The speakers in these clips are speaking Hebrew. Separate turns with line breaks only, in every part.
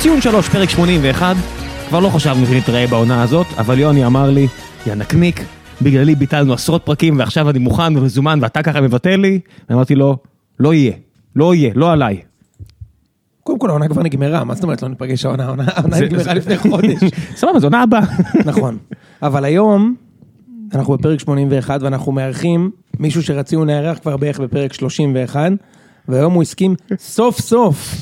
ציון 3, פרק 81. כבר לא חשבנו שנתראה בעונה הזאת, אבל יוני אמר לי, יא נקניק, בגללי ביטלנו עשרות פרקים ועכשיו אני מוכן ומזומן ואתה ככה מבטל לי? ואמרתי לו, לא יהיה, לא יהיה, לא עליי.
קודם כל העונה כבר נגמרה, מה זאת אומרת לא ניפגש העונה? העונה העונה
זה-
נגמרה
זה-
לפני חודש.
סבבה, זו עונה הבאה.
נכון. אבל היום, אנחנו בפרק 81 ואנחנו מארחים מישהו שרצינו לארח כבר בערך בפרק 31, והיום הוא הסכים סוף סוף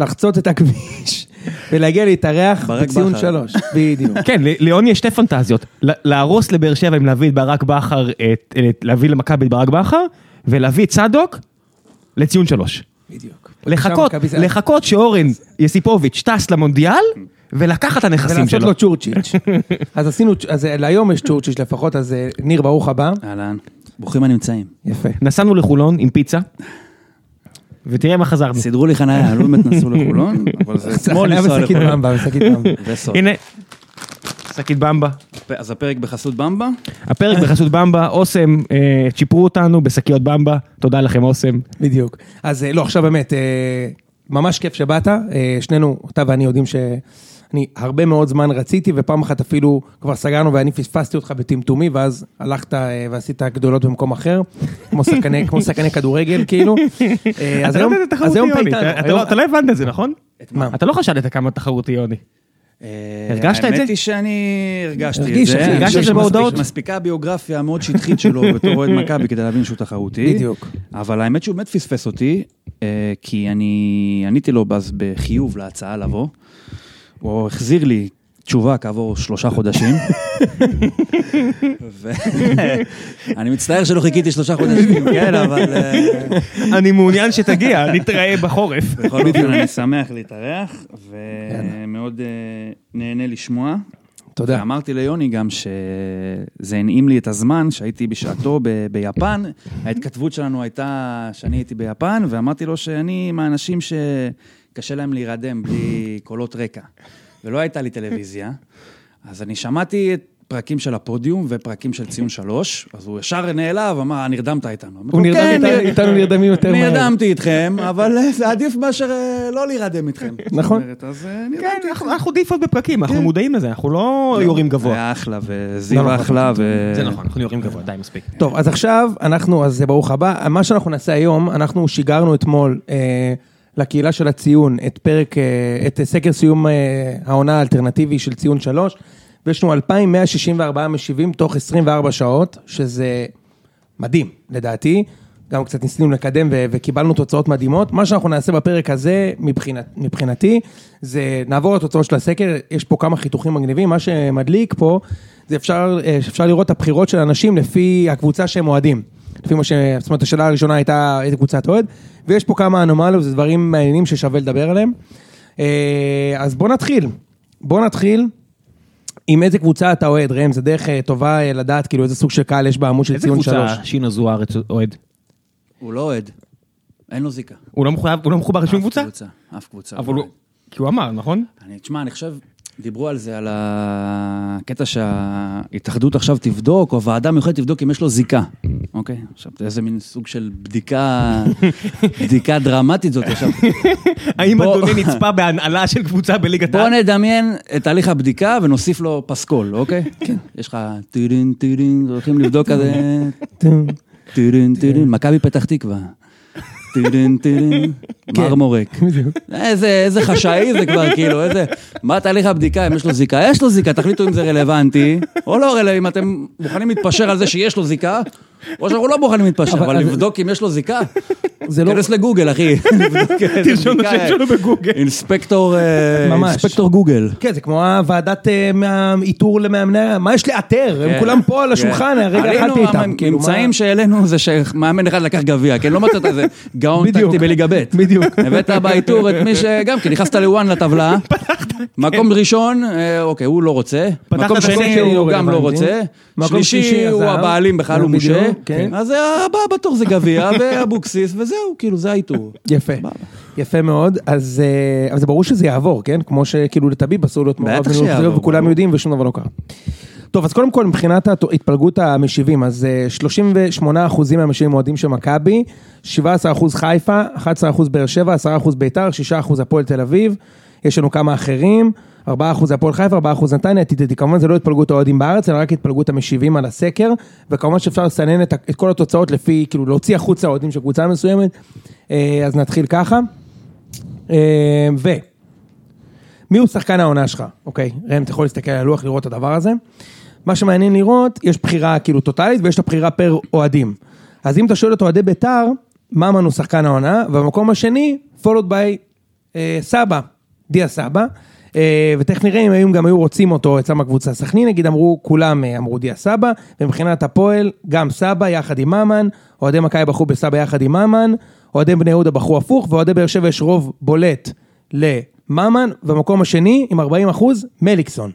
לחצות את הכביש ולהגיע להתארח
ברק
בציון
בכר.
3. בדיוק.
כן, ל- ליוני יש שתי פנטזיות. ל- להרוס לבאר שבע עם להביא את ברק בכר, אה, את- את- להביא למכבי את ברק בכר, ולהביא את צדוק לציון 3.
בדיוק.
לחכות,
מכבי זה-
לחכות שאורן יסיפוביץ' טס למונדיאל, ולקחת את הנכסים
ולעשות
שלו.
לו צ'ורצ'יץ'. אז עשינו, אז היום יש צ'ורצ'יץ' לפחות, אז אה, ניר ברוך הבא.
אהלן, ברוכים הנמצאים.
יפה.
נסענו לחולון עם פיצה, ותראה מה חזרנו.
סידרו לי חניה, לא באמת נסעו לחולון, אבל זה אתמול
חניה
לנסוע
בשקית
לחולון.
במבה, בשקית במבה.
זה סוד.
הנה, שקית במבה.
אז הפרק בחסות במבה?
הפרק בחסות במבה, אוסם, אה, צ'יפרו אותנו בשקיות במבה, תודה לכם אוסם.
בדיוק. אז אה, לא, עכשיו באמת, אה, ממש כיף שבאת, אה, שנינו, אתה ואני יודעים שאני הרבה מאוד זמן רציתי, ופעם אחת אפילו כבר סגרנו ואני פספסתי אותך בטמטומי, ואז הלכת אה, ועשית גדולות במקום אחר, כמו סכני, כמו סכני כדורגל, כאילו. אה, אז
אתה לא
היום,
יודע איזה תחרות
אז היום
היא, יוני.
פייטן,
אתה- אתה לא- אתה לא הבנת את זה, נכון?
מה?
אתה לא חשדת כמה תחרותי יוני. הרגשת את זה?
אה, האמת היא שאני הרגשתי את
הרגיש,
זה.
הרגיש.
אני
הרגשת
חושב
את זה
שמספיק-
בהודעות?
מספיקה הביוגרפיה המאוד שטחית שלו בתור אוהד מכבי כדי להבין שהוא תחרותי.
בדיוק.
אבל האמת שהוא באמת פספס אותי, אה, כי אני עניתי לו אז בחיוב להצעה לבוא. הוא החזיר לי תשובה כעבור שלושה חודשים. ו- אני מצטער שלא חיכיתי שלושה חודשים, כן, אבל... אה,
אני מעוניין שתגיע, נתראה בחורף.
בכל אופן, אני שמח להתארח, ומאוד אה, נהנה לשמוע.
כן. תודה.
ואמרתי ליוני גם שזה הנעים לי את הזמן שהייתי בשעתו ב- ביפן. ההתכתבות שלנו הייתה שאני הייתי ביפן, ואמרתי לו שאני מהאנשים שקשה להם להירדם בלי קולות רקע. ולא הייתה לי טלוויזיה, אז אני שמעתי את... פרקים של הפודיום ופרקים של ציון שלוש, אז הוא ישר נעלב, אמר, נרדמת איתנו. אמרתי לו,
הוא נרדם
"כן,
איתנו-
נר-
איתנו נרדמים יותר מהר.
נרדמתי איתכם, אבל אה, זה עדיף מאשר אה, לא להירדם איתכם.
נכון.
זאת אומרת, אז אה, נרדמתי.
כן, אנחנו- אנחנו דיפות בפרקים, אנחנו מודעים לזה, אנחנו כן. לא יורים גבוה.
היה אחלה,
לא,
וזיו
נכון.
אחלה, ו...
זה נכון, אנחנו יורים גבוה, די מספיק.
טוב, אז עכשיו אנחנו, אז ברוך הבא. מה שאנחנו נעשה היום, אנחנו שיגרנו אתמול אה, לקהילה של הציון את פרק, אה, את סקר סיום אה, העונה האלטרנטיבי של ציון 3, ויש לנו 2,164 משיבים תוך 24 שעות, שזה מדהים, לדעתי. גם קצת ניסינו לקדם ו- וקיבלנו תוצאות מדהימות. מה שאנחנו נעשה בפרק הזה, מבחינת, מבחינתי, זה נעבור לתוצאות של הסקר, יש פה כמה חיתוכים מגניבים, מה שמדליק פה, זה אפשר, אה, אפשר לראות את הבחירות של אנשים לפי הקבוצה שהם אוהדים. לפי מה ש... זאת אומרת, השאלה הראשונה הייתה איזה קבוצת אוהד, ויש פה כמה אנומליות, זה דברים מעניינים ששווה לדבר עליהם. אה, אז בוא נתחיל. בוא נתחיל. עם איזה קבוצה אתה אוהד, ראם, זה דרך אה, טובה אה, לדעת כאילו איזה סוג של קהל יש בעמוד של
איזה
ציון שלוש.
קבוצה שינה זוארץ אוהד?
הוא לא אוהד. אין לו זיקה.
הוא לא מחויב, הוא לא מחובר לשום
אף
קבוצה?
אף קבוצה. לא
אבל הוא... כי הוא אמר, נכון?
אני, תשמע, אני חושב, דיברו על זה, על הקטע שההתאחדות עכשיו תבדוק, או ועדה מיוחדת תבדוק אם יש לו זיקה. אוקיי? עכשיו, זה איזה מין סוג של בדיקה, בדיקה דרמטית זאת עכשיו.
האם
בוא-
אדוני נצפה בהנהלה של קבוצה בליגת
בואו
העל?
נדמיין את תהליך הבדיקה ונוסיף לו פסקול, אוקיי? כן. יש לך טירין טירין, הולכים לבדוק כזה, טירין טירין, מכבי פתח תקווה. טירין טירין, מרמורק. איזה איזה חשאי זה כבר, כאילו, איזה... מה תהליך הבדיקה, אם יש לו זיקה? יש לו זיקה, תחליטו אם זה רלוונטי או לא רלוונטי, אם אתם מוכנים להתפשר על זה שיש לו זיקה, או שאנחנו לא מוכנים להתפשר, אבל לבדוק אם יש לו זיקה,
זה לא-
כנס לגוגל, אחי. לבדוק איזה
תרשום את
בדיקה-
השם שלו בגוגל.
אינספקטור, אה,
ממש.
אינספקטור גוגל.
כן, זה כמו הוועדת אה, מהאיתור למאמני, מה יש לאתר? הם
כן.
כולם פה על
כן.
השולחן, הרגע אכלתי
עלינו,
איתם. כאילו,
הממצאים
מה-
שהעלינו זה שמאמן אחד לקח גביע, כן, לא מצאת איזה גאון
בדיוק.
טקטי בליגה ב'.
בדיוק.
הבאת בעיטור את מי שגם כן, נכנסת לוואן לטבלה. מקום ראשון, אה, אוקיי, הוא לא רוצה.
פתחת
מקום
את השני,
שני, הוא
לא
גם לא
רלוונטי.
רוצה.
מקום שלישי,
שלישי, הוא
עזב.
הבעלים בכלל, הוא
בדיוק,
משה.
כן.
אז הבא בתור זה גביע ואבוקסיס, וזהו, כאילו, זה העיטור.
יפה, יפה מאוד, אז אה, אבל זה ברור שזה יעבור, כן? כמו שכאילו לטביב אסור להיות מעורב,
בטח
בניהול
שיעבור,
זיו, וכולם
ברור.
יודעים ושום דבר לא קרה. טוב, אז קודם כל מבחינת הת- התפלגות המשיבים, אז אה, 38% מהמשיבים אוהדים של מכבי, 17% חיפה, 11% באר שבע, 10% ביתר, 6% הפועל תל אביב, יש לנו כמה אחרים, 4% הפועל חיפה, 4% נתניה, ת- ת- כמובן זה לא התפלגות האוהדים בארץ, אלא רק התפלגות המשיבים על הסקר, וכמובן שאפשר לסנן את, ה- את כל התוצאות לפי, כאילו להוציא החוצה אוהדים של קבוצה מסוימת, אה, אז נתחיל ככה. אה, ו... מי הוא שחקן העונה שלך? אוקיי, ראם, אתה יכול להסתכל על הלוח, לראות את הדבר הזה. מה שמעניין לראות, יש בחירה כאילו טוטאלית ויש את הבחירה פר אוהדים. אז אם אתה שואל את אוהדי בית"ר, ממן הוא שחקן העונה, ובמקום השני, followed by אה, סבא, דיה סבא. אה, ותכף נראה אם הם גם היו רוצים אותו אצלם בקבוצה. סכנין נגיד אמרו, כולם אה, אמרו דיה סבא, ומבחינת הפועל, גם סבא יחד עם ממן, אוהדי מכבי בחרו בסבא יחד עם ממן, אוהדי בני יהודה בחרו הפוך, ואוהדי באר שבע יש רוב בולט לממן, ובמקום השני, עם 40 אחוז, מליקסון.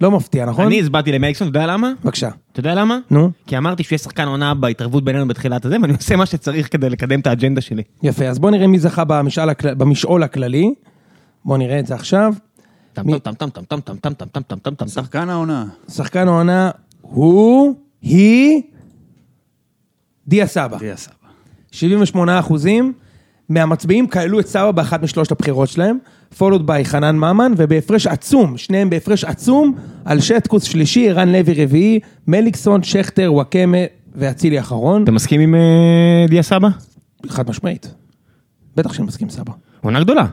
לא מפתיע, נכון?
אני הסברתי למליקסון, אתה יודע למה?
בבקשה.
אתה יודע למה?
נו.
כי אמרתי שיש שחקן עונה בהתערבות בינינו בתחילת הזה, ואני עושה מה שצריך כדי לקדם את האג'נדה שלי.
יפה, אז בוא נראה מי זכה במשאל, הכל... במשעול הכללי. בוא נראה את זה עכשיו.
טם
מי-
טם טם טם טם טם טם טם טם טם טם טם טם.
שחקן העונה.
שחקן העונה הוא, היא, דיה סבא.
תהיה סבא.
78 אחוזים מהמצביעים כללו את סבא באחת משלושת הבחירות שלהם, followed by חנן ממן, ובהפרש עצום, שניהם בהפרש עצום, על שטקוס שלישי, ערן לוי רביעי, מליקסון, שכטר, וואקמה ואצילי אחרון.
אתה מסכים עם אה, דיה סבא?
חד משמעית. בטח שאני מסכים סבא.
עונה גדולה.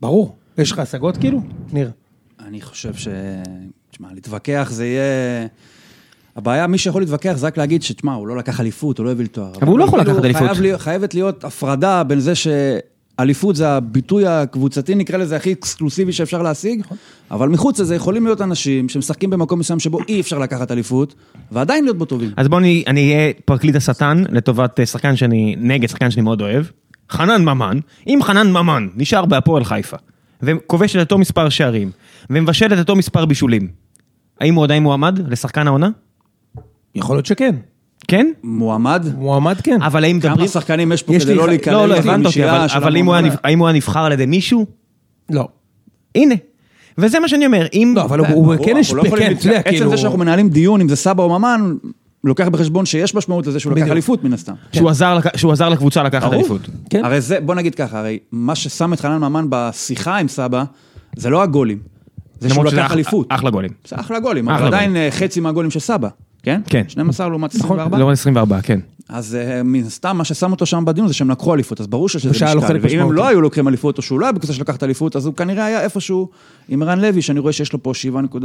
ברור. יש לך השגות כאילו? ניר.
אני חושב ש... תשמע, להתווכח זה יהיה... הבעיה, מי שיכול להתווכח זה רק להגיד שתשמע, הוא לא לקח אליפות, הוא לא הביא לתואר.
הוא לא יכול
כאילו,
לקחת אליפות.
חייב להיות- חייבת להיות הפרדה בין זה שאליפות זה הביטוי הקבוצתי, נקרא לזה, הכי אקסקלוסיבי שאפשר להשיג,
נכון.
אבל מחוץ לזה יכולים להיות אנשים שמשחקים במקום מסוים שבו אי אפשר לקחת אליפות, ועדיין להיות בו טובים.
אז בואו אני אני אהיה פרקליט השטן לטובת אה, שחקן שאני, נגד שחקן שאני מאוד אוהב, חנן ממן. אם חנן ממן נשאר בהפועל חיפה, וכובש את אותו מספר שערים, ומבשל את אותו מספר בישולים, האם הוא עדיין מועמד לשחקן העונה?
יכול להיות שכן.
כן?
מועמד?
מועמד כן.
אבל האם
כמה
מדברים...
שחקנים יש פה
יש
כדי
לי-
לא
לא,
לא,
להיכלל
לא, הבנת אותי,
בחמישייה
אבל-
של
אבל אם הוא היה
המועמד?
נבח- האם הוא היה נבחר על ידי מישהו?
לא.
הנה. וזה מה שאני אומר, אם...
לא, אבל הוא- הוא
ברור,
כן, יש-
אנחנו לא יכולים
כן, אתה יודע,
להתווכח. עצם
כאילו...
זה שאנחנו מנהלים דיון אם זה סבא או ממן, לוקח בחשבון שיש משמעות לזה שהוא לקח
בדיוק.
אליפות מן הסתם.
שהוא עזר לק- שהוא עזר לקבוצה לקחת אליפות.
כן.
הרי זה, בוא נגיד ככה, הרי מה ששם את חנן ממן בשיחה עם סבא, זה לא הגולים. זה שהוא
למרות שזה
לקח
אח-
אליפות.
אחלה גולים.
זה אחלה גולים,
אחלה
אבל עדיין אה, חצי מהגולים של סבא, כן?
כן.
12 לעומת
נכון,
24.
לא 24, כן.
אז אה, מן הסתם, מה ששם אותו שם בדיון זה שהם לקחו אליפות, אז ברור שזה
הוא שהיה לו
משקל.
חלק
ואם הם
משמעותי.
לא היו לוקחים אליפות, או שהוא לא היה בקבוצה שלקחת אליפות, אז הוא כנראה היה איפשהו עם ערן לוי, שאני רואה שיש לו פה 7.5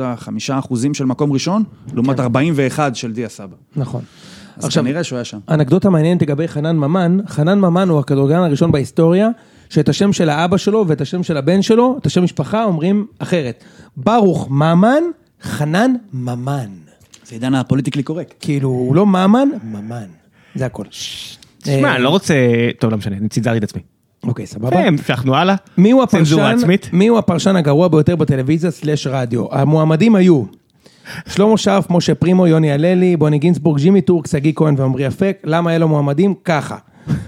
אחוזים של מקום ראשון, לעומת
כן.
41 של דיה סבא.
נכון.
אז כנראה שהוא היה שם.
אנקדוטה מעניינת לגבי חנן ממן, חנן ממן הוא הכדורגלן הראשון בהיסטוריה, שאת השם של האבא שלו ואת השם של הבן שלו, את השם משפחה אומרים אחרת. ברוך ממן, חנן ממן.
זה עידן הפוליטיקלי קורקט.
כאילו, הוא לא ממן, ממן. זה הכל.
תשמע,
אה,
אני לא רוצה... טוב, לא משנה, אני צידרתי את עצמי.
אוקיי, סבבה.
כן, המשכנו הלאה.
מי הוא
צנזורה
הפרשן,
עצמית.
מי הוא הפרשן הגרוע ביותר בטלוויזיה סלאש רדיו? המועמדים היו שלמה שרף, משה פרימו, יוני הללי, בוני גינצבורג, ג'ימי טורק, שגיא כהן ועמרי אפק. למה אלו מועמדים? ככה.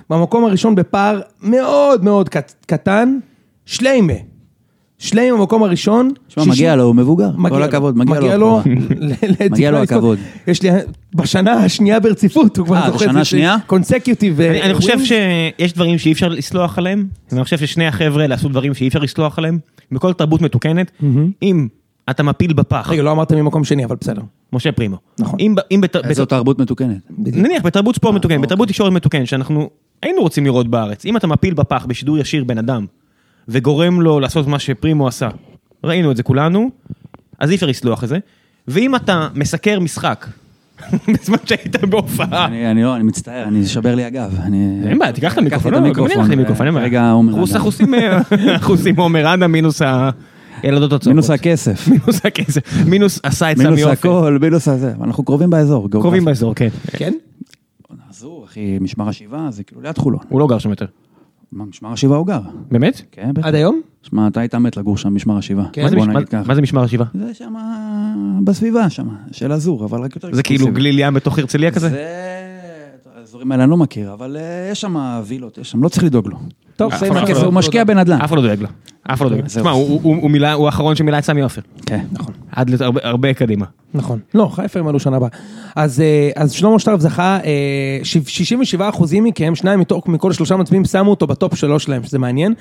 במקום הראשון בפער מאוד מאוד קט, קטן, שליימה. שליימה במקום הראשון.
תשמע,
שישים-
מגיע לו, הוא מבוגר.
מגיע
כל
לו.
הכבוד, מגיע לו
מגיע
הכבוד.
לו,
מגיע לו הכבוד.
יש לי, בשנה השנייה ברציפות, הוא כבר
אה,
זוכר את זה. אה,
בשנה השנייה?
קונסקיוטיב.
אני אני חושב שיש דברים שאי אפשר לסלוח עליהם, ואני חושב ששני החבר'ה האלה עשו דברים שאי אפשר לסלוח עליהם. בכל תרבות מתוקנת, אם אתה מפיל בפח,
רגע, לא אמרת ממקום שני, אבל בסדר.
משה פרימו.
נכון.
אם ב- אם בת- בת-
איזו תרבות מתוקנת.
בדיוק.
נניח בתרבות ספורט מתוקנת, בתרבות תקשורת מתוקנת, שאנחנו היינו רוצים לראות בארץ, אם אתה מפיל בפח בשידור ישיר בן אדם, וגורם לו לעשות מה שפרימו עשה, ראינו את זה כולנו, אז אי אפשר לסלוח את זה, ואם אתה מסקר משחק, בזמן שהיית בהופעה,
אני אני לא, אני מצטער, אני שבר לי הגב. אני-
אין בעיה, תיקח את
לקחתי
המיקרופון, לא, גם אני לקחתי את המיקרופון, אין בעיה.
רגע, עומר.
חוס
אדם.
החוסים, אה, החוסים עומר אדם מינוס הילדות הצהובות.
מינוס הכסף.
מינוס הכסף, מינוס עשה את סמי
מינוס
עופר.
הכל, מינוס הזה. אנחנו קרובים באזור.
קרובים באזור, כן.
כן?
באזור. עזוב, אחי, משמר השבעה, זה כאילו ליד חולון.
הוא לא גר שם יותר.
מה, משמר השבעה הוא גר.
באמת?
כן, בטח.
עד היום?
שמע, אתה היית מת לגור שם, משמר השבעה.
כן.
מה זה
בוא
מש-
נגיד
מה-
ככה.
מה זה משמר השבעה?
זה שם בסביבה שם, של אזור, אבל רק יותר...
זה כאילו
אקסקלוסיבי.
גליל ים בתוך הרצליה כזה?
זה... האזורים האלה אני לא מכיר, אבל אה, יש שם וילות, יש שם, לא צריך לדאוג לו.
טוב,
אף
סיים
אחד
הכסף.
לא-
הוא משקיע בנדל"ן.
אף אחד לא דואג לו. אף אחד לא דואג.
זהו.
תשמע, הוא- הוא הוא מילה- הוא האחרון שמילא את סמי עופר.
כן.
נכון,
עד לת- הרבה- הרבה קדימה.
נכון. לא, חיפה הם עלו שנה הבאה. אז, אה, אז שלמה שטרף זכה, אה, שיב- 67 אחוזים מכם, שניים מתוך, מכל שלושה מצביעים שמו אותו בטופ שלוש שלהם, שזה מעניין.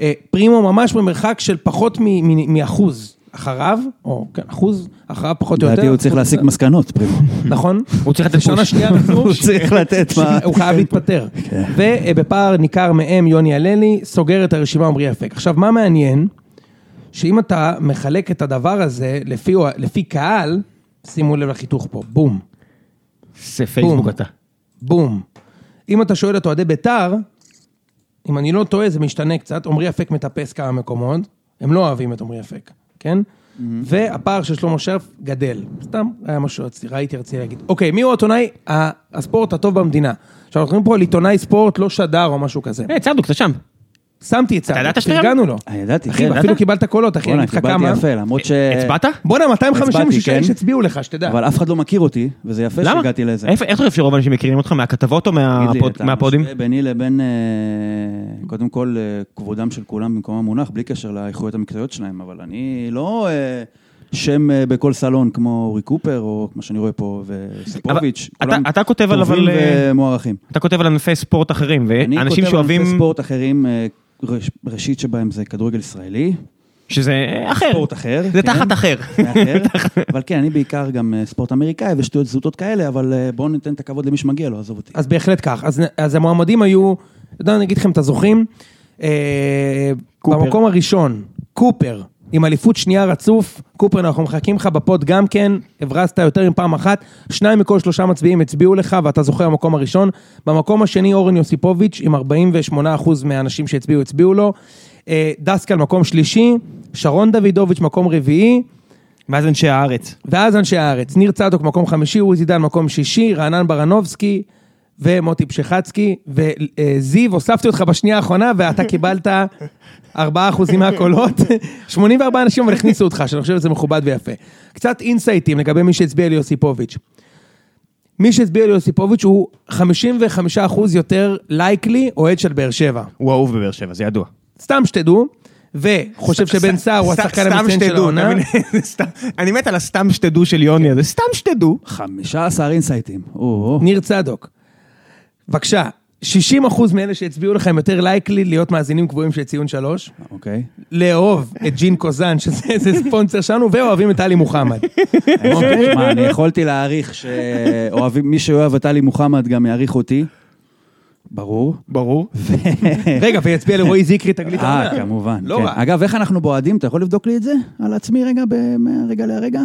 אה, פרימו ממש במרחק של פחות מ- מ- מאחוז אחריו, או כן, אחוז, אחריו פחות או יותר.
לדעתי הוא צריך להסיק מסקנות, פרימו.
נכון?
הוא צריך לתת
לשון
פוש.
השנייה בפוש.
הוא צריך לתת מה...
הוא חייב להתפטר. ובפער ניכר מהם יוני הללי, סוגר את הרשימה עמרי אפק. עכשיו, מה מעניין? שאם אתה מחלק את הדבר הזה לפי, לפי קהל, שימו לב לחיתוך פה, בום,
זה פייסבוק
בום.
אתה.
בום. אם אתה שואל את אוהדי בית"ר, אם אני לא טועה, זה משתנה קצת, עמרי אפק מטפס כמה מקומות, הם לא אוהבים את עמרי אפק, כן?
Mm-hmm.
והפער של שלמה שרף גדל. סתם, היה משהו רציתי, ראיתי, רציתי להגיד. אוקיי, מי הוא עיתונאי הספורט הטוב במדינה? עכשיו, אנחנו מדברים פה על עיתונאי ספורט, לא שדר או משהו כזה.
היי, אה, צדוק, אתה שם.
שמתי את זה,
ידעת שאתה-
פרגנו לו.
אה, ידעתי,
אחי,
כן.
ידעת?
אפילו קיבלת קולות, אחי, אני
בואנה,
אגיד לך
קיבלתי
כמה.
יפה, למרות ש...
אה, הצבעת?
בואנה, 256
הצבעתי,
איש
כן.
הצביעו לך, שתדע.
אבל אף אחד לא מכיר אותי, וזה יפה
למה?
שהגעתי לזה.
איפה- איך אתה חושב שרוב האנשים מכירים אותך? מהכתבות או
תגיד לי,
מהפוד-
אתה
מהפודים?
משווה ביני לבין, אה, קודם כל, אה, כבודם של כולם במקום המונח, בלי קשר לאיכויות המקצועיות שלהם, אבל אני לא אה, שם אה, בכל סלון כמו אורי קופר, או כמו שאני רואה פה, וסיפוביץ'.
אבל
כולם
אתה- אתה כותב על-
טובים
אבל, אה,
ומוערכים.
אתה כותב על ענפי ספורט אחרים,
אני
ואנשים
כותב על
שאוהבים
ענפי ספורט אחרים, אה, ראש- ראשית שבהם זה כדורגל ישראלי.
שזה אה, אחר.
ספורט אחר.
זה
כן.
תחת אחר.
מאחר. אבל כן, אני בעיקר גם אה, ספורט אמריקאי ושטויות זוטות כאלה, אבל אה, בואו ניתן את הכבוד למי שמגיע לו, עזוב אותי.
אז בהחלט כך. אז, אז המועמדים היו, אתה יודע, אני אגיד לכם את הזוכים. אה,
קופר.
במקום הראשון, קופר, עם אליפות שנייה רצוף. קופר, אנחנו מחכים לך בפוד גם כן, הברזת יותר מפעם אחת. שניים מכל שלושה מצביעים הצביעו לך, ואתה זוכה במקום הראשון. במקום השני, אורן יוסיפוביץ', עם 48% מהאנשים שהצביעו, הצביעו לו. אה, דסקל, מקום שלישי. שרון דוידוביץ', מקום רביעי.
ואז אנשי הארץ.
ואז אנשי הארץ, ניר צדוק מקום חמישי, עוזי דן מקום שישי, רענן ברנובסקי ומוטי פשחצקי, וזיו, הוספתי אותך בשנייה האחרונה, ואתה קיבלת 4% מהקולות. 84 אנשים אבל הכניסו אותך, שאני חושב שזה מכובד ויפה. קצת אינסייטים לגבי מי שהצביע ליוסיפוביץ'. מי שהצביע ליוסיפוביץ' הוא 55% יותר לייקלי אוהד של באר שבע.
הוא אהוב בבאר שבע, זה ידוע.
סתם שתדעו, וחושב שבן סער הוא
סת-
השחקן
סתם
המצטיין של
שתדעו,
העונה.
אתה מבין? סתם- אני מת על הסתם שתדעו של יוני הזה, סתם שתדעו.
15 אינסייטים. או,
ניר צדוק. בבקשה, 60% מאלה שהצביעו לך הם יותר לייקלי להיות מאזינים קבועים של ציון שלוש,
אוקיי.
לאהוב את ג'ין קוזן, שזה זה ספונסר שלנו, ואוהבים את עלי מוחמד.
אוקיי, שמע, אני יכולתי להעריך שאוהבים, מי שאוהב את טלי מוחמד גם יעריך אותי. ברור.
ברור.
רגע, ויצביע לרועי זיקרי תגלית העונה.
אה, כמובן.
לא
כן.
רע.
אגב, איך אנחנו בועדים? אתה יכול לבדוק לי את זה? על עצמי רגע, ב- מהרגע להרגע?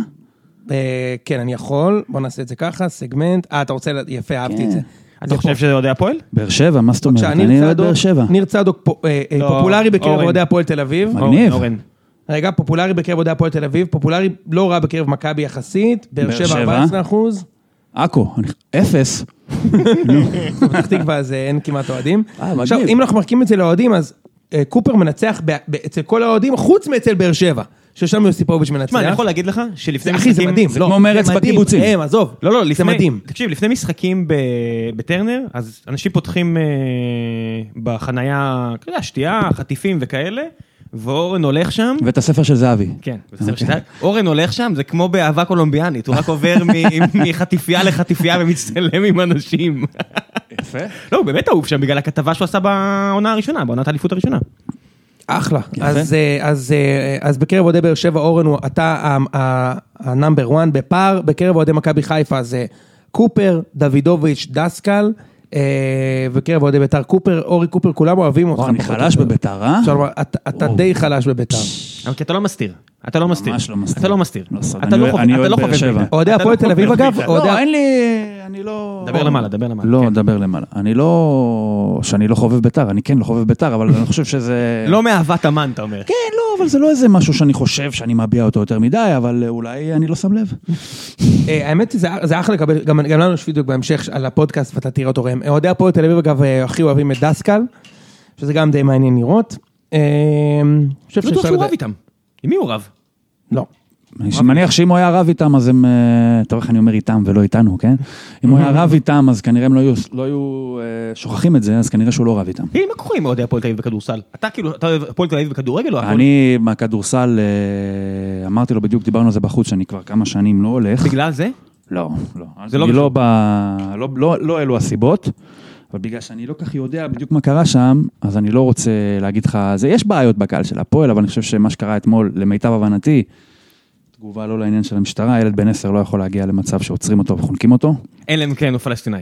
אה, כן, אני יכול, בוא נעשה את זה ככה, סגמנט. אה, אתה רוצה, ל- יפה, אהבתי
כן.
את זה.
אתה חושב שזה אוהדי הפועל?
באר שבע, מה זאת אומרת?
בבקשה, ניר
אני אוהד
צדוק-
באר שבע.
ניר צדוק פה, אה, אה,
לא,
פופולרי בקרב
אורן.
אוהדי הפועל תל אביב.
מגניב.
אורן, אורן.
רגע, פופולרי בקרב אוהדי הפועל תל אביב, פופולרי לא רע בקרב מכבי יחסית, באר
באר
שבע
שבע.
14 אחוז.
עכו, אני- אפס.
פתח תקווה אז אה, אין כמעט אוהדים.
אה, מגניב.
עכשיו, אם אנחנו מרקים את זה לאוהדים, אז אה, קופר מנצח ב- ב- אצל כל האוהדים, חוץ מאצל באר שבע, ששם יוסיפוביץ' מנצח.
תשמע, אני יכול להגיד לך שלפני
זה- אחי, זה מדהים.
זה
לא,
כמו מרץ
מדהים.
בקיבוצים.
הם, עזוב,
לא, לא, לפני...
זה מדהים.
תקשיב, לפני משחקים ב- בטרנר, אז אנשים פותחים אה, בחנייה, אתה יודע, שתייה, חטיפים וכאלה, ואורן הולך שם.
ואת הספר של זהבי.
כן, בסדר,
אוקיי.
שתיים. אורן הולך שם, זה כמו באהבה קולומביאנית, הוא רק עובר מ- מחטיפייה לחטיפייה ומצטלם עם אנשים.
יפה.
לא, הוא באמת אהוב שם בגלל הכתבה שהוא עשה בעונה הראשונה, בעונת האליפות הראשונה.
אחלה. אז, אה, אז, אה, אז בקרב אוהדי באר שבע, אורן הוא אתה הנאמבר 1 בפער, בקרב אוהדי מכבי חיפה זה קופר, דוידוביץ', דסקל, אה, בקרב אוהדי בית"ר קופר, אורי קופר, כולם אוהבים אותך.
וואו, אני
פחות או
חלש
יותר.
בביתר, אה?
אפשר לומר, אתה- אתה
וואו.
די חלש בבית"ר.
אבל כי אתה לא מסתיר. אתה לא מסתיר.
ממש לא מסתיר.
אתה לא מסתיר.
לא סוד,
אתה
אני
לא
אוהד-
חובב-
אני
אתה
אוהד
לא
באר
חובב
שבע.
מידע.
אוהדי
אתה לא
הפועל תל אביב,
חובב
אגב,
מידע.
אוהדי-
לא, אין לי... אני לא...
דבר למעלה, דבר למעלה.
לא,
כן.
דבר למעלה. אני לא... שאני לא חובב ביתר, אני כן לא חובב ביתר, אבל אני חושב שזה...
לא מאהבת המן, אתה אומר.
כן, לא, אבל זה לא איזה משהו שאני חושב שאני מביע אותו יותר מדי, אבל אה, אולי אני לא שם לב.
אה, האמת היא, זה- זה אחלה לקבל, גם גם לנו יש פידבק בהמשך על הפודקאסט ואתה תראה אותו ראם. אוהדי הפועל תל אביב אגב אה, הכי אוהבים את דסקל, שזה גם די מעניין לראות. אה, חושב
לא בטוח
שאפשר
שהוא
לדע-
רב איתם. עם מי הוא רב?
לא.
אני מניח שאם הוא היה רב איתם, אז הם... אה, טוב, איך אני אומר איתם ולא איתנו, כן? אם הוא היה רב איתם, אז כנראה הם לא היו- לא היו אה, שוכחים את זה, אז כנראה שהוא לא רב איתם.
תגיד, מה קורה עם אוהדי הפועל תל אביב בכדורסל? אתה כאילו, אתה אוהב הפועל תל אביב בכדורגל או הפועל?
אני מהכדורסל, אה, אמרתי לו בדיוק, דיברנו על זה בחוץ, שאני כבר כמה שנים לא הולך.
בגלל זה?
לא, לא.
זה
זה
לא
לא... אני
קשור.
לא ב... לא, לא, לא אלו הסיבות, אבל בגלל שאני לא כך יודע בדיוק מה קרה שם, אז אני לא רוצה להגיד לך, זה, יש בעיות בקהל של הפועל, אבל אני חושב שמה שקרה אתמול, למיטב הבנתי, תגובה לא לעניין של המשטרה, ילד בן עשר לא יכול להגיע למצב שעוצרים אותו וחונקים אותו,
אלא אם כן הוא פלסטיני.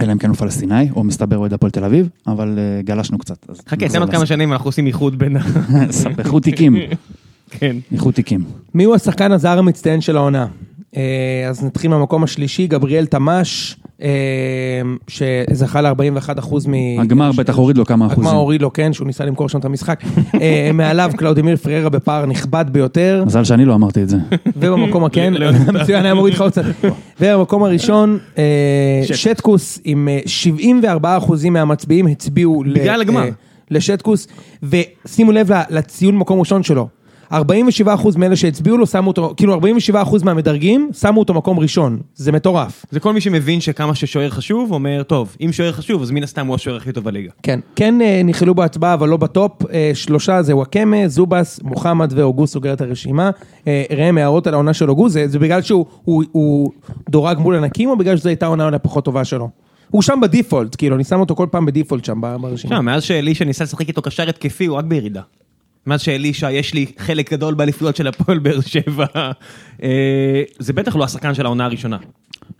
אלא אם כן הוא פלסטיני, או מסתבר אוהד הפועל תל אביב, אבל אה, גלשנו קצת. אז לא
חכה,
נחזור
תן עוד כמה שנים אנחנו עושים איחוד בין ה...
לס- ספחו תיקים,
כן.
איחוד תיקים.
מי הוא השחקן הזר המצטיין של העונה? אה, אז נתחיל מהמקום השלישי, גבריאל תמש, אה, שזכה ל-41% מ...
הגמר בטח הוריד לו כמה
הגמר
אחוזים.
הוריד לו, כן, שהוא ניסה למכור שם את המשחק. אה, מעליו קלאודימיר פררה בפער נכבד ביותר,
מזל שאני לא אמרתי את זה.
ובמקום הכן,
לא יודעת.
מצוין, היה מוריד לך עוד קצת. ובמקום הראשון, אה,
שטקוס.
שטקוס עם אה, 74% מהמצביעים הצביעו ל-
בגלל הגמר.
אה, לשטקוס, ושימו לב ל- לציון מקום ראשון שלו. 47% מאלה שהצביעו לו שמו אותו, כאילו 47% מהמדרגים שמו אותו מקום ראשון, זה מטורף.
זה כל מי שמבין שכמה ששוער חשוב, אומר, טוב, אם שוער חשוב, אז מן הסתם הוא השוער הכי טוב בליגה.
כן, כן אה, נכללו בהצבעה, אבל לא בטופ. אה, שלושה זה וואקמה, זובס, מוחמד ואוגו סוגר את הרשימה. אה, ראם הערות על העונה של אוגו, זה, זה בגלל שהוא הוא, הוא דורג מול ענקים, או בגלל שזו הייתה העונה הפחות טובה שלו? הוא שם בדיפולט, כאילו, אני שם אותו כל פעם בדיפולט שם ב- ברשימה.
תשמע, מאז שאלישע ניסה לשחק איתו קשר התקפי, הוא רק בירידה. מאז שאלישע, יש לי חלק גדול באליפויות של הפועל באר שבע. אה, זה בטח לא השחקן של העונה הראשונה.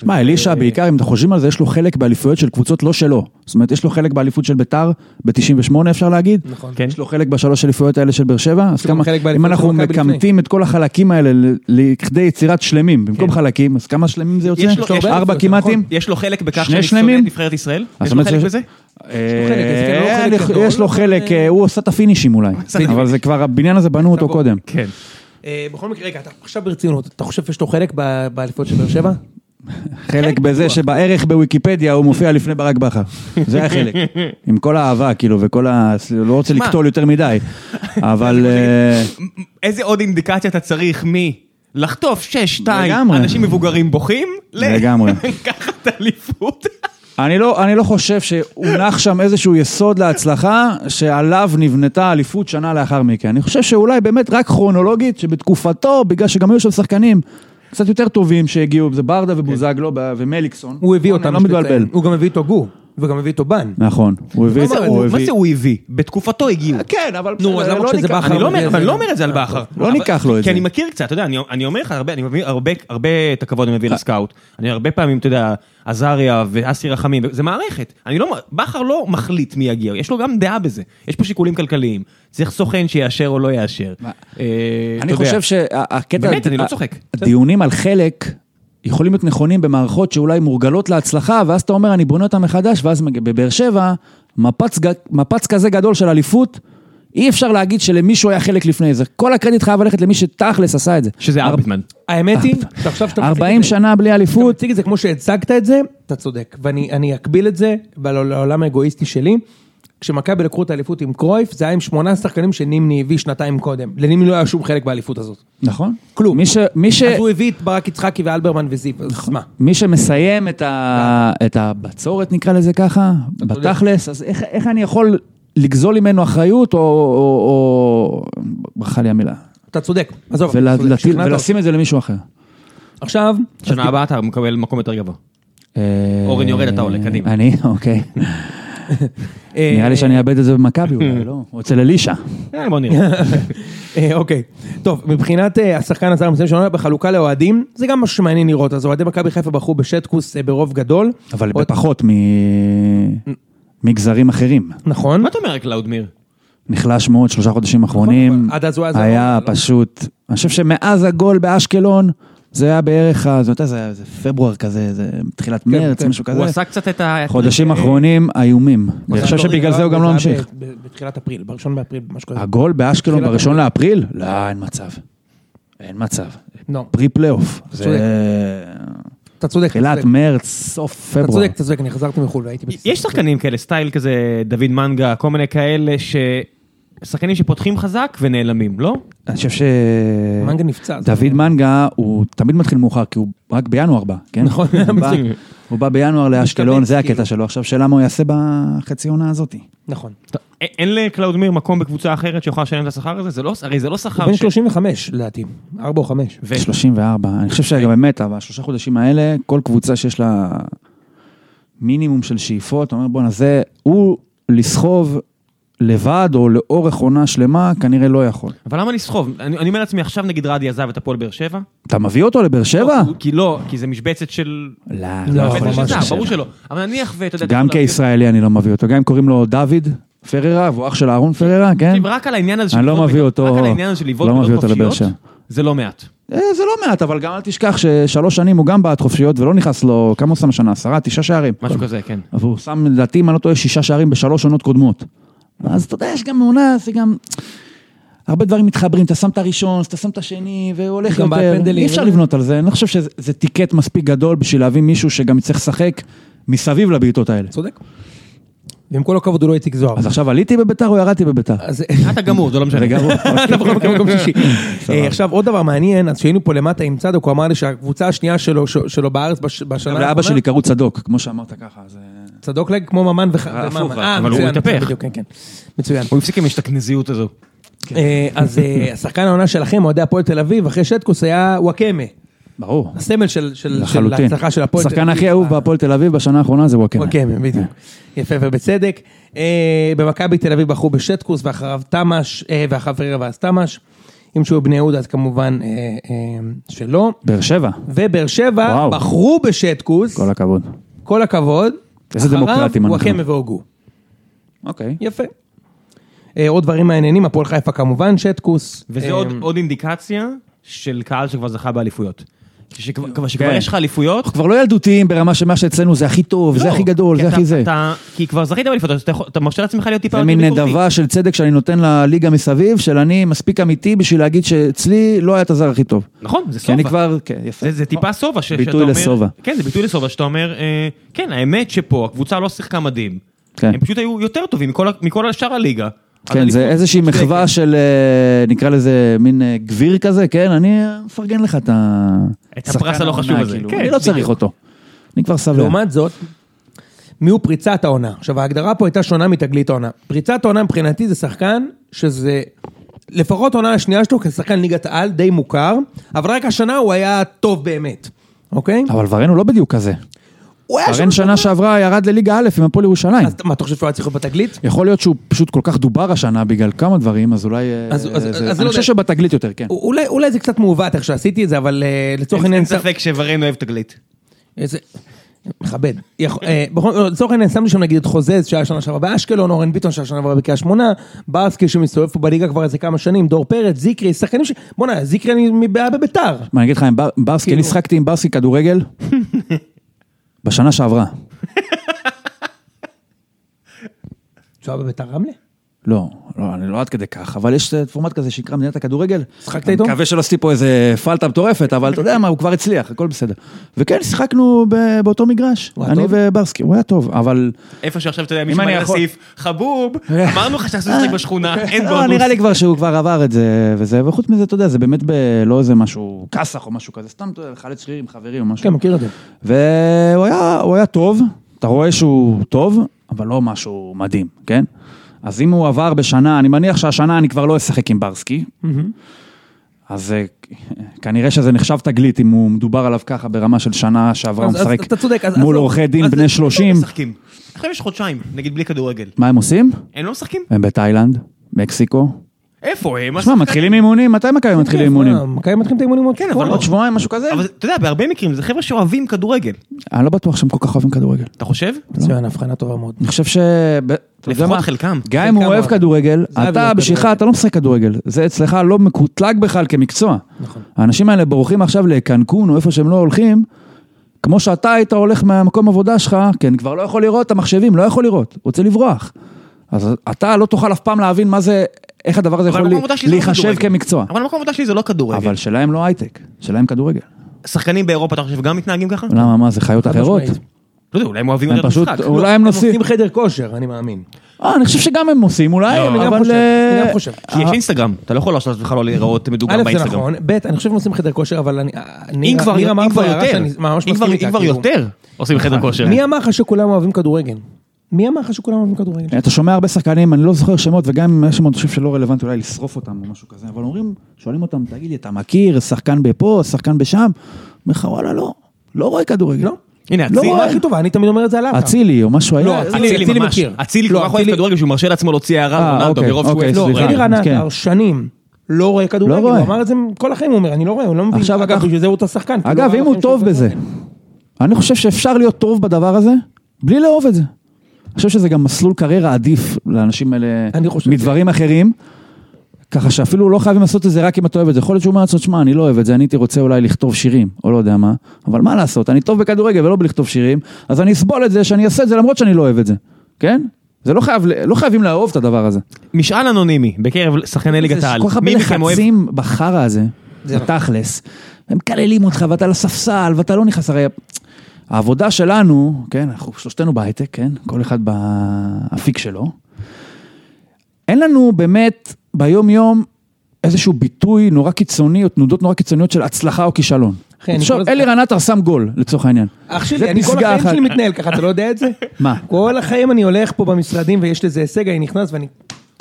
שמע, אלישע בעיקר, אם אתם חושבים על זה, יש לו חלק באליפויות של קבוצות לא שלו. זאת אומרת, יש לו חלק באליפות של ביתר, ב-98 אפשר להגיד.
נכון.
כן.
יש לו חלק בשלוש אליפויות האלה של באר שבע. אז
לו גם
כמה,
חלק באליפות
אם
של
אנחנו
מכבי לפני.
מקמטים את כל החלקים האלה ל- לכדי יצירת שלמים,
כן.
במקום חלקים, אז כמה שלמים זה יוצא?
יש לו- יש לו-
ארבע
נכון.
כמעטים?
יש לו חלק בכך
שני
שאני שונא
שלמים?
את נבחרת ישראל?
אז
יש
זאת
לו
אומרת
חלק
שיש-
בזה?
אה,
חלק, אז כן, לא
אה,
חלק גדול,
יש לו
אבל-
חלק, אה, הוא עשה את הפינישים אולי.
בדיוק.
אבל זה כבר, הבניין הזה בנו אותו
תבוא.
קודם.
כן.
אה, בכל מקרה, רגע, אתה עכשיו ברצינות, אתה חושב שיש לו חלק ב- באליפויות של באר שבע?
חלק בזה שבערך בוויקיפדיה הוא מופיע לפני ברק בכר. זה היה חלק. עם כל האהבה, כאילו, וכל ה... לא רוצה
שמע.
לקטול יותר מדי. אבל... אה,
איזה עוד אינדיקציה אתה צריך מלחטוף 6-2,
לגמרי.
אנשים מבוגרים בוכים? ל-
לגמרי.
לקחת אליפות?
אני לא, אני לא חושב שהונח שם איזשהו יסוד להצלחה שעליו נבנתה האליפות שנה לאחר מכן. אני חושב שאולי באמת רק כרונולוגית, שבתקופתו, בגלל שגם היו שם שחקנים קצת יותר טובים שהגיעו, זה ברדה ובוזגלו ב- ומליקסון.
הוא הביא
אני
אותם,
לא מתבלבל.
הוא גם הביא איתו גו, וגם הביא איתו בן.
נכון, הוא הביא...
מה זה
הוא
הוא- מה
הביא-
זה הוא הביא? בתקופתו הגיעו.
כן, אבל...
נו, אז
בסדר,
למה
לא
כשזה
ניקח-
אני
בכר
לא
אבל
אומר-
זה-
אבל לא אומר את זה על בכר.
לא
אבל-
ניקח לו את זה.
כי אני מכיר קצת, אתה יודע, אני- אני אומר לך, הרבה- אני מביא הרבה- הרבה את הכבוד אני
אה.
מביא לסקאוט. אני הרבה פעמים, אתה יודע, עזריה ואסי רחמים, זה מערכת. אני לא, בכר לא מחליט מי יגיע, יש לו גם דעה בזה. יש פה שיקולים כלכליים. צריך סוכן שיאשר או לא יאשר. אה, אתה
אני
יודע.
חושב שהקטע...
באמת, אני לא צוחק.
הדיונים על חלק יכולים להיות נכונים במערכות שאולי מורגלות להצלחה, ואז אתה אומר, אני בונה אותה מחדש, ואז מג- בבאר שבע, מפץ, ג- מפץ כזה גדול של אליפות, אי אפשר להגיד שלמישהו היה חלק לפני זה. כל הקרדיט חייב ללכת למי שתכלס עשה את זה.
שזה
ארבע-
ארבטמן.
האמת היא, שעכשיו שאתה מציג את
40
זה-
שנה בלי
אתה
אליפות.
מציג את זה כמו שהצגת את זה, אתה צודק. ואני אני אקביל את זה בל- לעולם האגואיסטי שלי. כשמכבי לקחו את האליפות עם קרויף, זה היה עם שמונה שחקנים שנימני הביא שנתיים קודם. לנימני לא היה שום חלק באליפות הזאת.
נכון.
כלום.
מי ש- מי ש...
אז הוא הביא את ברק יצחקי ואלברמן וזיו, אז מה?
מי שמסיים את, ה... את הבצורת, נקרא לזה ככה, בתכלס, אז איך, איך אני יכול לגזול ממנו אחריות, או... או, או... ברכה לי המילה.
אתה צודק, עזוב, אתה צודק,
ולהטיל,
שכנעת
ולשים את זה למישהו אחר.
אותי. עכשיו,
שנה הבאה אתה מקבל מקום יותר גבוה.
אה,
אורן יורד, אתה עולה, קדימה.
אני? אוקיי.
אה,
נראה לי שאני אאבד את זה במכבי אולי, לא? או אצל אלישע.
אה, בוא נראה.
אה, אוקיי, טוב, מבחינת אה, השחקן הזר המסוים שלנו בחלוקה לאוהדים, זה גם משהו שמעניין לראות, אז אוהדי מכבי חיפה בחרו בשטקוס אה, ברוב גדול.
אבל
עוד- אה.
בפחות מ- מגזרים אחרים.
נכון.
מה אתה אומר, קלאודמיר?
נחלש מאוד, שלושה חודשים אחרונים.
אבל נכון, עד אז הוא היה זרוע,
היה
לא? פשוט-
פשוט... אני חושב שמאז הגול באשקלון, זה היה בערך, ה- זה מתי זה היה? זה פברואר כזה, זה תחילת מרץ,
כן.
משהו כזה.
הוא עשה קצת את ה... אה,
חודשים
אה,
אחרונים איומים. אני חושב שבגלל זה הוא גם
זה
לא
היה
המשיך.
ב- ב- בתחילת אפריל, בראשון באפריל, משהו כזה.
הגול באשקלון
תחילת
בראשון לאפריל? לא, אין מצב. אין מצב.
לא.
פרי פלייאוף. זה
צודק. אתה צודק, אתה
תחילת
צודק.
מרץ,
אתה
סוף פברואר.
צודק, אתה צודק, אני חזרתי מחו"ל והייתי בטיסה.
יש שחקנים כאלה, סטייל כזה, דוד מנגה, כל מיני כאלה, ש... שחקנים שפותחים חזק ונעלמים, לא?
אני חושב ש...
מנגה נפצע. אז-
דוד מנגה, הוא תמיד מתחיל מאוחר, כי הוא רק בינואר בא, כן?
נכון,
הוא בא-
בדיוק.
הוא בא בינואר לאשקלון,
מתאמץ,
זה
כאילו.
הקטע שלו. עכשיו, שאלה מה הוא יעשה בחצי עונה הזאתי.
נכון.
טוב, א- אין לקלאודמיר מקום בקבוצה אחרת שיכולה לשלם את השכר הזה? זה לא, הרי זה לא
הוא
שכר
בן 35 לדעתי, 4 או 5.
ו...
34. אני חושב שגם באמת, אבל השלושה חודשים האלה, כל קבוצה שיש לה מינימום של שאיפות, אתה אומר בואנה זה, הוא לסחוב לבד או לאורך עונה שלמה כנראה לא יכול.
אבל למה לסחוב? אני אני אומר לעצמי, עכשיו נגיד רדי עזב את הפועל באר שבע?
אתה מביא אותו לבאר שבע?
הוא- כי לא, כי זה משבצת של...
לא,
לא,
משבצת
ממש
של זר,
קשה.
ברור שלא. אבל נניח ואתה יודע... אתה
גם
יכול להביא-
כישראלי אני לא מביא אותו, גם אם קוראים לו דוד פררה, והוא אח של אהרון פררה, כן?
תקשיב, רק על העניין הזה
אני לא
לבעוט
מביא
בעיטות-
אותו-
רק על העניין הזה של לבעוט
לא מביא
בעיטות
אותו לבאר
חופשיות, זה לא מעט.
אה, זה לא מעט, אבל גם אל תשכח ששלוש שנים הוא גם בעט חופשיות ולא נכנס לו, כמה הוא שם השנה? עשרה, תשעה שערים.
משהו כזה, כן.
אבל הוא שם, לדעתי, אם אני לא טועה, שישה שערים בשלוש עונות קודמות. אז אתה יודע, יש גם עונה, זה גם... הרבה דברים מתחברים, אתה שם את הראשון, אתה שם את השני, והוא הולך
גם בעט
יותר.
פנדלים.
אי אפשר לבנות על זה, אני לא חושב שזה זה טיקט מספיק גדול בשביל להביא מישהו שגם יצטרך לשחק מסביב לבעיטות האלה.
צודק. ועם כל הכבוד הוא לא איציק זוהר.
אז עכשיו עליתי בביתר או ירדתי בביתר?
אז
אתה גמור, זה לא משנה.
רגע, הוא-
אתה בכל מקום מקום שישי.
סבבה.
אה, עכשיו עוד דבר מעניין, אז שהיינו פה למטה עם צדוק, הוא אמר לי שהקבוצה השנייה שלו- ש- שלו בארץ בש- בשנה
לאבא שלי קראו צדוק, כמו שאמרת ככה, זה...
צדוקלג כמו ממן וח-
הפוך,
וממן.
אבל
אה,
הוא
מצוין,
התהפך.
מצוין, בדיוק, כן, כן. מצוין.
הוא הפסיק עם השתכנזיות הזו.
אה, אז אה, השחקן העונה שלכם, אוהדי הפועל תל אביב, אחרי שטקוס היה וואקמה,
ברור,
הסמל של של- של
לחלוטין.
ההצלחה של הפועל
השחקן הכי אהוב כן. בהפועל תל אביב בשנה האחרונה זה וואקמה.
וואקמה, בדיוק. יפה ובצדק. אה, במכבי תל אביב בחרו בשטקוס, ואחריו תמ"ש, אה, ואחריו פררה ואז תמ"ש. אם שהוא בני יהודה אז כמובן אה, אה, שלא.
באר שבע,
ובאר שבע
וואו.
בחרו בשטקוס,
כל הכבוד.
כל הכבוד.
איזה דמוקרטים
אנחנו.
אנחנו.
אחריו וואקמה והוגו.
אוקיי.
יפה. אה, עוד דברים מעניינים, הפועל חיפה כמובן, שטקוס.
וזה
אה,
עוד-
אמ,
עוד אינדיקציה של קהל שכבר זכה באליפויות. שכבר- כבר- שכבר
כן.
יש לך אליפויות,
אנחנו כבר לא ילדותיים ברמה שמה שאצלנו זה הכי טוב, זה
לא,
הכי גדול,
כי
זה
אתה-
הכי זה.
אתה- כי כבר זכית באליפות, אז אתה יכול- אתה מרשה לעצמך להיות טיפה
זה
יותר
מין
ביקורתי.
נדבה של צדק שאני נותן לליגה מסביב, של אני מספיק אמיתי בשביל להגיד שאצלי לא היה את הזר הכי טוב.
נכון, זה
כי אני
סובה.
כבר, כן, יפה.
זה, זה טיפה סובה. ש-
ביטוי
שאתה אומר-
לסובה.
כן, זה ביטוי לסובה, שאתה אומר, אה, כן, האמת שפה הקבוצה לא שיחקה מדהים.
כן.
הם פשוט היו יותר טובים מכל, ה- מכל שאר הליגה.
כן,
אז
זה
אני-
איזושהי
מוצדקת.
מחווה של, אה, נקרא לזה, מין אה, גביר כזה, כן? אני מפרגן לך את ה...
את הפרס
שחקן
הלא חשוב
העונה,
הזה.
כאילו.
כן,
אני לא צריך
בדיוק.
אותו. אני כבר
כן.
שבע.
לעומת זאת, מיהו פריצת העונה? עכשיו, ההגדרה פה הייתה שונה מתגלית העונה. פריצת העונה מבחינתי זה שחקן שזה... לפחות העונה השנייה שלו כשחקן ליגת העל, די מוכר, אבל רק השנה הוא היה טוב באמת, אוקיי?
אבל ורן הוא לא בדיוק כזה.
הוא היה
ורן שנה שעברה ירד לליגה א' עם הפועל ירושלים.
אז מה, אתה חושב שהוא היה צריך להיות בתגלית?
יכול להיות שהוא פשוט כל כך דובר השנה בגלל כמה דברים, אז אולי... אה,
אז- אז-
זה-
אז לא
אני
יודע.
חושב שבתגלית יותר, כן.
אולי, אולי זה קצת מעוות איך שעשיתי את זה, אבל אה, לצורך
אין
העניין...
ספק שוורן אוהב תגלית.
איזה... מכבד. יכול- אה, בכל- לא, לצורך העניין שמתי שם נגיד את חוזז שהיה שנה שעברה באשקלון, אורן ביטון שהיה שנה שעברה בקריית שמונה, ברסקי שמסתובב פה בליגה כבר איזה כמה שנים, דור פרץ, זיקרי, שחקנים ש... בואנה, זיקרי אני מבעיה בביתר.
מה, אני אגיד לך, עם בר- ברסקי, אני
כאילו-
שחקתי עם ברסקי כדורגל בשנה שעברה.
שהוא היה בביתר רמלה?
לא, לא, אני לא עד כדי כך, אבל יש אה, פורמט כזה שנקרא מדינת הכדורגל.
שחקת
אני
איתו?
מקווה שלא עשיתי פה איזה פלטה מטורפת, אבל אתה יודע מה, הוא כבר הצליח, הכל בסדר. וכן, שיחקנו ב- באותו מגרש,
הוא היה
אני
טוב?
וברסקי, הוא היה טוב, אבל...
איפה שעכשיו אתה יודע, מישהו
אני
מעלה
יכול-
סעיף, חבוב, אמרנו לך שאסור לשחק בשכונה, אין
לא,
בונוס.
נראה לי כבר שהוא כבר עבר את זה וזה, וחוץ מזה, אתה יודע, זה באמת ב- לא איזה משהו כסח או משהו כזה, סתם, אתה יודע, לחלץ שריר עם חברים או משהו.
כן, מכיר את זה.
והוא היה, הוא היה טוב, אתה רואה שהוא טוב, אבל לא משהו מדהים, כן? אז אם הוא עבר בשנה, אני מניח שהשנה אני כבר לא אשחק עם ברסקי, אז אה, כנראה שזה נחשב תגלית אם הוא מדובר עליו ככה ברמה של שנה שעברה, הוא
אז- אז
משחק
אתה צודק, אז-
מול
אז-
עורכי דין
אז
בני
הם לא
30.
משחקים. עכשיו יש חודשיים, נגיד בלי כדורגל.
מה הם עושים?
הם לא משחקים?
הם בתאילנד, מקסיקו.
איפה הם?
תשמע,
השחקנים?
מתחילים אימונים, מתי מכבי מתחילים אימונים?
מה, מכבי מתחילים את האימונים כן, עוד
כן,
שבוע.
אבל-
עוד שבועיים, משהו כזה?
אבל אתה יודע, בהרבה מקרים זה חבר'ה שאוהבים כדורגל.
אני לא בטוח שהם כל כך אוהבים כדורגל.
אתה חושב?
מצוין, הבחנה טובה מאוד.
אני חושב ש... ב- אתה יודע
לפחות
מה?
חלקם.
גם אם הוא
חלקם
אוהב
אוהב.
כדורגל,
זה אוהב
אתה
להיות
בשבילך,
כדורגל.
אתה לא משחק כדורגל. זה אצלך לא מקוטלג בכלל כמקצוע.
נכון.
האנשים האלה בורחים עכשיו לקנקון או איפה שהם לא הולכים, כמו שאתה היית הולך מהמקום עבודה שלך, כי אני כבר לא יכול לראות את המחשבים, לא יכול לראות, רוצה לברוח. אז אתה לא תוכל אף פעם להבין מה זה, איך הדבר
אבל
הזה יכול
המקום
לי-
העבודה שלי זה לא
להיחשב
כדורגל.
כמקצוע.
אבל המקום העבודה שלי זה לא כדורגל.
אבל שלהם לא הייטק, שלהם כדורגל.
שחקנים באירופה, אתה חושב, גם מתנהגים ככה?
למה, מה, זה חיות
חד
אחרות?
משמעית.
לא יודע, אולי הם אוהבים
לא. הם
יותר את
פשוט-
המשחק.
אולי הם
הם
נוסעים.
עושים חדר כושר, אני מאמין.
אה, אני חושב שגם הם עושים אולי,
לא,
אני גם
אבל...
חושב, אני
אה,
גם חושב.
כי יש אינסטגרם, אתה לא יכול להרשות לעצמך לא להיראות מדוגם
א', זה
באינסטגרם.
נכון, ב', אני חושב שהם עושים חדר כושר, אבל אני... אה,
אם
נירה-
כבר
נירה
אם
אמרה
כבר
פה הערה
יותר,
שאני ממש
אם כבר-
מסכים איתה,
אם כבר
כאילו.
יותר עושים חדר
כן.
כושר.
מי אמר לך שכולם אוהבים כדורגל? מי אמר לך שכולם אוהבים כדורגל?
אתה שומע הרבה שחקנים, אני לא זוכר שמות, וגם אם יש שמות, אני חושב שלא רלוונטי אולי לשרוף אותם או משהו כזה, אבל אומרים, שואלים אותם, תגיד לי, אתה מכיר, שחקן בפה, שחקן בשם? אומר לך, וואלה, לא, לא רואה כדורגל. לא.
הנה,
לא
אצילי...
רואה הכי טובה, אני תמיד אומר את זה על עטר.
אצילי או משהו היה.
לא, אצילי
אצילי
ממש.
מכיר.
אצילי כל
לא,
כך אוהב
אצילי-
כדורגל שהוא מרשה לעצמו להוציא הערה
אה,
רונלדו
אוקיי,
מרוב שהוא
אוקיי,
אוהב
לא,
כדורגל.
רדי
סליחה.
רנטר שנים לא רואה כדורגל,
לא רואה.
הוא אמר את זה כל החיים, הוא אומר, אני לא רואה, הוא לא מבין.
עכשיו
אגב,
אנחנו-
בשביל זה הוא את השחקן. כי לא
אגב,
ראה
אם הוא
בחיים
טוב
שהוא
בזה,
כדורגל.
אני חושב שאפשר להיות טוב בדבר הזה, בלי לאהוב את זה. אני חושב שזה גם מסלול קריירה עדיף לאנשים האלה
אני חושב
מדברים אחרים. ככה שאפילו לא חייבים לעשות את זה רק אם אתה אוהב את זה. יכול להיות שהוא אומר לעצמו, שמע, אני לא אוהב את זה, אני הייתי רוצה אולי לכתוב שירים, או לא יודע מה, אבל מה לעשות, אני טוב בכדורגל ולא בלכתוב שירים, אז אני אסבול את זה שאני אעשה את זה למרות שאני לא אוהב את זה, כן? זה לא חייב, לא חייבים לאהוב את הדבר הזה.
משאל אנונימי בקרב שחקני ליגת
זה
העל.
כל כך הרבה
מי מכם אוהב...
לחצים בחרא הזה, בתכלס. הם מקללים אותך ואתה על הספסל ואתה לא נכנס, הרי העבודה שלנו, כן, אנחנו שלושתנו בהייטק, כן, כל אחד באפיק שלו. אין לנו באמת ביום יום איזשהו ביטוי נורא קיצוני או תנודות נורא קיצוניות של הצלחה או כישלון.
אחי, אני כל
עכשיו,
הזמן-
אלי רנטר שם גול, לצורך העניין.
אח
זה
שלי, אני כל
פסגה
החיים
אחת.
שלי מתנהל ככה, אתה לא יודע את זה?
מה?
כל החיים אני הולך פה במשרדים ויש לזה הישג, אני נכנס ואני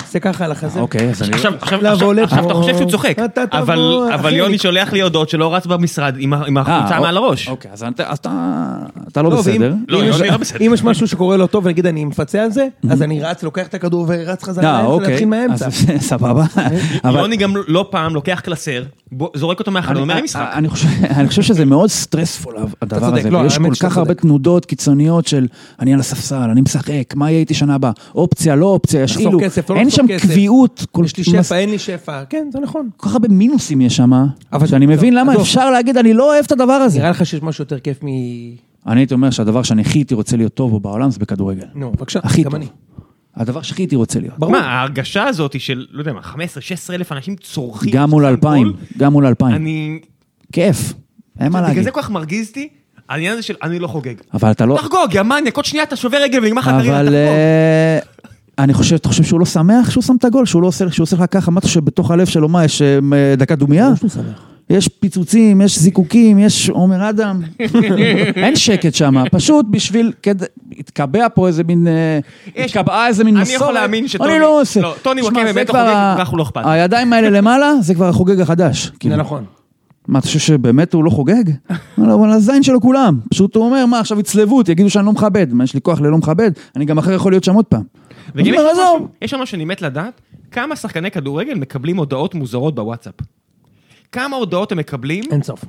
עושה ככה על החזה.
אוקיי, אז אני...
עכשיו, עכשיו,
לא,
עכשיו,
ועולה
עכשיו
פה.
אתה חושב שהוא צוחק,
אתה תבוא,
אבל אבל
אחי.
יוני שולח לי הודעות שלא רץ במשרד עם ה- עם החולצה
אה,
מעל
אוק-
הראש.
אוקיי, אז אתה- אז אתה אתה לא
לא, ואם-
בסדר.
לא,
אם יש-
יוני לא בסדר.
אם יש משהו שקורה לא טוב, ונגיד אני מפצה על זה, אז אני רץ, לוקח את הכדור ורץ חזרה
אה,
לאמצע,
אוקיי.
להתחיל מהאמצע. אוקיי.
אז סבבה. אבל-
יוני גם לא פעם לוקח קלסר, בו- זורק אותו מהחלום
אני- אה,
מהמשחק.
אני חושב- אני חושב שזה מאוד סטרספול הדבר
צודק,
הזה,
לא,
ויש
האמת
כל
שאתה
כך הרבה
צודק.
תנודות קיצוניות של אני על הספסל, אני משחק, מה יהיה איתי שנה הבאה, אופציה, לא אופציה, יש
לחסוך
אילו,
כסף, לא
אין
לחסוך
שם
כסף.
קביעות, כל-
יש לי שפע,
מס-
אין לי שפע, כן, זה נכון.
כל כך הרבה מינוסים יש שם,
אבל-
שאני מבין
לא,
למה
עזוב.
אפשר להגיד אני לא אוהב את הדבר הזה.
נראה לך שיש משהו יותר כיף מ...
אני הייתי אומר שהדבר שאני הכי הייתי רוצה להיות טוב בו בעולם זה בכדורגל.
נו, בבקשה,
הכי
גם
טוב.
אני.
הדבר שהכי הייתי רוצה להיות.
ברור.
מה, ההרגשה הזאת של, לא יודע מה, 15-16 אלף אנשים צורכים.
גם מול
שם
אלפיים,
גול,
גם מול אלפיים.
אני...
כיף, אין מה
בגלל
להגיד.
זה כל כך מרגיז אותי, העניין הזה של אני לא חוגג.
אבל אתה לא...
תחגוג, יא מניאק, עוד שנייה אתה שובר רגל ונגמר לך הקריירה,
אבל
תחגוג.
אה, אני חושב, אתה חושב שהוא לא שמח שהוא שם את הגול, שהוא לא עושה, שהוא עושה לך ככה, מה אתה חושב, בתוך הלב שלו, מה, יש אה, דקה דומייה? יש פיצוצים, יש זיקוקים, יש עומר אדם. אין שקט שם, פשוט בשביל, כד- התקבע פה איזה מין, אה,
יש-
התקבעה איזה מין
אני
מסורת.
יכול להאמין שטוני-
אני לא עושה.
לא, טוני
שמע,
וואקמה
זה
באמת לא
כבר
חוגג,
ה-
כל כך לא אכפת.
הידיים האלה למעלה, זה כבר החוגג החדש.
זה
כאילו.
נכון.
מה, אתה חושב שבאמת הוא לא חוגג? וואלה, וואלה, הזין שלו כולם. פשוט הוא אומר, מה, עכשיו יצלבו אותי, יגידו שאני לא מכבד. מה, יש לי כוח ללא מכבד? אני גם אחר יכול להיות שם עוד פעם.
וגם
אני
יש
אומר,
שם משהו-
עזוב.
יש שם משהו שאני מת לדעת, כמה שחקני כדורגל מקבלים הודעות מוזרות בוואטסאפ. כמה הודעות הם מקבלים,
אין סוף.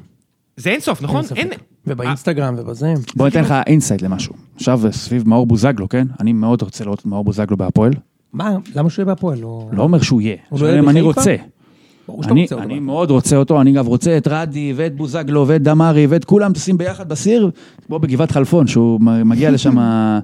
זה אינסוף, נכון?
אין ספק.
אין...
ובאינסטגרם ובזה.
בוא ניתן לך אינסייט למשהו. עכשיו סביב מאור בוזגלו, כן? אני מאוד רוצה לראות את מאור בוזגלו בהפועל.
מה, למה שהוא יהיה בהפועל? לא...
לא אומר שהוא יהיה.
הוא לא
שואל
יהיה
אם אני
בחיפה?
רוצה.
ברור שאתה
אני,
רוצה אותו.
אני מאוד רוצה אותו, אני גם רוצה את רדי ואת בוזגלו ואת דמארי ואת כולם טסים ביחד בסיר, כמו בגבעת חלפון, שהוא מ- מגיע לשם, אה,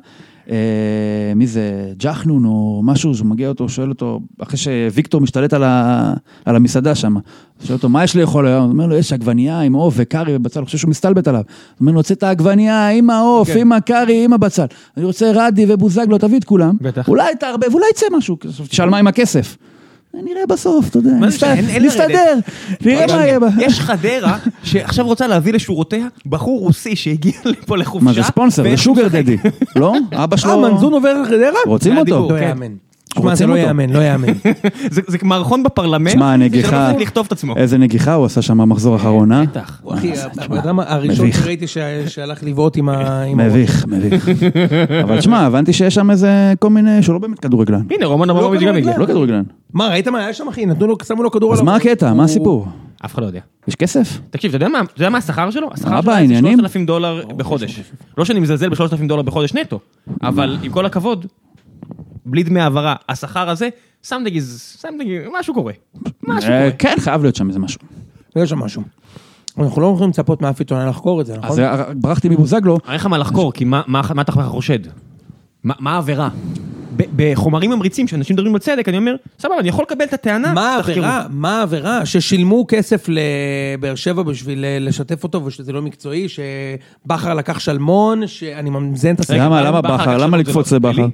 מי זה, ג'חנון או משהו, שהוא מגיע אותו, שואל אותו, אחרי שוויקטור משתלט על, ה, על המסעדה שם, שואל אותו, מה יש לאכול היום? הוא אומר לו, יש עגבנייה עם עוף וקארי ובצל, הוא חושב שהוא מסתלבט עליו. הוא אומר לו, רוצה את העגבנייה עם העוף,
כן.
עם הקארי, עם הבצל. אני רוצה רדי ובוזגלו, תביא את כולם.
בטח.
אולי תערבב, אולי יצא משהו. תשאל מה עם הכסף. נראה בסוף, אתה יודע.
מה זה שאין- אין
נסתדר, נראה מה יהיה. בה.
יש חדרה שעכשיו רוצה להביא לשורותיה בחור רוסי שהגיע לפה לחופשה.
מה זה ספונסר? זה
ואיך
שוגר דדי, לא? אבא שלו...
אה, מנזון עובר חדרה?
רוצים
זה
אותו.
הדיבור.
לא
כן.
יאמן. שמע, זה
רוצים
לא
אותו.
יאמן, לא יאמן.
זה, זה מערכון בפרלמנט,
שמע,
שלא
נגיחה...
מצליח לכתוב את עצמו.
איזה נגיחה הוא עשה שם במחזור האחרון, אה?
בטח.
הוא אחי,
זה,
הבן
תשמע,
אדם הראשון
מביך.
שראיתי שה- שהלך לבעוט עם ה... עם ה-
מביך, מביך. אבל שמע, הבנתי שיש שם איזה כל מיני... שהוא לא באמת כדורגלן.
הנה, רומן אברמוביץ' גם הגיע.
לא כדורגלן.
מה, ראית מה היה שם, אחי? נתנו לו, שמו לו כדור
אז
לא-
על
מה
הראש.
הקטע?
הוא-
מה הסיפור?
אף אחד לא יודע.
יש כסף?
תקשיב, אתה יודע מה- אתה יודע מה השכר שלו? השכר
אבא,
שלו היה
העניינים?
3,000 דולר בחודש. לא שאני מזלזל ב-3,000 דולר בחודש נטו, אבל עם כל הכבוד, בלי דמי העברה, השכר הזה, something is, something, משהו קורה. משהו
אה,
קורה.
כן, חייב להיות שם איזה משהו.
לא, יש שם משהו. אנחנו לא יכולים לצפות מאף עיתונאי לחקור את זה, נכון?
אז אה, ברחתי מבוזגלו,
אין לך מה לחקור, כי מה- מה מה אתה בכלל חושד? מה מה העבירה? ב- בחומרים ממריצים, שאנשים מדברים בצדק, אני אומר, סבבה, אני יכול לקבל את הטענה.
מה
תחקרו."
העבירה? מה העבירה? ששילמו כסף לבאר שבע בשביל אה, לשתף אותו, ושזה לא מקצועי, שבכר לקח שלמון, שאני ממזן את
רגע,
הסרט.
למה,
אבל
למה
בכר
בכר?
לקח
למה
שם את זה
לקפוץ
לא
לבכר?
פלילי?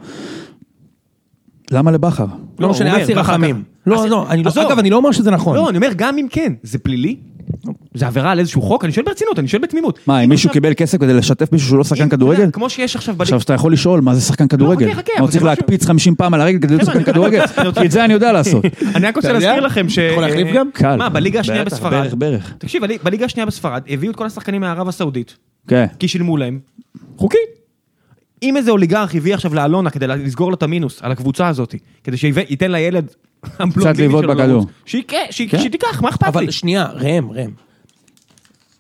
למה לבכר?
לא
הוא
משנה,
אומר,
אסי
בכר
רחמים.
לקח.
לא,
אסי-
לא, אני לא...
עזוב.
אגב, אני לא אומר שזה נכון.
לא, אני אומר, גם אם כן, זה פלילי? זה עבירה על איזשהו חוק? אני שואל ברצינות, אני שואל בתמימות.
מה, אם מישהו
עכשיו-
קיבל כסף כדי לשתף מישהו שהוא לא
אם-
שחקן
אתה יודע,
כדורגל?
כמו שיש עכשיו בליגה.
עכשיו שאתה יכול לשאול מה זה שחקן כדורגל.
לא, חכה, חכה,
מה, הוא
אבל
צריך
זה משהו-
להקפיץ 50 פעם על הרגל כדי להיות
חבר'ה,
שחקן
אני-
כדורגל?
אני רוצה-
כי את זה אני יודע לעשות.
אני רק רוצה
אתה יודע?
להזכיר לכם ש...
אתה יכול להחליף גם?
קל.
מה, בליגה השנייה
בטח,
בספרד.
ברך, ברך.
תקשיב, בלי- בליגה השנייה בספרד הביאו את כל השחקנים מערב הסעודית,
כן.
כי שילמו להם, חוקי. אם איזה אוליגרך הביא עכשיו לאלונה כדי לסגור לו את המינוס על הקבוצה הזאת, כדי שייתן לילד הבלונדיני
לבעוט
שלו
בכדור.
לרוץ, שיק- שיק-
כן.
שתיקח, מה אכפת לי?
אבל שנייה, ראם, ראם.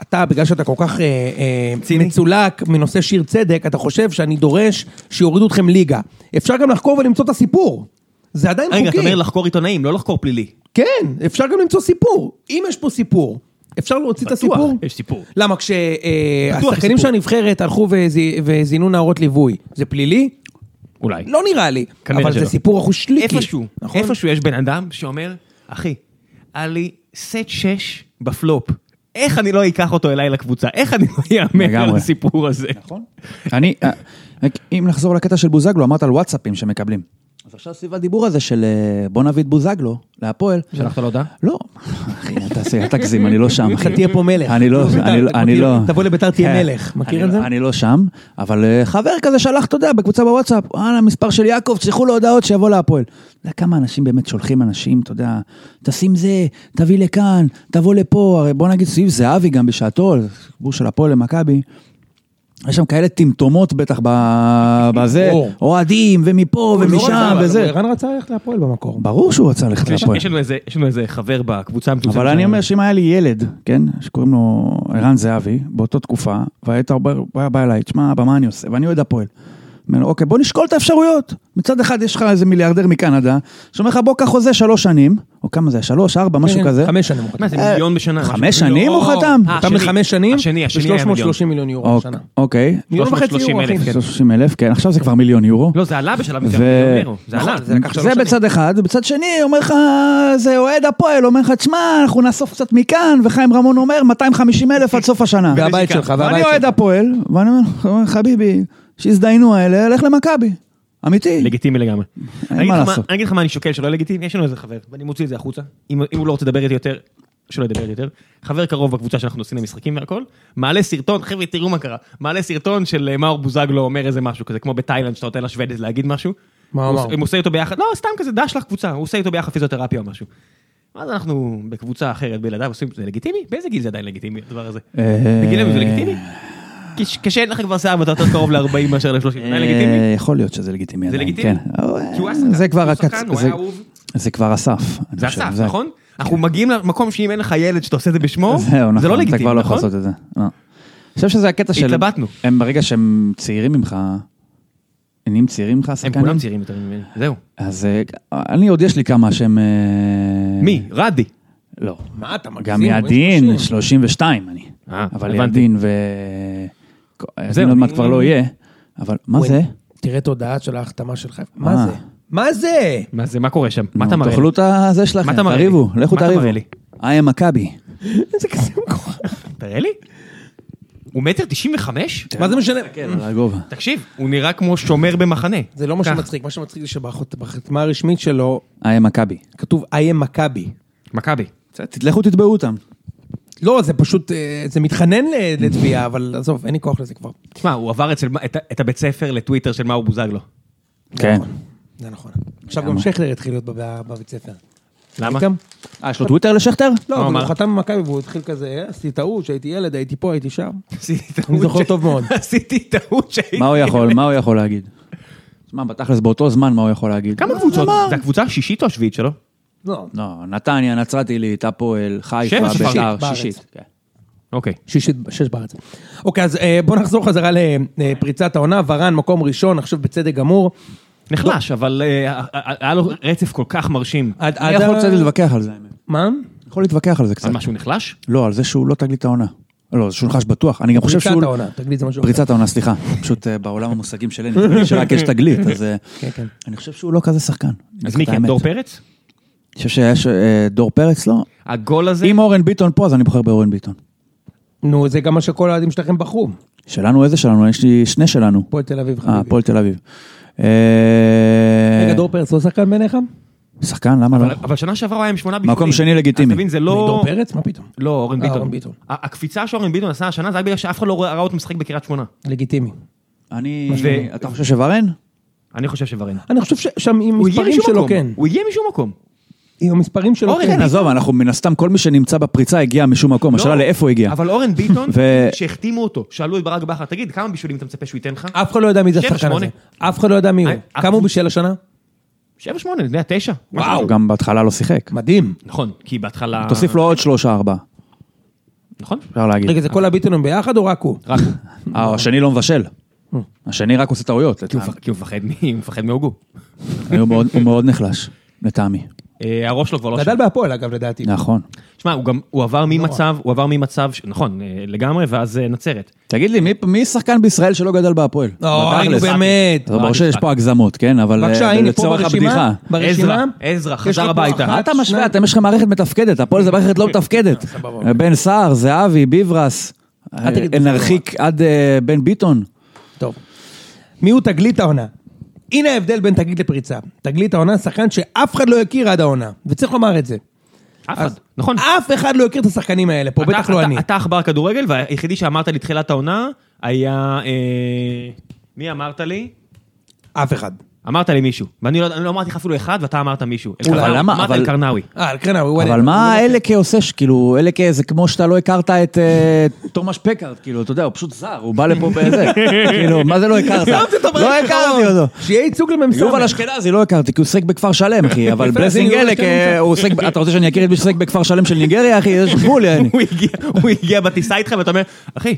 אתה, בגלל שאתה כל כך אה, אה,
ציני.
מצולק מנושא שיר צדק, אתה חושב שאני דורש שיורידו אתכם ליגה. אפשר גם לחקור ולמצוא את הסיפור. זה עדיין חוקי.
רגע, אתה אומר לחקור עיתונאים, לא לחקור פלילי.
כן, אפשר גם למצוא סיפור. אם יש פה סיפור, אפשר להוציא את
בטוח,
הסיפור?
יש סיפור.
למה, כשהשחקנים
בטוח יש
אה, השחקנים של
סיפור.
הנבחרת הלכו וזי- וזינו נערות ליווי, זה פלילי?
אולי.
לא נראה לי.
כנראה
אבל
שלא.
זה סיפור אחוש ליקי.
איפשהו,
נכון?
איפשהו יש בן אדם שאומר, אחי, היה לי סט 6 בפלופ. איך אני לא אקח אותו אליי לקבוצה? איך אני לא אאמר על
לגמרי.
הסיפור הזה?
נכון. אני, אה, אם נחזור לקטע של בוזגלו, אמרת על וואטסאפים שמקבלים. אז עכשיו סביב הדיבור הזה של אה, בוא נביא את בוזגלו להפועל.
שלחת לו הודעה?
לא, אחי, אל תעשה, אל תגזים, אני לא שם, אחי.
אתה תהיה פה מלך.
אני לא,
בית"ר,
אני לא-
אתה
אני
מכיר?
לא.
תבוא לביתר תהיה
כן.
מלך, מכיר
אני
את זה?
לא- אני לא שם, אבל אה, חבר כזה שלח, אתה יודע, בקבוצה בוואטסאפ, וואלה, מספר של יעקב, תשלחו לו הודעות שיבוא להפועל. אתה יודע כמה אנשים באמת שולחים אנשים, אתה יודע, תשים זה, תביא לכאן, תבוא לפה, הרי בוא נגיד סביב זהבי גם בשעתו, סיפור של הפועל למכבי. יש שם כאלה טמטומות בטח ב- בזה,
ברור.
אוהדים, ומפה,
הוא לא רצה,
ומשם,
אבל
וזה.
ערן רצה ללכת להפועל במקור.
ברור שהוא רצה ללכת
יש
להפועל.
יש לנו איזה- יש לנו איזה חבר בקבוצה המצומצמת.
נכון. אבל אני
שלנו.
אומר שאם היה לי ילד, כן, שקוראים לו ערן זהבי, באותה תקופה, והיית אומר, הוא היה בא אליי, תשמע, אבא, מה אני עושה? ואני אוהד הפועל. אומר לו, אוקיי, בוא נשקול את האפשרויות. מצד אחד יש לך איזה מיליארדר מקנדה, שאומר לך, בוא, קח חוזה שלוש שנים, או כמה זה, היה? שלוש, ארבע, משהו
כן,
כזה.
חמש שנים הוא חתם.
מה זה מיליון בשנה?
אה, חמש
משהו כזה?
שנים הוא
לא.
חתם?
אה,
אתה
השני.
מחמש שנים,
השני, השני היה מיליון.
ב-330 מיליון יורו
אוקיי,
בשנה.
אוקיי.
מיליון וחצי
330
יורו, אחי.
אלף, כן.
30 אלף, כן, עכשיו זה כבר מיליון יורו.
לא, זה עלה בשלב מסוים,
ו-
מיליון אירו. זה עלה.
נכון, זה לקח שלוש
זה
שנים.
בצד אחד, ובצד שני אומר לך, זה אוהד הפועל, אומר לך, תשמע, אנחנו נאסוף קצת מכאן, וחיים רמון אומר, 250 אלף עד סוף השנה.
והבית שלך, והבית
ואני
שלך.
אוהד הפועל, ואני אומר, חביבי, שהזדיינו האלה, לך למכבי. אמיתי.
אה, לגיטימי לגמרי.
אוקיי. אין
אני אגיד
מה
לך
לעשות.
אני אגיד לך מה אני שוקל שלא לגיטימי, יש לנו איזה חבר, ואני מוציא את זה החוצה. אם אם הוא לא רוצה לדבר איתי יותר, שלא ידבר איתי יותר. חבר קרוב בקבוצה שאנחנו עושים למשחקים והכל, מעלה סרטון, חבר'ה תראו מה קרה, מעלה סרטון של אה, מאור בוזגלו אומר איזה משהו כזה, כמו בתאילנד שאתה נותן לשוודית להגיד משהו.
מה
הוא
אמר?
עושה- הם עושים איתו ביחד, לא, סתם כזה דש לך קבוצה, הוא עושה איתו ביחד פיזיותרפיה או משהו. ואז אנחנו בקבוצה אחרת בלעדיו עושים, זה לגיטימי? באיזה גיל זה עדיין לגיטימי הדבר הזה?
אה,
בגילנו זה לגיטימי? כש- כשאין לך כבר שיער ואתה יותר קרוב ל-40 מאשר ל-30, זה עדיין לגיטימי?
אה, יכול להיות שזה לגיטימי.
זה
עדיין,
לגיטימי?
כן. אבל,
כי הוא היה
אה,
שחקן,
זה כבר
הוא
הקצ-
שחקן, הוא
זה-
היה אהוב.
זה כבר הסף. אני
זה
חושב,
הסף, נכון? אנחנו מגיעים למקום שאם אין לך ילד שאתה עושה את זה בשמו,
זהו, נכון.
זה לא
אתה כבר
לגיטימי,
לא יכול
נכון?
לעשות את זה. לא. אני חושב שזה הקטע של...
התלבטנו.
הם ברגע שהם צעירים ממך, הם נהיים צעירים ממך,
הם
השחקנים?
כולם צעירים יותר ממני, זהו.
אז אה, אני עוד יש לי כמה שהם... אה,
מי? רדי.
לא.
מה אתה מגזים?
גם
הוא בן
יעדין,
30.
32 אני.
אה,
אבל
הבנתי.
יעדין ו... יעדין עוד מעט כבר לא יהיה, אבל מה
וואי,
זה?
תראה את הודעה של ההחתמה שלך. מה
אה.
זה? מה זה?
מה זה, מה קורה שם? מה
נו,
אתה מראה? לי?
תאכלו את הזה שלכם,
מה אתה מראה לי?
תריבו, לכו
מה אתה
תריבו.
מראה לי?
איי מכבי.
איזה כזה מגוח.
תראה לי? הוא מטר 95?
כן.
מה זה משנה?
כן,
על הגובה.
תקשיב, הוא נראה כמו שומר במחנה.
זה לא מה
כך.
שמצחיק, מה שמצחיק זה שבחתמה הרשמית שלו
איי מכבי.
כתוב I am מכבי.
מכבי.
לכו תתבעו אותם.
לא, זה פשוט, אה, זה מתחנן ל- לתביעה, אבל עזוב, אין לי כוח לזה כבר.
תשמע, הוא עבר אצל- את ה- את הבית ספר לטוויטר של מאור בוזגלו.
כן.
זה נכון. עכשיו גם שכטר התחיל להיות בב- בבית ספר.
למה?
גם?
אה, יש לו טוויטר לשכטר?
לא,
מה
אבל הוא
אמר?
חתם במכבי והוא התחיל כזה, "אה, עשיתי טעות, שהייתי ילד, הייתי פה, הייתי שם.
עשיתי טעות
אני זוכר
ש-
טוב מאוד.
עשיתי טעות שהייתי...
מה הוא יכול, מה הוא יכול להגיד? שמע, בתכלס באותו זמן מה הוא יכול להגיד?
כמה
אה,
קבוצות?
אמר.
זה הקבוצה השישית או השביעית שלו?
לא,
לא, נתניה, נצרת עילית, הפועל, חיפה,
שבע, שישית.
בית"ר,
בארץ.
שישית. כן.
אוקיי.
שישית, שש בארץ. אוקיי, אז אה, בוא נחזור חזרה לפריצת העונה. ורן, מקום ראשון, עכשיו בצדק גמור.
נחלש,
לא.
אבל אה, אה, אה, היה לו רצף כל כך מרשים.
עד-
אני
עד
יכול
ה-
קצת להתווכח על זה, האמת.
מה?
יכול להתווכח על זה קצת.
על משהו נחלש?
לא, על זה שהוא לא תגלית העונה. לא, זה שהוא נחש בטוח. אני גם חושב שהוא...
פריצת העונה, תגיד זה משהו. אחר.
פריצת העונה, סליחה. פשוט אה, בעולם המושגים שלי, נדמה לי שרק יש תגלית, אז... אה,
כן, כן.
אני חושב שהוא לא כזה שחקן.
אז מי
את האמת.
כן, דור פרץ?
אני חושב שיש אה, דור פרץ, לא?
הגול הזה?
אם אורן ביטון פה, אז אני בוחר באורן ביטון.
נו, זה גם מה שכל האוהדים שלכם בחרו.
שלנו, איזה שלנו? יש לי שני שלנו.
הפועל תל אביב,
אה,
חביבי.
הפועל תל אביב. אה,
רגע, דור פרץ לא שחקן בעיניך?
שחקן, למה לא?
אבל- אבל שנה שעברה הוא היה עם שמונה בישולים.
מקום שני לגיטימי.
אז תבין, זה
דור
לא...
פרץ? מה פתאום?
לא, אורן
אה,
ביטון.
אורן ביטון.
ה- הקפיצה שאורן ביטון עשה השנה זה רק בגלל שאף אחד לא ראה אותו משחק בקריית שמונה.
לגיטימי.
אני...
ו-
אתה חושב שוורן?
אני חושב שוורן.
אני חושב ששם עם
הוא הגיע
מספרים
משום
שלו
מקום.
כן.
הוא הגיע משום מקום.
המספרים שלו...
אורן,
כן.
אוקיי, אני-
אוקיי,
לא.
עזוב, אנחנו מן הסתם, כל מי שנמצא בפריצה הגיע משום מקום, השאלה לאיפה הוא הגיע.
אבל אורן ביטון,
ו-
שהחתימו אותו, שאלו את ברק בכר, תגיד, כמה בישולים אתה מצפה שהוא ייתן לך?
אף אחד לא יודע מי זה
שבע,
השחקן הזה.
שמונה.
אף אחד לא יודע מי הוא.
אה,
כמה הוא בשל השנה?
שבע, שמונה, זה היה תשע.
וואו. גם בהתחלה לא שיחק.
מדהים.
נכון, כי
אה.
בהתחלה...
תוסיף לו עוד שלושה, ארבעה,
נכון.
אפשר להגיד.
רגע, זה כל הביטונים ביחד או רק הוא?
רק הוא.
אה, השני לא מבשל.
אה.
השני רק עושה טעויות,
כי הוא
לטעמי.
מפח- כי הוא מפחד מ- הוא מפחד מהוגו.
הוא מאוד- הוא מאוד נחלש, לטעמי.
אה, הראש שלו כבר לא...
גדל לא בהפועל אגב לדעתי.
נכון.
שמע, הוא גם, הוא עבר ממצב, הוא עבר ממצב, ש- נכון, אה, לגמרי, ואז אה, נצרת.
תגיד לי, מי- מי שחקן בישראל שלא גדל בהפועל?
אוי, נו,
אה, בתכלס.
אה, באמת. אה,
זה ברור שיש פה הגזמות, כן? אבל
בבקשה,
אה,
הנה, פה
לצורך
ברשימה. אה,
הבדיחה.
ברשימה?
עזרא, עזרא,
יש
חזר
לך פה
הביתה.
אחת,
מה אתה משווה?
שניים.
אתם, יש לכם מערכת מתפקדת, הפועל זה מערכת לא מתפקדת. בן סער, זהבי, ביברס, אה,
תגיד
נרחיק עד אה, בן ביטון.
טוב. מי הוא תגלית העונה? הנה ההבדל בין תגלית לפריצה. תגלית העונה, שחקן שאף אחד לא הכיר עד העונה, וצריך לומר את זה.
אף אחד,
אז
נכון.
אף אחד לא הכיר את השחקנים האלה פה,
אתה-
בטח לא
אתה-
אני.
אתה עכבר כדורגל, והיחידי שאמרת לי תחילת העונה היה... אה, מי אמרת לי?
אף אחד.
אמרת לי מישהו, ואני לא, אני לא אמרתי לך אפילו אחד, ואתה אמרת מישהו.
אולי.
אלקרנאוי,
אבל למה-
אמרת
אבל-
אלקרנאוי.
אה, אלקרנאווי,
אבל
וואלה.
מה אלקה עושה, ש- כאילו, אלקה זה כמו שאתה לא הכרת את אה, תומש פקארד, כאילו, אתה יודע, הוא פשוט זר, הוא בא לפה באיזה, כאילו, מה זה לא הכרת?
שמת אותו
לא
ברגע
הכרתי
האחרון.
אותו.
שיהיה ייצוג למ"ס.
יובל אשכנזי לא הכרתי, כי הוא שיחק בכפר שלם, אחי, אבל
יפה,
בלסינג
אז הנה,
אלק,
הוא
אה, הוא שיחק, ב- אתה רוצה שאני אכיר את מי ששיחק בכפר שלם של ניגריה, אחי? יש גבול, יעני.
הוא הגיע- הוא הגיע בטיסה איתך ואתה אומר, אחי,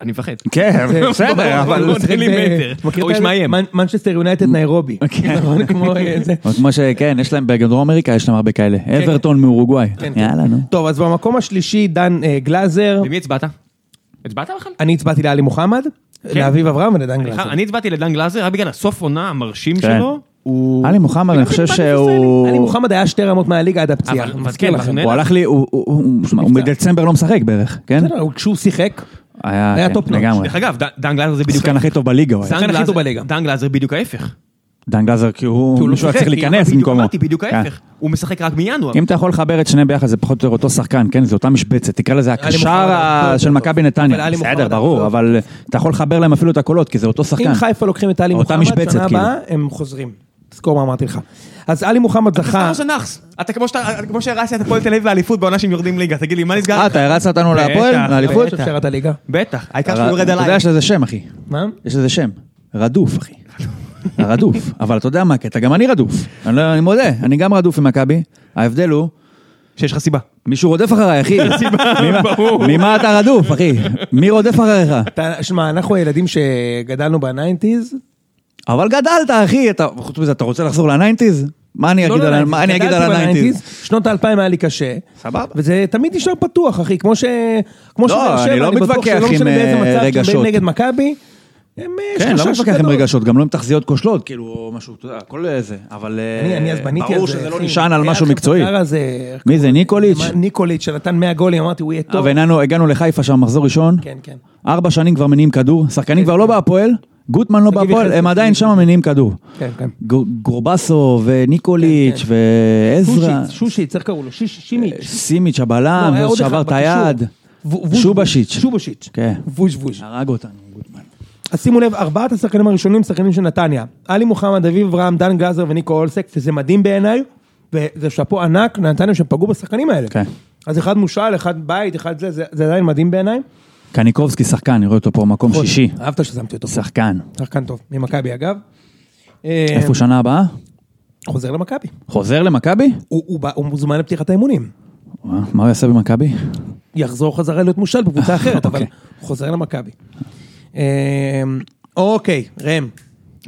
אני מפחד.
כן,
בסדר, אבל-
הוא שיחק
מילימטר.
ב- מכיר
הוא איש
את ה-
מאיים.
מנ- מנצ'סטר יונייטד ניירובי.
כן.
נכון, כמו אה, זה.
אבל כמו שכן, יש להם בדרום אמריקה, יש להם הרבה כאלה. אברטון מאורוגוואי.
כן, כן.
יאללה, נו.
טוב, אז במקום השלישי, דן אה, גלאזר.
למי הצבעת? הצבעת בכלל?
אני הצבעתי לעלי מוחמד, לאביב אברהם ולדן
אני
גלאזר.
חי- אה, אני הצבעתי לדן גלאזר, רק בגלל הסוף עונה המרשים
כן.
שלו, הוא...
עלי מוחמד, אני חושב שהוא...
עלי מוחמד היה שתי רמות מהליגה עד הפציעה.
אבל-
אני
אבל
מזכיר
כן,
לכם.
אבל-
הוא הלך לי, הוא- הוא- הוא שמע, הוא
נפצע.
מדצמבר לא משחק בערך, כן?
בסדר, הוא- כשהוא שיחק, היה
כן,
טופ נוטש.
לגמרי.
דרך אגב, ד- דן גלאזר זה בדיוק...
השחקן הכי טוב בליגה הוא היה.
דן
הכי
גלאזר-
טוב בליגה.
דן גלאזר בדיוק ההפך.
דן גלזר, כי
כי הוא
הוא...
לא
מישהו היה
שיחק,
צריך
כי
להיכנס
בדיוק
במקומו.
אמרתי, בדיוק
כן.
ההפך. הוא משחק רק מינואר.
אם אתה יכול לחבר את שניהם ביחד, זה פחות או יותר אותו שחקן, כן? זה אותה משבצת. תקרא לזה הקשר
מוחמד
ה-
הרבה
של
יותר
מכבי
טוב. אבל
נתניה.
עלי
בסדר,
מוחמד
ברור,
הרבה
אבל אה, אתה יכול לחבר להם אפילו את הקולות, כי זה אותו שחקן.
אם חיפה לוקחים את עלי
כן. אותה
מוחמד,
משבצת,
שנה
כאילו.
הבאה הם חוזרים. תזכור מה אמרתי לך. אז עלי מוחמד
אתה
זכה,
עושה נאחס. אתה כמו שאתה- אתה כמו שהרסת את הפועל תל אביב לאליפות בעונה שהם יורדים ליגה. תגיד לי, מה נסגר?
אה, אתה הרצת אותנו
בטח,
להפועל? לאליפות?
בטח, שרת הליגה.
בטח, העיקר שהוא יורד
אתה יודע
עליי.
יש לזה שם, אחי.
מה?
יש לזה שם. רדוף, אחי. רדוף. אבל אתה יודע מה הקטע, גם אני רדוף. אני לא- אני מודה, אני גם רדוף עם מכבי. ההבדל הוא,
שיש לך סיבה.
מישהו רודף אחריי, אחי. ממה- ממה אתה רדוף, אחי? מי רודף אחריך?
אתה- שמע, אנחנו הילדים שגדלנו בניינטיז,
אבל גדלת, אחי. אתה- חוץ מזה, אתה רוצה לחזור לניינטיז? מה אני אגיד
לא,
על
לא,
ה- מה אני אגיד על הניינטיז?
שנות האלפיים היה לי קשה.
סבבה.
וזה תמיד נשאר פתוח, אחי, כמו ש... כמו
לא,
שבאר שבע,
אני לא
בטוח
מתווכח
שלא
עם,
משנה באיזה
אה,
מצב שהם
רגשות.
באים נגד מכבי, הם אה,
כן,
שלושה
לא מתווכח עם
שקדות.
רגשות, גם לא עם תחזיות כושלות, כאילו, משהו, אתה יודע, הכל אה, זה, אבל... אה,
אני, אני אז בניתי על זה.
ברור שזה לא
אחי.
נשען על
היה
משהו
עכשיו
מקצועי.
הבקר הזה,
מי זה, ניקוליץ'?
מה, ניקוליץ' שנתן 100 גולים, אמרתי, הוא יהיה
אה,
טוב.
והגענו הגענו לחיפה שם, מחזור ראשון.
כן, כן.
ארבע שנים כבר מניעים כדור, שחקנים כבר לא בהפועל, גוטמן לא
שגיב
בהפועל,
יחזקאל.
הם עדיין שם מניעים כדור.
כן, כן.
גור- גורבסו וניקוליץ'
כן,
ועזרא,
שושיץ, שושיץ, איך קראו לו? שיש- שימיץ'.
סימיץ'
לא,
הבלם,
היה עוד
אה, שבר
אחד
את היד,
בקישור. ו- ווש-
שובשיץ'.
שובשיץ'.
כן.
ווש ווש.
הרג אותנו גוטמן.
אז שימו לב, ארבעת השחקנים הראשונים, שחקנים של נתניה. עלי מוחמד, אביב אברהם, דן גלזר וניקו אולסק, שזה מדהים בעיניי, וזה שאפו ענק לנתניה שהם פגעו בשחקנים האלה.
כן.
אז אחד מושל, אחד בית, אחד זה, זה, זה עדיין מדהים בעיניי.
קניקובסקי שחקן, אני רואה אותו פה מקום
נכון.
שישי,
אהבת ששמתי אותו.
שחקן.
שחקן טוב, ממכבי אגב. כן. אה,
איפה הוא שנה הבאה?
חוזר למכבי.
חוזר למכבי?
הוא, הוא, בא- הוא מוזמן לפתיחת האימונים.
מה מה הוא יעשה במכבי?
יחזור חזרה להיות מושל בקבוצה אחרת, אבל
אוקיי.
הוא חוזר למכבי. אה, אוקיי, ראם.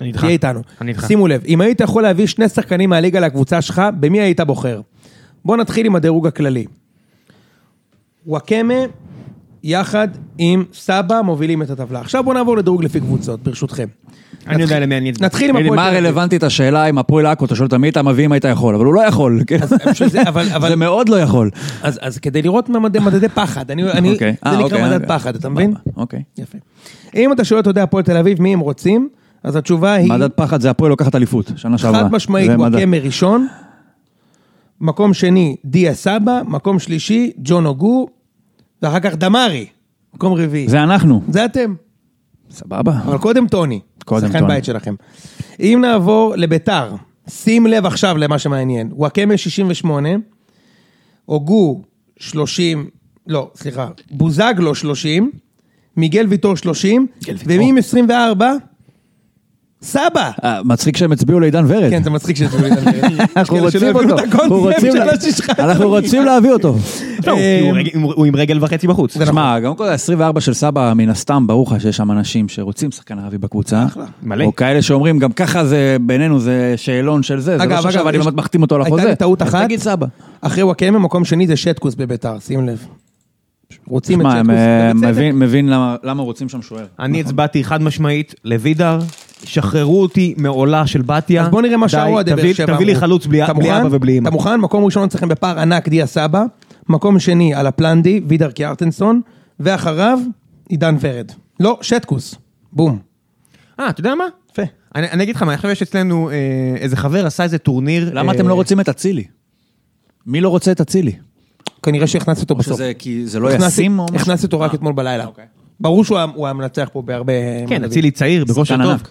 אני איתך.
תהיה איתנו.
אני איתך.
שימו לב, אם היית יכול להביא שני שחקנים מהליגה לקבוצה שלך, במי היית בוחר? בוא נתחיל עם הדירוג הכללי. וואקמה, יחד עם סבא, מובילים את הטבלה. עכשיו בוא נעבור לדירוג לפי קבוצות, ברשותכם.
אני יודע למי אני אצבע.
נתחיל עם הפועל
מה
תל אביב.
רלוונטית השאלה אם הפועל עכו, אתה שואל אותם מי אתה מביא אם היית יכול, אבל הוא לא יכול. כן?
אז בשביל זה- אבל- אבל-
זה מאוד לא יכול.
אז, אז כדי לראות מה מדדי, מדדי פחד, אני, אני,
אוקיי. אה,
זה נקרא
אוקיי,
מדד
אוקיי.
פחד, אתה מבין?
אוקיי.
יפה. אם אתה שואל את אוהדי הפועל תל אביב מי הם רוצים, אז התשובה היא
מדד פחד זה הפועל לוקחת אליפות, שנה שעברה.
חד משמעית
זה מדד.
וואקמה ראשון, מקום שני דיה סבא, מקום שלישי ג'ון אוגו, ואחר כך דמארי, מקום רביעי.
זה אנחנו.
זה אתם,
סבבה.
אבל קודם טוני,
קודם
שחקן
טוני.
בית שלכם. אם נעבור לביתר, שים לב עכשיו למה שמעניין. וואקמה 68, הוגו 30, לא, סליחה, בוזגלו 30, מיגל ויטור 30, ומי עם 24? סבא!
אה, מצחיק שהם הצביעו לעידן ורד.
כן, זה מצחיק שזה... יש כאלה
אנחנו
שלא
רוצים
הבינו
אותו.
את
אנחנו
הקונספט
רוצים
של
לה-
השש-
אנחנו רוצים להביא אותו.
טוב, לא, כי הוא רגל- הוא עם רגל וחצי בחוץ.
שמע,
נכון.
גם כל ה-24 של סבא, מן הסתם, ברור לך שיש שם אנשים שרוצים שחקן ערבי בקבוצה.
מלא.
או כאלה שאומרים, גם ככה זה, בינינו זה שאלון של זה, זה
אגב,
לא שעכשיו
אגב,
אני
יש-
באמת מחתים אותו על
הייתה
החוזה.
לי טעות
אז
אחת.
תגיד סבא.
אחרי וואקמה, מקום שני זה שטקוס בביתר, שים לב. רוצים את
שמע, הם,
שטקוס,
אה,
ובצדק.
מבין- מבין למה- למה רוצים שם שוער.
אני הצבעתי חד משמעית לוידר, שחררו אותי מעולה של בתיה.
אז בוא נראה מה
די,
שהאוהדי באר
תביא-
שבע
תביא לי
אמרו.
חלוץ בלי
אתה
בלי
מוכן?
אבא ובלי אמא.
אתה מוכן? מקום ראשון אצלכם בפער ענק דיה סבא, מקום שני על הפלנדי, וידר קיארטנסון, ואחריו עידן ורד. לא, שטקוס. בום.
אה, אתה יודע מה?
יפה.
אני אני אגיד לך מה, עכשיו יש אצלנו אה, איזה חבר עשה איזה טורניר.
למה
אה,
אתם לא רוצים את אצילי? מי לא רוצה את אצילי?
כנראה שהכנסתי אותו בסוף.
שזה כי זה לא
הכנסתי-
ישים או משהו? אה, אוקיי.
הכנסתי אותו רק אתמול בלילה. ברור שהוא ה- הוא המנצח פה בהרבה...
כן,
מדדים.
אצילי צעיר, בכושר
שחקן
טוב.
ענק.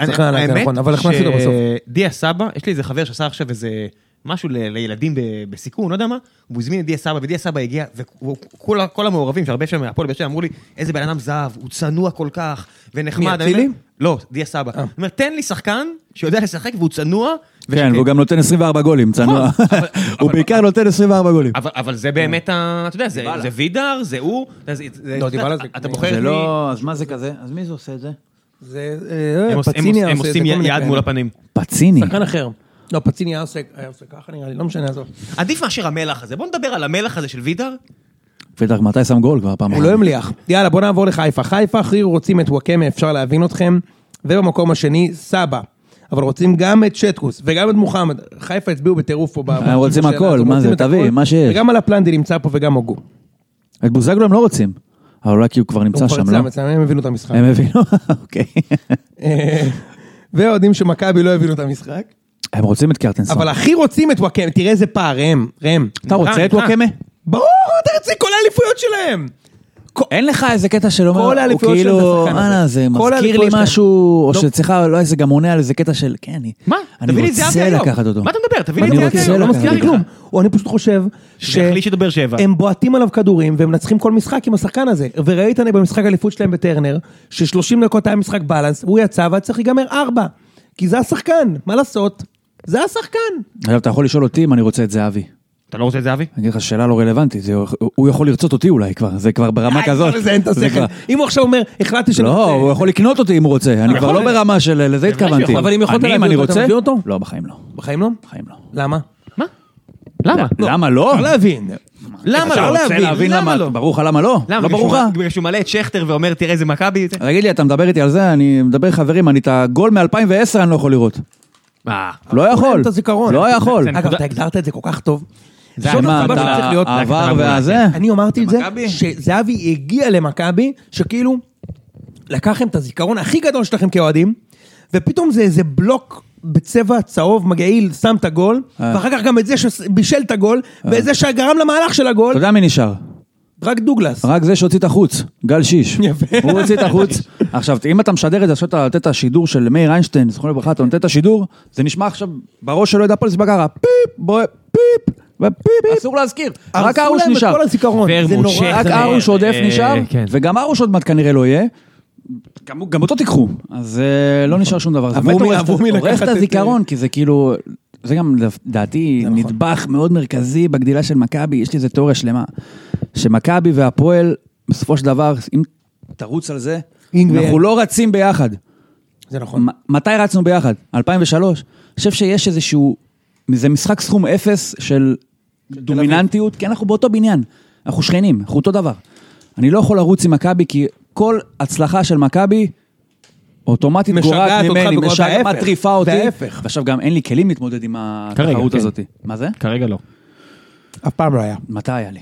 אני-
שחקן ענק,
האמת
נכון, אבל הכנסתי אותו
ש-
בסוף.
דיה סבא, יש לי איזה חבר שעשה עכשיו איזה משהו ל- לילדים ב- בסיכון, לא יודע מה, הוא הזמין את דיה סבא, ודיה סבא הגיע, וכל המעורבים, שהרבה שם מהפועל באר שבע אמרו לי, איזה בן אדם זהב, הוא צנוע כל כך, ונחמד.
מי,
אני אומר,
אצילי? אה.
לא, דיה סבא. אני אומר, תן לי שחקן שיודע לשחק והוא צנוע. וש-
כן, והוא גם נותן 24 גולים, צנוע.
נכון,
אבל-
הוא
אבל-
בעיקר נותן 24 גולים.
אבל, אבל זה באמת, ה... אתה יודע, זה,
דיבלה.
זה וידר, זה הוא, אתה יודע, זה, זה,
לא,
אתה
דיבלה
יודע,
זה-
אתה
זה
בוחר את מי,
לא, אז מה זה כזה? אז מי זה עושה את זה?
זה... אה,
הם, עוש- הם,
פציני
עוש- הם
עושה את זה,
עושים
כל מיני
יד
כאלה.
מול הפנים.
פציני.
שחקן אחר. לא, פציני היה עושה היה עושה ככה נראה לי, לא משנה, עזוב.
עדיף מאשר המלח הזה, בוא נדבר על המלח הזה של וידר.
בטח, מתי שם גול כבר פעם
הוא לא המליח. יאללה, בוא נעבור לחיפה. חיפה הכי רוצים את וואקמה, אפשר להבין אתכם. ובמקום השני, סבא. אבל רוצים גם את שטקוס, וגם את מוחמד. חיפה הצביעו בטירוף פה. ב-
הם רוצים
בשאלה
הכל,
הזאת.
מה
רוצים
זה,
את הכל.
תביא, מה שיש.
וגם על הפלנדי נמצא פה וגם הוגו.
את בוזגלו הם לא רוצים. אבל אולי כי הוא כבר נמצא
הוא כבר
שם,
אצלם,
לא?
אצלם, הם הבינו את המשחק.
הם הבינו, אוקיי.
אה, והאוהדים של מכבי לא הבינו את המשחק.
הם רוצים את קרטנסון.
אבל הכי רוצים את וואקמה, תראה איזה פער, הם, הם.
אה,
אתה רוצה את
איתך.
וואקמה?
ברור, אתה רוצה כל האליפויות שלהם.
אין לך איזה קטע של אומר,
כל
הוא
האליפויות שלהם זה
כאילו,
השחקן הזה.
אנא, זה
כל
מזכיר לי
האליפויות שלהם.
משהו, או
לא.
שצריך, לא, איזה גם עונה על איזה קטע של, כן, אני
מה?
אני
תביא לי את זהבי
רוצה
היום.
לקחת אותו.
מה אתה מדבר? תביא לי את
אני
זהבי
רוצה
היום, לא
לקחת
מזכיר לי
אותו.
כלום.
או אני פשוט חושב ש...
שיחליש את באר שבע.
הם בועטים עליו כדורים ומנצחים כל משחק עם השחקן הזה. וראית אני במשחק האליפות שלהם בטרנר, ש-30 דקות היה משחק בלנס, הוא יצא והיה צריך להיגמר 4. כי זה השחקן, מה לעשות? זה השחקן.
עכשיו, אתה יכול לשאול אותי אם אני רוצה את זהבי. אני
אתה לא רוצה את זהבי?
אגיד לך, שאלה לא רלוונטית, זה- הוא יכול לרצות אותי אולי כבר, זה כבר ברמה
אה,
די,
כזאת.
לא,
כבר לזיין את
זה
השכל.
כבר-
אם הוא עכשיו אומר, החלטתי אה, שאני
לא, הוא
רוצה...
יכול לקנות אותי אם הוא רוצה, אני כבר
יכול.
לא ברמה של לזה
בוודאי שהוא
התכוונתי.
יכול. אבל
אם יכולת
אני,
להביא
אני
אותו, אתה
רוצה-
מביא אותו?
לא, בחיים לא.
בחיים לא?
בחיים לא.
למה?
מה? למה?
למה לא?
אפשר להבין.
למה לא?
אפשר
רוצה
להבין למה לא. ברור לך למה לא? לא
בגלל
ברור לך?
שהוא- בגלל שהוא מלא את שכטר ואומר, תראה איזה מכבי. זה?"
תגיד לי, אתה מדבר איתי על זה, אני מדבר חברים, אני את הגול מ-2010 אני לא יכול לראות.
אה,
לא
אין
יכול.
את הזיכרון.
לא יכול.
זה
אגב,
נקודה-
אתה הגדרת את זה כל כך טוב. לא
זה
שוב,
מה,
אתה
סבבה,
אתה
צריך להיות-
העבר
רק-
והזה?
אני אמרתי את זה,
למכבי?
שזהבי הגיע למכבי, שכאילו לקח לכם את הזיכרון הכי גדול שלכם כאוהדים, ופתאום זה איזה בלוק בצבע צהוב מגעיל, שם את הגול,
אה.
ואחר כך גם את זה שבישל את הגול, ואת זה שגרם למהלך של
אתה
הגול,
יודע מי נשאר?
רק דוגלס.
רק זה שהוציא את החוץ, גל שיש.
יפה.
הוא הוציא את החוץ. עכשיו, אם אתה משדר את זה, עכשיו אתה נותן את השידור של מאיר איינשטיין, זכרונו לברכה, אתה נותן את השידור, זה נשמע עכשיו בראש של אוהד הפועל סבגרה, פיפ, בוא, פיפ, ופיפ, אסור להזכיר. רק
הרסו
ארוש
להם את
נשאר.
כל הזיכרון, זה
ורמוט,
נורא.
שכטר.
רק ארוש עודף
כן, אה,
נשאר,
כן.
וגם ארוש עוד מעט כנראה לא יהיה. גם גם אותו תיקחו, אז אה, לא נשאר שום דבר. זה
עבור
באמת
מי-
הורס את-
עבור מי
הורס
לקחת
את
את-
הזיכרון, כי זה כאילו, זה גם לדעתי
נכון.
נדבך מאוד מרכזי בגדילה של מכבי, יש לי איזה תיאוריה שלמה. שמכבי והפועל, בסופו של דבר, אם תרוץ על זה,
אם
אנחנו
ו-
לא רצים ביחד.
זה נכון.
מ- מתי רצנו ביחד? 2003? אני חושב שיש איזשהו... זה משחק סכום אפס של דומיננטיות, כי אנחנו באותו בניין. אנחנו שכנים, אנחנו אותו דבר. אני לא יכול לרוץ עם מכבי, כי כל הצלחה של מכבי אוטומטית
משגעת
גורעת
אותך
ממני,
וגורעת-
משגעת,
וההפך,
מטריפה אותי.
וההפך.
ועכשיו גם אין לי כלים להתמודד עם
כרגע,
התחרות
כן.
הזאת. מה זה?
כרגע לא.
אף פעם לא היה.
מתי היה לי?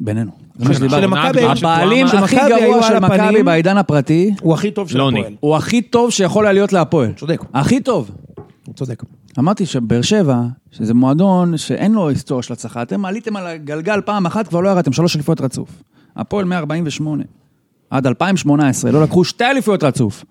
בינינו. זה מה
של-
שדיברנו.
שלמכבי
היו-
הבעלים
של
הכי
מכבי היו
גרוע
על
של מכבי
הפנים.
בעידן הפרטי,
הוא הכי טוב של
לוני.
הפועל.
הוא הכי טוב שיכול היה להיות להפועל.
צודק.
הכי טוב.
הוא צודק.
אמרתי שבאר שבע, שזה מועדון שאין לו היסטוריה של הצלחה, אתם עליתם על הגלגל פעם אחת, כבר לא ירדתם, שלוש אליפויות רצוף. הפועל 148. עד 2018, לא לקחו שתי אליפויות רצוף.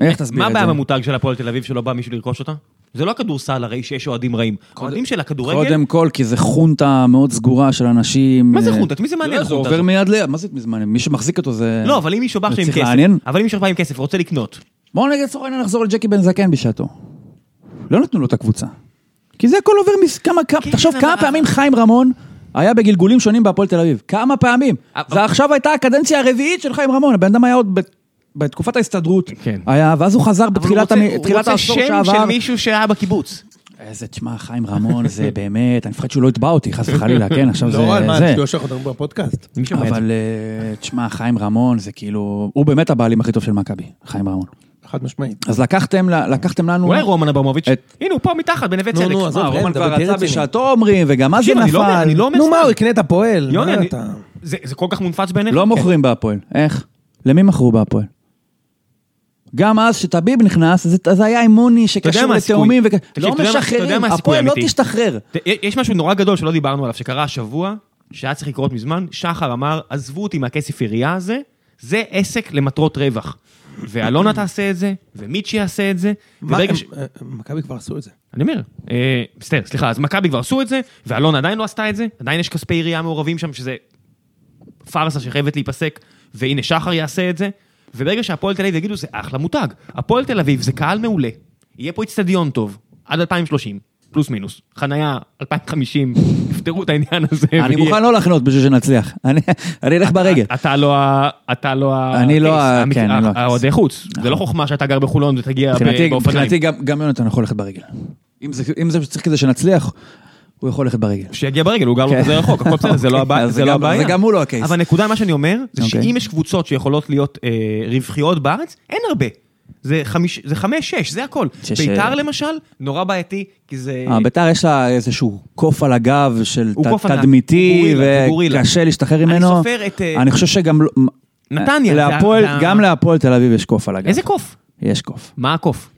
איך תסביר
מה
את זה?
הבעיה במותג של הפועל תל אביב שלא בא מישהו לרכוש אותה? זה לא הכדורסל הרי שיש אוהדים רעים. אוהדים של הכדורגל,
קודם כל, כי זה חונטה מאוד סגורה של אנשים.
מה זה
אה,
חונטה? את מי זה מעניין,
לא, זה
החונטה
עובר
הזאת?
מיד ליד, מה זה מי זה מעניין? מי שמחזיק אותו זה...
לא, אבל אם מישהו בא
זה
עכשיו עם
צריך
כסף,
לעניין.
אבל אם מישהו בא עם כסף ורוצה לקנות,
בואו נגיד לצורך העניין נחזור לג'קי בן זקן בשעתו. לא נתנו לו את הקבוצה. כי זה הכל עובר מס... כמה... כמה-
כן,
תחשוב
אבל-
כמה פעמים חיים רמון היה בגלגולים שונים בהפועל תל אביב. כמה פעמים.
אבל-
זה עכשיו הייתה הקדנציה הרביעית של חיים רמון. הבן אדם היה עוד ב... בתקופת ההסתדרות.
כן.
היה, ואז הוא חזר
אבל הוא
בתחילת
רוצה-
המ-
הוא
תחילת
רוצה
העשור
שם של
שעבר.
מישהו שהיה בקיבוץ.
איזה, תשמע, חיים רמון זה באמת, אני מפחד שהוא לא יתבע אותי, חס וחלילה, כן, עכשיו זה...
לא, על מה,
זה.
שטויות שאנחנו מדברים בפודקאסט.
מישהו מעט.
אבל אה, תשמע, חיים רמון זה כאילו, הוא באמת הבעלים הכי טוב של מכבי, חיים רמון.
חד משמעית.
אז לקחתם, ל- לקחתם לנו...
אולי רומן אברמוביץ',
את-
הנה הוא פה מתחת בנווה
נו,
צדק. אה,
נו, עזוב,
מה,
אין,
רומן
דבר
כבר
איתי
רצה
רציני.
בשעתו אומרים, וגם אז זה
תקשיב, אני לא אומר-
נפל.
אני לא אומר
נו,
סתם.
מה, הוא יקנה את הפועל?
יוני,
מה
אני-
אתה-
זה זה כל כך מונפץ בעיניך?
לא מוכרים בהפועל. איך? למי מכרו בהפועל? גם אז שטביב נכנס, זה אז היה עם מוני
אתה יודע
שקשור
מה הסיכוי?
לתאומים, וכ-
תקשיב,
לא
אתה יודע מה- אתה יודע
משחררים,
מה הסיכוי
הפועל לא
האמיתי?
תשתחרר.
ת- יש משהו נורא גדול שלא דיברנו עליו, שקרה השבוע, שהיה צריך לקרות מזמן, שחר אמר, עזבו אותי מהכסף עירייה הזה, זה עסק למטרות רווח. ואלונה תעשה את זה, ומיצ'י יעשה את זה,
מה,
וברגע ש...
הם- אה, מכבי כבר עשו את זה.
אני אומר, אה, בסדר, סליחה, אז מכבי כבר עשו את זה, ואלונה עדיין לא עשתה את זה, עדיין יש כספי עירייה מעורבים שם, שזה פארסה שחייבת להיפסק, והנה שחר יעשה את זה, וברגע שהפועל תל אביב יגידו, זה אחלה מותג. הפועל תל אביב זה קהל מעולה, יהיה פה איצטדיון טוב, עד 2030, פלוס מינוס, חנייה 2050, יפתרו את העניין הזה.
אני
ויהיה-
מוכן לא לחנות בשביל שנצליח. אני- אני אלך ברגל.
אה, אתה לא ה... אתה לא ה...
אני לא ה-
המק-
כן, אני לא
ה-
הקייס.
האוהדי חוץ, זה לא חוכמה שאתה גר בחולון ותגיע
מבחינתי-
באופניים.
מבחינתי גם גם יונתן יכול ללכת ברגל. אם זה- אם זה שצריך כדי שנצליח, הוא יכול ללכת ברגל.
שיגיע ברגל, הוא גר לו
כן.
כזה רחוק, הכל בסדר, זה לא הבע-
אז
זה
זה
לא
גם-
הבעיה.
זה גם הוא לא הקייס.
אבל הנקודה, מה שאני אומר, זה
אוקיי.
שאם יש קבוצות שיכולות להיות אה, רווחיות בארץ, אין הרבה. זה חמיש, זה חמש, שש, זה הכל.
שש,
ביתר
אה,
למשל, נורא בעייתי, כי זה...
אה, ביתר יש לה איזשהו קוף על הגב של
הוא
ת-
קוף ענק, הוא
תדמיתי,
גורילה, הוא גורילה.
וקשה להשתחרר
אני
ממנו.
סופר את, אה,
אני חושב שגם... לא-
נתניה,
להפועל,
זה ה- זה ה-
גם להפועל תל אביב יש קוף על הגב.
איזה קוף?
יש קוף.
מה הקוף?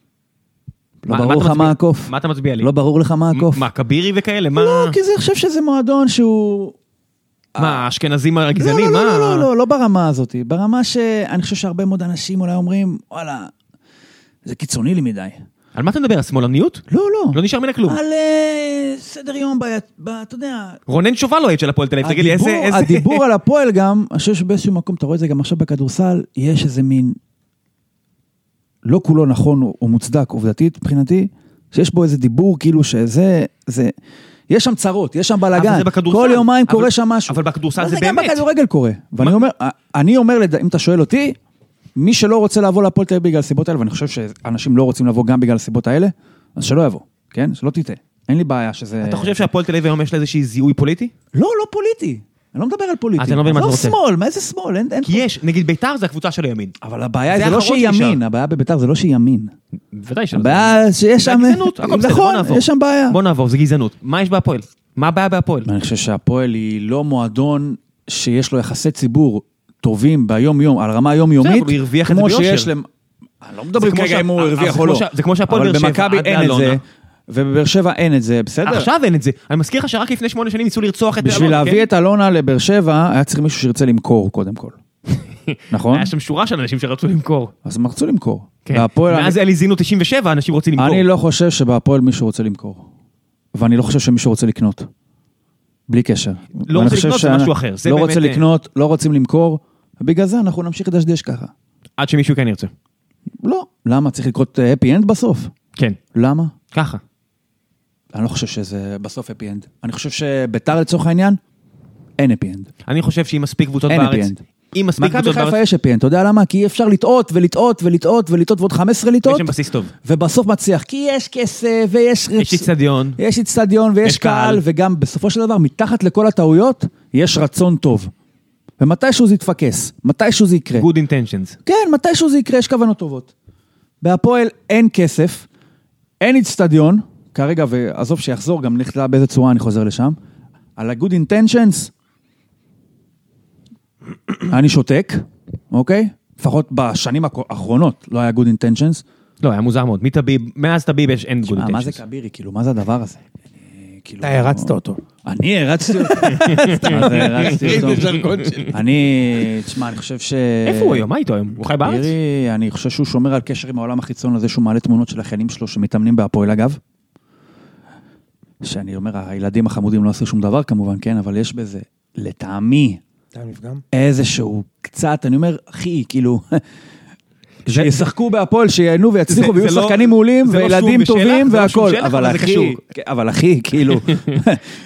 לא
מה-
ברור
אתה
לך
מצביע-
מה הקוף?
מה אתה מצביע לי?
לא ברור לך מה הקוף?
מ- מה, כבירי וכאלה? מה,
לא, כי זה אני חושב שזה מועדון שהוא...
מה, האשכנזים
לא,
הגזענים?
לא,
מה?
לא, לא, לא, לא ברמה הזאת. ברמה שאני חושב שהרבה מאוד אנשים אולי אומרים, וואלה, זה קיצוני לי מדי.
על מה אתה מדבר, על שמאלניות?
לא, לא.
לא נשאר ממנה כלום.
על אה, סדר יום, בעיית- ב- אתה יודע,
רונן שובל הוא העד של הפועל תל אביב, תגיד לי איזה...
הדיבור-
איזה-
הדיבור על הפועל גם, אני חושב שבאיזשהו מקום, אתה רואה את זה גם עכשיו בכדורסל, יש איזה מין, לא כולו נכון או או מוצדק עובדתית מבחינתי, שיש בו איזה דיבור כאילו שזה, זה, יש שם צרות, יש שם
אבל
בלאגן,
זה בכדורסל.
כל יומיים
אבל-
קורה שם משהו.
אבל בכדורסל
אבל
זה
גם
באמת.
בכדורגל קורה, ואני
מה-
אומר, אני אומר, לד- אם אתה שואל אותי, מי שלא רוצה לבוא להפועל תל אביב בגלל הסיבות האלה, ואני חושב שאנשים לא רוצים לבוא גם בגלל הסיבות האלה, אז שלא יבוא, כן? שלא תטעה. אין לי בעיה שזה...
אתה חושב שהפועל תל אביב היום יש לה איזשהי זיהוי פוליטי?
לא, לא פוליטי. אני לא מדבר על פוליטי.
אז אני לא מבין מה אתה רוצה.
עזוב שמאל, מה איזה שמאל? אין... אין...
כי יש, נגיד ביתר זה הקבוצה של הימין.
אבל הבעיה
זה
זה, לא
האחרון
שהיא
שנשאר.
ימין, הבעיה בביתר זה לא שהיא ימין.
בוודאי שלא.
הבעיה שיש
זה
שם...
גזענות, הכל בסדר, בוא
נכון,
נעבור.
יש שם בעיה.
בוא נעבור, זה גזענות. מה יש בהפועל? מה הבעיה בהפועל?
אני חושב שהפועל היא לא מועדון שיש לו יחסי ציבור טובים ביום-יום, על רמה
בסדר,
יומיומית,
אבל הוא הרוויח את זה
כמו
ביושר.
שיש למ... אני לא מדברים
כמו
כרגע
שה-
אם הוא
אה,
הרוויח
זה
או
כמו
לא.
שה- זה כמו שהפועל באר שבע,
אבל במכבי
עד
אין את
לאלונה.
זה, ובבאר שבע אין את זה, בסדר.
עכשיו אין את זה. אני מזכיר לך שרק לפני שמונה שנים ניסו לרצוח את...
בשביל
אלונה, כן?
להביא את אלונה לבאר שבע, היה צריך מישהו שירצה למכור קודם כל. נכון?
היה שם שורה של אנשים שרצו למכור.
אז הם רצו למכור.
כן.
והפועל...
מאז אלי זינו 97, אנשים רוצים למכור.
אני לא חושב שבהפועל מישהו רוצה למכור. ואני לא חושב שמישהו רוצה לקנות. בלי קשר. ואני
לא רוצה
חושב
לקנות, זה
שאנ-
משהו אחר. זה
לא
באמת,
רוצה
אה,
לקנות, לא רוצים למכור, ובגלל זה אנחנו נמשיך לדשדש ככה.
עד שמישהו כן ירצה.
לא. למה? צריך לקרות הפי אנד בסוף.
כן.
למה?
ככה.
אני לא חושב שזה בסוף הפי אנד. אני חושב שביתר לצורך העניין, אין הפי אנד.
אני חושב שאם מספיק קבוצות
אין
בארץ...
happy end.
אם מספיק
מכבי
קבוצות
חיפה
בארץ...
יש הפי אנד, אתה יודע למה? כי אי אפשר לטעות ולטעות ולטעות ולטעות ועוד 15
יש
לטעות,
שם בסיס טוב.
ובסוף מצליח. כי יש כסף ויש...
יש איצטדיון.
יש איצטדיון ויש
יש קהל.
קהל, וגם בסופו של דבר, מתחת לכל הטעויות, יש רצון טוב. ומתישהו זה יתפקס, מתישהו זה יקרה.
Good intentions.
כן, מתישהו זה יקרה, יש כוונות טובות. בהפועל אין כסף, אין איצטדיון, כרגע, ועזוב שיחזור, גם לך תדע באיזה צורה אני חוזר לשם. על ה-good intentions, אני שותק, אוקיי? לפחות בשנים האחרונות לא היה good intentions.
לא, היה מוזר מאוד. מטביב, מאז טביב יש אין גוד
מה, מה זה
אינטנשנס.
כבירי? כאילו, מה זה הדבר הזה? אה, כאילו...
אתה הרצת אותו.
אני הרצתי אותו. מה
כן,
זה הרצתי אותו? אני, תשמע, אני חושב ש...
איפה הוא היום? מה איתו היום? הוא חי בארץ?
מירי, אני חושב שהוא שומר על קשר עם העולם החיצון הזה שהוא מעלה תמונות של החיילים שלו שמתאמנים בהפועל אגב. שאני אומר, הילדים החמודים לא עשו שום דבר כמובן, כן? אבל יש בזה, לטעמי,
אתה נפגם?
איזשהו קצת, אני אומר, אחי, כאילו... שישחקו בהפועל, שייהנו
זה-
ויצליחו,
זה
ויהיו
לא-
שחקנים מעולים,
זה לא
וילדים
שום בשאלה,
טובים
זה לא שום
והכול.
שאלה,
אבל
אבל זה
אחי, כן,
קשור.
אבל אחי, כאילו,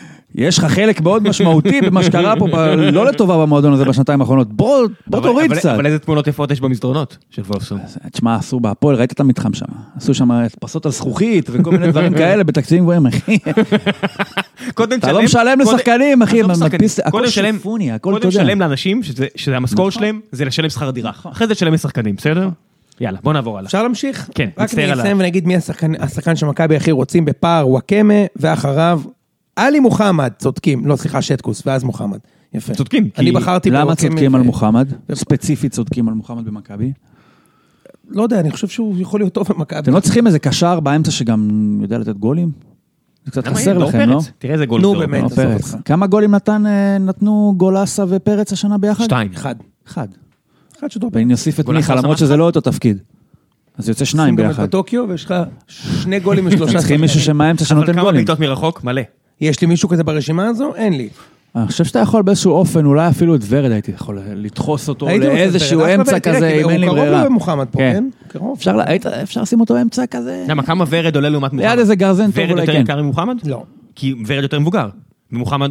יש לך חלק מאוד משמעותי במה שקרה פה, ב- לא לטובה במועדון הזה בשנתיים האחרונות. בוא בוא
אבל-
תוריד
אבל-
קצת.
אבל איזה תמונות יפות יש במסדרונות של וולפסון.
תשמע, עשו בהפועל, ראית את המתחם שם. עשו שם הדפסות על זכוכית וכל מיני דברים כאלה בתקציבים גבוהים, אחי.
קודם
אתה לא משלם
קודם-
לשחקנים, אחי,
עזוב
מה,
שחקנים.
מדפיס- הכל
קודם שלם-
שופוני, הכל,
קודם
אתה יודע.
שלם לאנשים, שזה- שזה המשכורת
נכון.
שלהם, זה לשלם שכר דירה. אחרי זה לשלם לשחקנים, בסדר? יאללה, בוא נעבור הלאה.
אפשר להמשיך?
כן,
רק
מצטער עליו.
נסיים ונגיד מי השחקן, השחקן שמכבי הכי רוצים בפער וואקמה, ואחריו עלי מוחמד, צודקים, לא סליחה שטקוס, ואז מוחמד. יפה.
צודקים, כי-
אני בחרתי
למה
בוואקמה
צודקים
ו-
על מוחמד? ספציפית צודקים על מוחמד במכבי?
לא יודע, אני חושב שהוא יכול להיות טוב במכבי.
אתם לא צריכים איזה קשר באמצע שגם יודע לתת גולים? זה קצת
למה
חסר
אין? דור
לכם, לא?
פרץ? תראה איזה גול.
נו,
זה.
באמת.
דור
אין, עזוב
פרץ.
אותך.
כמה גולים נתן, אה, נתנו גולסה ופרץ השנה ביחד?
שתיים.
אחד.
אחד.
אחד שטוב.
ואני אוסיף את
גולסה
מיכה,
עשה
למרות
משהו?
שזה לא אותו תפקיד. אז יוצא שניים ביחד.
בטוקיו, ויש לך שני גולים ושלושה
אתם צריכים
שחקנים.
מישהו שמהאמצע
אבל
שנותן
כמה
גולים.
בעיטות מרחוק? מלא.
יש לי מישהו כזה ברשימה הזו? אין לי.
אה, אני חושב שאתה יכול באיזשהו אופן, אולי אפילו את ורד הייתי יכול אה, לדחוס אותו
הייתי רוצה
לאיזשהו
את ורד.
אמצע
אחלה, תראה,
כזה,
כי
אם אין לי
הוא קרוב
ברירה.
למוחמד פה,
כן.
כן? קרוב.
אפשר לה- היית- אפשר לשים אותו אמצע כזה?
למה כמה ורד עולה לעומת מוחמד?
ליד איזה גרזן טוב
ורד
אולי
יותר
כן.
יקר ממוחמד?
לא.
כי ורד יותר מבוגר. ומוחמד...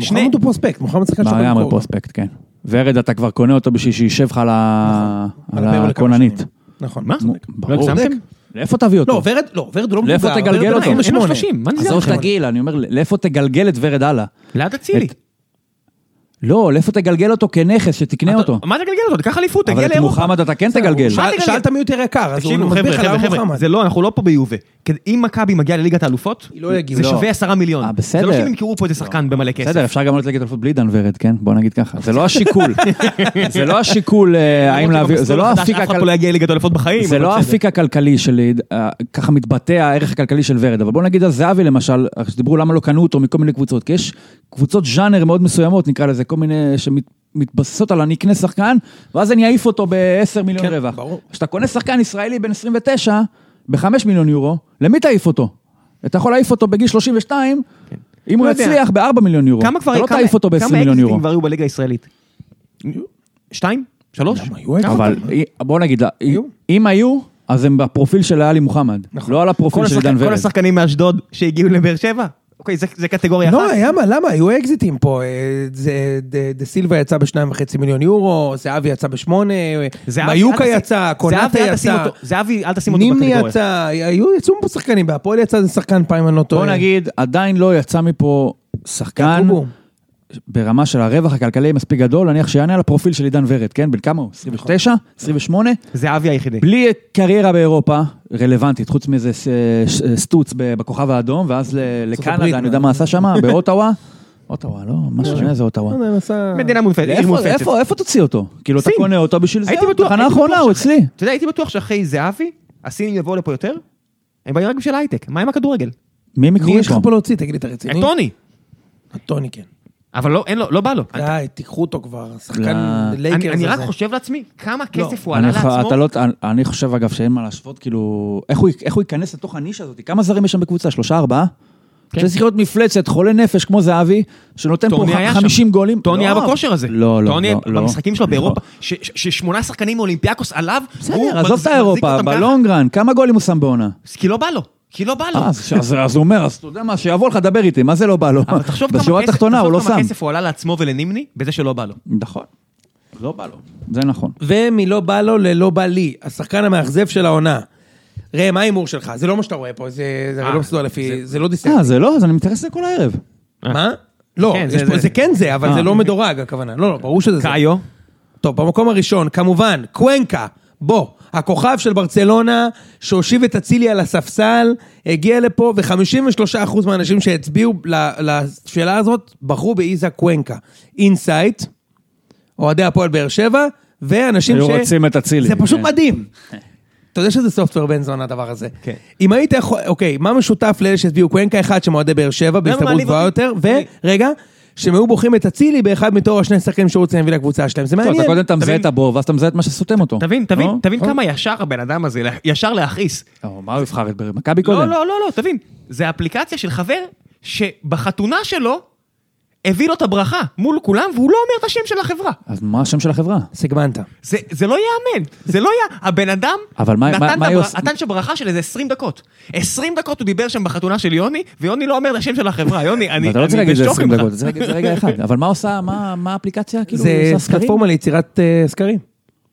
שני.
מוחמד הוא פרוספקט, מוחמד שחקן שאתה
לגמרי
במקור.
פרוספקט, כן. ורד, אתה כבר קונה אותו בשביל שישב לך על ה-
על
על
הפרק נכון. לכמה
הכוננית.
שנים. נכון.
מה?
צודק.
לא
ברור.
הגזמתם?
לאיפה תביא אותו?
לא, ורד, לא, ורד הוא לא
לאיפה
מבוגר.
תגלגל
ורד הוא
אותו?
אין לו
28.
30, מה נסגר
עזוב את
לכם?
הגיל, אני אומר, לאיפה תגלגל את ורד הלאה?
ליד אצילי.
את- לא, לאיפה תגלגל אותו כנכס, שתקנה אה, אותו.
מה תגלגל אותו? תיקח אליפות,
אבל
תגיע
את
לאירופה.
מוחמד אתה כן תגלגל.
הוא- מה
שאל-
תגלגל?
שאלת מי יותר יקר, אז
תקשיבו,
הוא
חבר'ה,
מסביר לך
חבר'ה,
למה
חבר'ה,
מוחמד.
זה לא, אנחנו לא פה ביובה. כדי- אם מכבי מגיעה לליגת האלופות,
היא לא יגיעו,
זה
לא.
שווה עשרה מיליון.
אה,
זה
בסדר.
לא שהם ימכרו פה איזה שחקן במלא כסף.
בסדר, אפשר גם לא לתגלגל אותו בלי דן ורד, כן? בוא נגיד ככה. זה לא השיקול. זה לא השיקול אה, האם
למרות
להביא... זה
שבמסלול
לא
החדש
האפיק
אף אחד
הכל-
פה לא יגיע לליגת האלופות בחיים.
זה
אבל
לא
בסדר.
האפיק הכלכלי של, אה, ככה מתבטא הערך הכלכלי של ורד, אבל בוא נגיד על זהבי למשל, שדיברו למה לא קנו אותו מכל מיני קבוצות, כי יש קבוצות ז'אנר מאוד מסוימות, נקרא לזה, כל מיני שמתבססות על אני אקנה שחקן, ואז אני אעיף אותו ב-10 מיליון
כן,
רווח.
ברור.
כשאתה קונה שחקן ישראלי בן 29, ב-5 מיליון יורו, למי תעיף אותו? אתה יכול להעיף אותו בגיל 32, אם הוא
לא יודע.
יצליח ב-4 מיליון יורו.
כמה כבר...
אתה לא
כמה-
תעיף אותו ב-20
כמה
מיליון
אקזיטים
יורו.
כבר היו בליגה הישראלית? שתיים? שלוש?
היו אקזיטים?
אבל בוא נגיד,
היו?
אם היו, אז הם בפרופיל של עלי מוחמד,
נכון.
לא על הפרופיל
כל
של
השחק-
דן
כל
ורד.
השחקנים מאשדוד שהגיעו לבאר שבע? אוקיי, זה- זה קטגוריה אחת.
לא,
אה,
היה מה, למה? היו אקזיטים פה. אה, זה- דה- דה סילבה יצא בשניים וחצי מיליון יורו, זהבי יצא בשמונה, אה,
זהבי,
מיוקה
אל תשים-
יצא, קונאטה
זהבי, אל תשים
יצא,
אותו- זהבי, אל תשים אותו
נימני
בקטגוריה.
יצא, היו, יצאו פה שחקנים, בהפועל יצא איזה שחקן פעם, אני לא טועה.
בוא נגיד, עדיין לא יצא מפה שחקן
יעקובו.
ברמה של הרווח הכלכלי מספיק גדול, נניח שיענה על הפרופיל של עידן ורד, כן? בן כמה הוא? 29? 28?
זהבי היחידי.
בלי קריירה באירופה רלוונטית, חוץ מאיזה ס- ש- סטוץ ב- בכוכב האדום, ואז ל-
הברית,
לקנדה, אני יודע מה עשה שם, באוטאווה. אוטאווה, לא, משהו שאין איזה אוטאווה.
לא יודע, נסע-
מדינה מונפצת, עיר
איפה,
מונפצת.
איפה, איפה תוציא אותו? כאילו, אתה
סין.
קונה אותו בשביל זה,
הייתי בטוח,
תחנה
הייתי
אחרונה,
בטוח
הוא
ש-
אצלי.
אתה יודע, הייתי בטוח שאחרי זהבי, הסינים יבואו לפה יותר, הם באים רק בשביל הייטק, מה עם הכדורגל?
מי
מי מקרואים
יש לך
פה?
פה להוציא? תגיד לי, אתה
את
רציני?
טוני.
טוני, כן.
אבל לא, אין לו, לא בא לו. אני-
די, תיקחו אותו כבר, שחקן
לא.
לייקרס
אני-
הזה.
אני רק חושב לעצמי, כמה כסף הוא
אני
עלה
ח- אתה
לעצמו.
לא, אני- אני חושב אגב שאין מה להשוות, כאילו, איך הוא, איך הוא ייכנס לתוך הנישה הזאת? כמה זרים יש שם בקבוצה? שלושה, ארבעה?
כן.
כן. שזה צריך להיות מפלצת, חולה נפש כמו זהבי, שנותן פה
טוני היה שם.
50 גולים.
טוני
לא.
היה בכושר הזה.
לא, לא,
טוני
לא, לא.
במשחקים שלו
לא.
באירופה, ש- ש- ששמונה שחקנים מאולימפיאקוס עליו, הוא
בסדר, עזוב
מחזיק
את האירופה,
אותם ככה.
בלונגרן, כמה גולים הוא שם בעונה?
כי לא בא לו, כי לא בא לו.
אה, אז- אז אז הוא אומר, אז אתה יודע מה, שיבוא לך, דבר איתי, מה זה לא בא לו?
אבל תחשוב כמה
בשורה
כסף-
התחתונה הוא לא
תחשוב
שם.
כמה כסף הוא עלה לעצמו ולנימני, בזה שלא בא לו.
נכון. לא בא לו. זה נכון.
ומלא לא בא לו ללא בא לי, השחקן המאכזב של העונה. ראה, מה ההימור שלך? זה לא מה שאתה רואה פה, זה זה הרי
אה,
לא מסודר לפי... זה לא דיסטנט.
אה, זה לא? אז אני מתייחס לזה כל הערב.
מה? לא,
כן,
יש
זה-
פה-
זה-
זה כן זה, אבל
אה.
זה לא מדורג הכוונה. לא, לא, ברור שזה זה.
קאיו,
טוב, במקום הראשון, כמובן, קוונקה, בוא, הכוכב של ברצלונה, שהושיב את אצילי על הספסל, הגיע לפה, ו-53% מהאנשים שהצביעו ל- לשאלה הזאת, בחרו באיזה קוונקה. אינסייט, אוהדי הפועל באר שבע, ואנשים
היו רוצים את אצילי.
זה פשוט
כן.
מדהים. אתה אתה יודע שזה סופטוור בן זונה הדבר הזה.
כן.
אם היית יכול, אוקיי, מה משותף לאלה שהצביעו קוונקה אחד שמועדי באר שבע בהסתברות
מעליב
גבוהה
אותי?
יותר,
אני-
ורגע, שהם היו בוחרים את אצילי באחד מתור השני שחקנים שהוא רוצה להביא לקבוצה שלהם, זה
טוב, אתה
מעניין.
קודם אתה מזהה
תבין.
את הבור, ואז אתה מזהה את מה שסותם אותו.
תבין, תבין,
לא?
תבין
לא.
כמה ישר הבן אדם הזה, ישר להכעיס.
או, מה הוא יבחר את באר- מכבי
לא,
קודם?
לא, לא, לא, תבין. זה אפליקציה של חבר שבחתונה שלו הביא לו את הברכה מול כולם, והוא לא אומר את השם של החברה.
אז מה השם של החברה?
סגמנטה.
זה, זה לא ייאמן, זה לא ייאמן. הבן אדם
אבל מה-
נתן
מה-
את
מה היא
הברכה-
עוש-
נתן שם ברכה של איזה 20 דקות. 20 דקות הוא דיבר שם בחתונה של יוני, ויוני לא אומר את השם של החברה. יוני, אני
אתה לא צריך
אני
להגיד את זה
בשוק
20
ממך.
דקות, זה רגע- זה רגע אחד. אבל מה עושה, מה מה האפליקציה? כאילו,
זה
עושה סקרים?
פלטפורמה ליצירת אה, סקרים.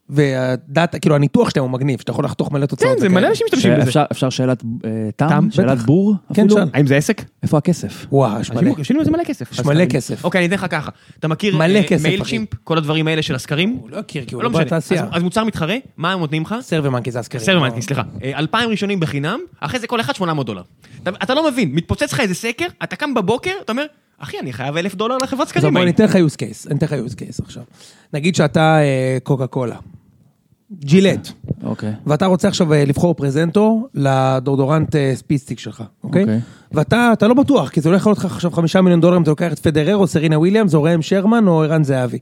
והדאטה, כאילו הניתוח שלהם הוא מגניב, שאתה יכול לחתוך מלא תוצאות.
כן, זה
וכאלה.
מלא אנשים משתמשים בזה.
שאפשר- אפשר שאלת אה,
תם,
תם? שאלת
בטח.
בור?
כן,
אפילו?
שאל.
האם זה עסק?
איפה הכסף?
וואו, יש מלא.
אנשים משלמים על זה מלא כסף.
יש מלא
אז-
כסף.
אוקיי, אני אתן לך ככה. אתה מכיר אה,
מלא כסף,
מייל
אחי.
צ'ימפ, כל הדברים האלה של הסקרים?
הוא לא הכיר, כי הוא
לא
לא
משנה.
בתעשייה.
אז- אז מוצר מתחרה, מה הם נותנים לך?
סרברמנקי זה הסקרים.
סרמנטי, סליחה. אה, 2,000 ראשונים בחינם, אחרי זה כל אחד 800 דולר. אתה- אתה לא מבין, מתפוצץ לך איזה סקר, אתה קם בבוקר, אתה אומר, אחי, אני חייב 1,000 דולר לחברת
אז
סקרים.
בוא,
האלה."
אני אתן לך use case, אני אתן לך use case עכשיו. נגיד שאתה אה, קוקה קולה, ג'ילט,
אוקיי.
ואתה רוצה עכשיו אה, לבחור פרזנטור לדורדורנט אה, ספיסטיק שלך, אוקיי?
אוקיי.
ואתה אתה לא בטוח, כי זה הולך לעלות לך עכשיו חמישה מיליון דולר אם אתה לוקח את פדרר או סרינה וויליאמס או ראם שרמן או ערן זהבי.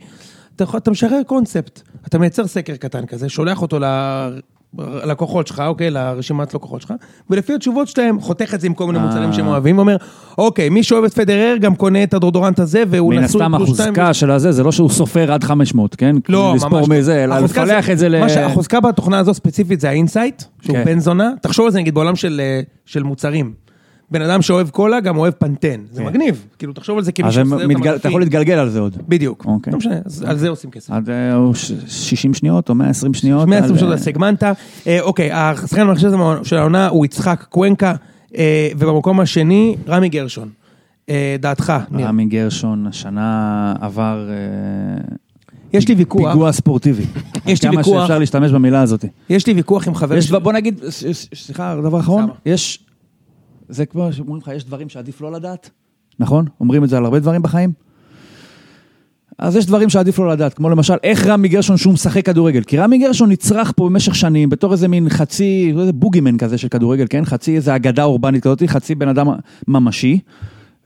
אתה יכול- אתה משחרר קונספט, אתה מייצר סקר קטן כזה, שולח אותו ל- ללקוחות שלך, אוקיי, לרשימת לקוחות שלך, ולפי התשובות שלהם חותך את זה עם כל מיני
אה.
מוצרים שהם אוהבים, ואומר, אוקיי, מי שאוהב את פדרר גם קונה את הדורדורנט הזה, והוא
מן
נשוי
הסתם
פלוס שתיים
החוזקה של הזה, זה לא שהוא סופר עד 500, כן?
לא, ממש.
לספור מזה, אלא
החוזקה
לפלח
זה-
את זה ל...
מה שהחוזקה בתוכנה הזו ספציפית זה האינסייט, שהוא
כן.
בן זונה. תחשוב על זה נגיד בעולם של, אה, של מוצרים. בן אדם שאוהב קולה גם אוהב פנטן. זה מגניב. כאילו, תחשוב על זה כמי
כן. אז הם
שעושה את
מתגל- אתה
המדפים.
יכול להתגלגל על זה עוד.
בדיוק.
אוקיי.
לא משנה, אז על זה עושים כסף.
עד אה, או ש- 60 שניות או 120 שניות.
120
על,
שעות
אה,
הסגמנטה. אה, אוקיי, השחקן המחשב של העונה הוא יצחק קוונקה, אה, ובמקום השני, רמי גרשון. אה, דעתך, ניר.
רמי גרשון השנה עבר אה,
יש לי ויכוח,
פיגוע ספורטיבי.
יש לי
כמה
ויכוח.
שאפשר להשתמש במילה הזאת.
יש לי ויכוח עם חבר
יש,
שלי.
בוא נגיד, ס- ס- סליחה, דבר אחרון,
סבא.
יש, זה כמו שאומרים לך, יש דברים שעדיף לא לדעת, נכון? אומרים את זה על הרבה דברים בחיים. אז יש דברים שעדיף לא לדעת, כמו למשל, איך רמי גרשון שהוא משחק כדורגל? כי רמי גרשון נצרך פה במשך שנים בתור איזה מין חצי, איזה בוגימן כזה של כדורגל, כן? חצי איזה אגדה אורבנית כזאת, חצי בן אדם ממשי.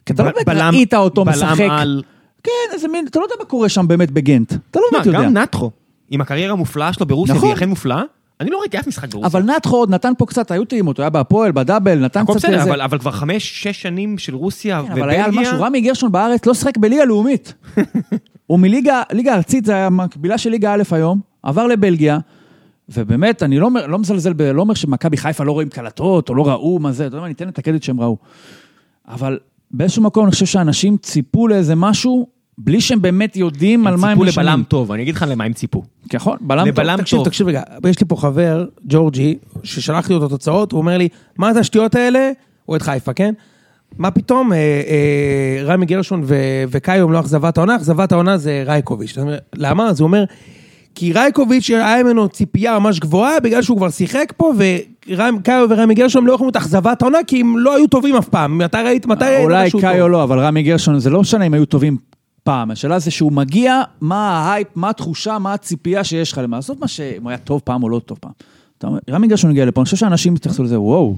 כי אתה לא באמת
בלם-
ראית אותו
בלם
משחק.
על-
כן, איזה מין, אתה לא יודע מה קורה שם באמת בגנט. אתה לא
מה,
באמת יודע.
גם נטחו, עם הקריירה המופלאה שלו ברוסיה,
נכון.
והיא אכן מופלאה, אני לא ראיתי אף משחק ברוסיה.
אבל נתחו עוד נתן פה קצת, היו טעימות, הוא היה בהפועל, בדאבל, נתן
הכל
קצת
בסדר,
איזה...
אבל- אבל כבר חמש, שש שנים של רוסיה
כן, אבל היה על
ובלגיה,
משהו, רמי גרשון בארץ לא שחק בליגה לאומית. הוא מליגה, ליגה ארצית, זה היה מקבילה של ליגה א' היום, עבר לבלגיה, ובאמת, אני לא, אומר- לא מזלזל, ב- לא אומר שמכבי חיפה לא רואים קלטות, או לא ראו מה זה, אתה יודע מה, ניתן את הקרדיט שהם ראו. אבל באיזשהו מקום אני חושב שאנשים ציפו לאיזה משהו, בלי שהם באמת יודעים על
הם
מה הם
ציפו לבלם
נשענים.
טוב, אני אגיד לך למה הם ציפו.
נכון, בלם טוב.
לבלם-
תקשיב,
טוב.
תקשיב רגע, יש לי פה חבר, ג'ורג'י, ששלחתי לו את התוצאות, הוא אומר לי, מה זה השטויות האלה? הוא אוהד חיפה, כן? מה פתאום, אה, אה, רמי גרשון ו- וקאיום לא אכזבת העונה, אכזבת העונה זה רייקוביץ'. אתה אומר, למה? אז הוא אומר, כי רייקוביץ' היה ממנו ציפייה ממש גבוהה, בגלל שהוא כבר שיחק פה, וקאיו ורמי גרשון לא יכולים להיות אכזבת העונה, כי הם לא היו טובים אף פעם. מתי ראית, מתי ראית
אולי
משהו טוב?
קאיו לא, אבל רמי גרשון, זה לא משנה אם היו טובים פעם. השאלה זה שהוא מגיע, מה ההייפ, מה התחושה, מה הציפייה שיש לך למה. עזוב מה שאם הוא היה טוב פעם או לא טוב פעם. אתה אומר, רמי גרשון הגיע לפה, אני חושב שאנשים התייחסו לזה, וואו.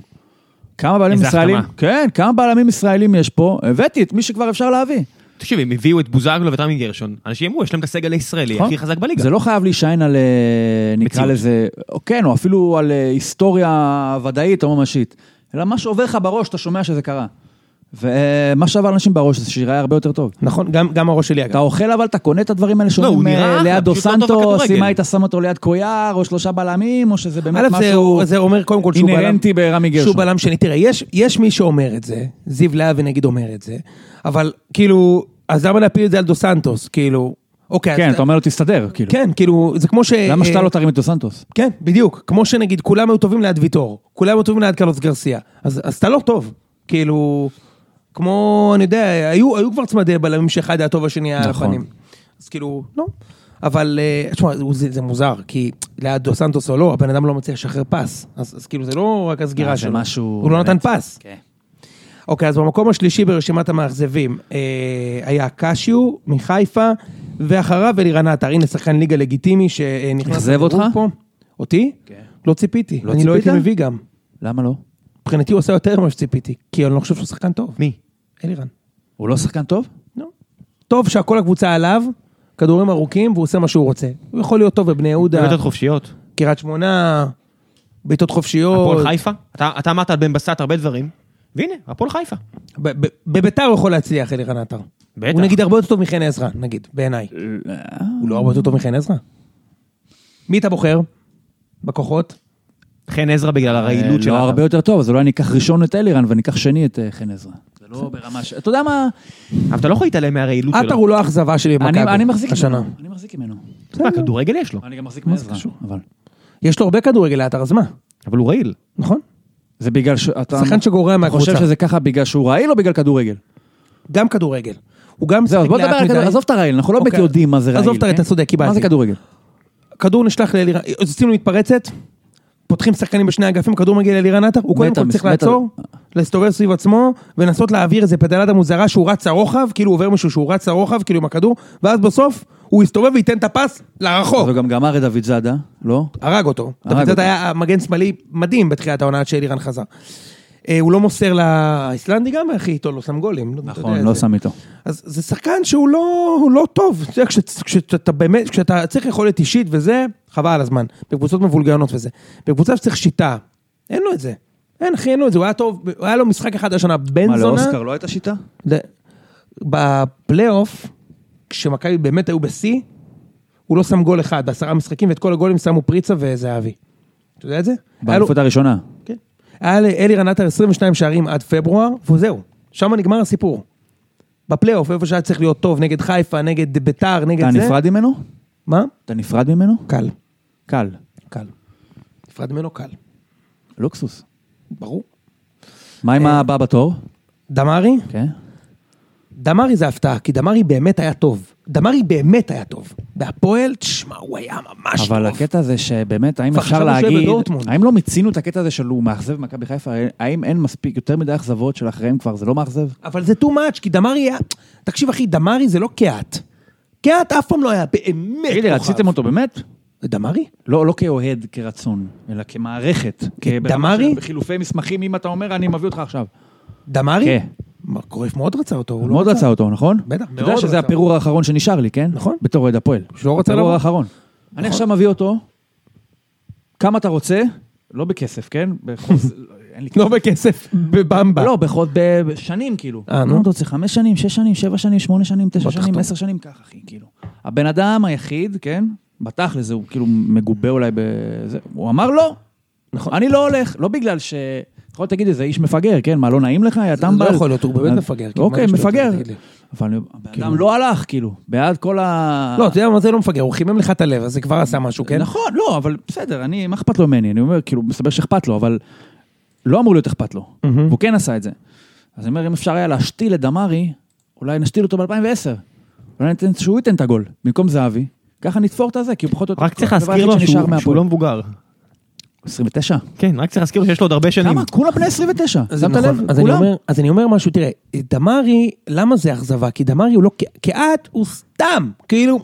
כמה בלמים
איזה
ישראלים,
החתמה.
כן, כמה בלמים ישראלים יש פה, הבאתי את מי שכבר אפשר להביא.
תקשיב, הם הביאו את בוזגלו ואת רמי גרשון, אנשים אמרו, יש להם את הסגל הישראלי הכי חזק בליגה.
זה לא חייב להישען על, אה, נקרא
מציאות.
לזה, או כן, או אפילו על אה, היסטוריה ודאית או ממשית, אלא מה שעובר לך בראש, אתה שומע שזה קרה. ומה שעבר לאנשים בראש זה שיראה הרבה יותר טוב.
נכון, גם, גם הראש שלי אגב.
כן. אתה אוכל אבל, אתה קונה את הדברים
לא,
האלה שאומרים
הוא נראה
אה,
אחלה,
ליד דו
פשוט לא טוב
סנטוס,
בכדורגל.
אם היית שם אותו ליד קויאר, או שלושה בלמים, או שזה באמת
א', זה,
משהו...
הוא- זה אומר קודם כל שהוא בלם.
אינהרנטי ברמי גרשון.
שהוא בלם שני. תראה, יש, יש מי שאומר את זה, זיו להבי נגיד אומר את זה, אבל כאילו, אז למה להפיל את זה על דו סנטוס? כאילו, אוקיי,
כן,
אז...
אתה אומר לו תסתדר, כאילו.
כן, כאילו, זה כמו ש...
למה שאתה
אה,
לא תרים את דו סנטוס?
כן, בדיוק. כמו שנגיד, כולם היו טובים ליד ויטור, כולם היו טובים ליד קרלוס גרסיה. אז, אז אתה לא טוב. כאילו, כמו, אני יודע, היו, היו כבר צמדי בלמים שאחד היה טוב השני היה על
נכון.
הפנים. אז כאילו, לא. אבל, אה, תשמע, הוא- זה, זה מוזר, כי ליד דו סנטוס או לא, הבן אדם לא מצליח לשחרר פס. אז, אז כאילו, זה לא רק הסגירה
אה, זה
שלו.
משהו
הוא לא נתן
באמת. כן.
פס. אוקיי, אז במקום השלישי ברשימת המאכזבים אה, היה קשיו מחיפה, ואחריו אלירן עטר. הנה שחקן ליגה לגיטימי שנכנס...
אכזב
לדירוג
אותך?
פה. אותי,
כן.
לא ציפיתי.
לא
אני לא הייתי
ציפית?
מביא גם.
למה לא?
מבחינתי הוא עשה יותר ממה שציפיתי, כי אני לא חושב שהוא שחקן טוב.
מי?
אלירן.
הוא לא שחקן טוב?
לא. טוב שהכל הקבוצה עליו, כדורים ארוכים, והוא עושה מה שהוא רוצה. הוא יכול להיות טוב בבני יהודה,
בעיטות חופשיות.
קריית שמונה, בעיטות חופשיות.
הפועל חיפה? אתה אתה אמרת על בן בסט הרבה דברים, והנה, הפועל חיפה.
ב- ב- בביתר הוא יכול להצליח, אלירן עטר.
בטח.
הוא נגיד הרבה יותר טוב מחן עזרא, נגיד, בעיניי.
אה.
הוא לא הרבה יותר טוב מחן עזרא. מי אתה בוחר? בכוחות?
חן עזרא בגלל הרעילות
לא
שלה.
הרבה יותר טוב, אז אולי אני אקח ראשון את אלירן ואני אקח שני את אה, חן עזרא. זה לא ברמה ש... אתה יודע מה?
אבל אתה לא יכול להתעלם מהרעילות
אה,
עטר
שלו.
הוא לא האכזבה שלי במכבי
אני אני מחזיק
השנה.
ממנו. אני מחזיק ממנו.
מה, כדורגל יש לו,
אני גם מחזיק מעזרא. אבל...
יש לו הרבה כדורגל לעטר, אז מה?
אבל הוא רעיל.
נכון?
זה בגלל ש... אתה
שחקן שגורע מהקבוצה.
אתה חושב שזה ככה בגלל שהוא רעיל או בגלל כדורגל?
גם כדורגל. הוא גם
זהו, אז
משחק
בוא נדבר
לאט
על כדורגל.
מדי.
עזוב את הרעיל, אנחנו לא באמת
אוקיי.
יודעים מה זה רעיל.
עזוב את הרעיל,
כן?
אתה צודק, קיבלתי.
מה זה כדורגל?
אוקיי. כדור נשלח לאלירן, יוצאים למתפרצת, פותחים שחקנים בשני אגפים, כדור מגיע לאלירן עטר, הוא קודם
מטר,
כל צריך
מטר.
לעצור, להסתובב סביב עצמו, ולנסות להעביר איזה פדלדה מוזרה שהוא רץ לרוחב, כאילו עובר מישהו שהוא רץ לרוחב, כאילו עם הכדור, ואז בסוף הוא יסתובב וייתן את הפס לרחוק.
וגם גמר את דוד זאדה, לא?
הרג אותו.
הרג
דוד זאת
אותו.
היה מגן שמאלי מדהים בתחילת העונה עד שאלירן חזר. אה, הוא לא מוסר לאיסלנדי גם, הכי איתו, לא שם גולים. אתה
נכון,
יודע,
לא
זה-
שם איתו.
אז זה שחקן שהוא לא, הוא לא טוב, אתה יודע, כשאת- כשאתה באמת, כשאתה צריך יכולת אישית וזה, חבל על הזמן, בקבוצות מבולגנות וזה. בקבוצה שצריך שיטה, אין לו את זה. אין אחי, אין לו את זה, הוא היה טוב, הוא היה לו משחק אחד השנה, בן
מה,
זונה.
לאוסקר לא הייתה שיטה?
זה- בפלייאוף, כשמכבי באמת היו בשיא, הוא לא שם גול אחד, בעשרה משחקים, ואת כל הגולים שמו פריצה וזהבי. אתה יודע את זה? היה לו-
באליפות הראשונה.
כן. היה לאלירן עטר 22 שערים עד פברואר, וזהו. שם נגמר הסיפור. בפלייאוף, איפה שהיה צריך להיות טוב, נגד חיפה, נגד ביתר, נגד
אתה
זה.
נפרד ממנו?
מה?
אתה נפרד ממנו?
קל.
קל.
קל. נפרד ממנו קל.
לוקסוס.
ברור.
מה עם
אה,
הבא בתור?
דמרי?
כן.
דמרי זה הפתעה, כי דמרי באמת היה טוב. דמרי באמת היה טוב. בהפועל, תשמע, הוא היה ממש טוב.
אבל הקטע זה שבאמת, האם
כבר
אפשר
חשבנו שהוא יהיה
להגיד,
בדורטמונד.
האם לא מיצינו את הקטע הזה של הוא מאכזב במכבי חיפה? האם אין מספיק, יותר מדי אכזבות של אחריהם כבר, זה לא מאכזב?
אבל זה too much, כי דמרי היה... תקשיב, אחי, דמרי זה לא קהת. קהת אף פעם לא היה באמת
תגיד לי, רציתם אותו באמת?
דמרי?
לא, לא כאוהד, כרצון, אלא כמערכת. כברמה
אה, דמרי?
של- בחילופי מסמכים, אם אתה אומר, אני מביא אותך עכשיו.
דמרי?
כן.
מה, קרויף מאוד רצה אותו, הוא לא
מאוד רצה אותו, נכון?
בטח,
אתה
מאוד
יודע שזה
רצה.
הפירור האחרון שנשאר לי, כן?
נכון.
בתור אוהד הפועל.
שהוא לא רצה
הפירור
לבוא. נכון.
האחרון. אני עכשיו מביא אותו, כמה אתה רוצה, לא בכסף, כן? בחוז- אין לי כסף.
לא בכסף, בבמבה.
לא, בחוד... בשנים, כאילו.
אה, נו.
מה אתה רוצה? חמש שנים, שש שנים, שבע שנים, שמונה שנים, תשע
בוא
שנים,
תחתום.
עשר שנים, ככה, אחי, כאילו. הבן אדם היחיד, כן? בתכל'ס, הוא כאילו מגובה אולי בזה. הוא אמר לא. נכון. אני לא הולך, לא בגלל ש... יכול להיות, תגיד לי, זה איש מפגר, כן? מה, לא נעים לך? יא טמבל?
יכול להיות, הוא באמת
אז-
אה, מפגר, כי
אוקיי,
מה יש לו,
מפגר.
תגיד לי.
אבל הבן אדם לא הלך, כאילו, בעד כל ה...
לא, אתה יודע מה זה לא מפגר, הוא חימם לך את הלב, אז זה כבר עשה משהו, כן?
נכון, לא, אבל בסדר, אני, מה אכפת לו ממני? אני אומר, כאילו, מסתבר שאכפת לו, אבל לא אמור להיות אכפת לו.
מהמם.
והוא כן עשה את זה. אז אני אומר, אם אפשר היה להשתיל את דמארי, אולי נשתיל אותו ב-2010. אולי ניתן שהוא ייתן את הגול, במקום זהבי. ככה נתפור את הזה, כי הוא פחות או יותר...
רק צריך
הדבר
להזכיר
היחיד
לו
שנשאר
שהוא- שהוא
מהפועל.
לא מבוגר.
29.
כן, רק צריך להזכיר לו שיש לו עוד הרבה שנים.
כמה? כולם בני 29.
אז
שמת
נכון,
לב?
אז אני
כולם?
אומר- אז אני אומר משהו, תראה, דמרי, למה זה אכזבה? כי דמרי הוא לא, קהת הוא סתם, כאילו,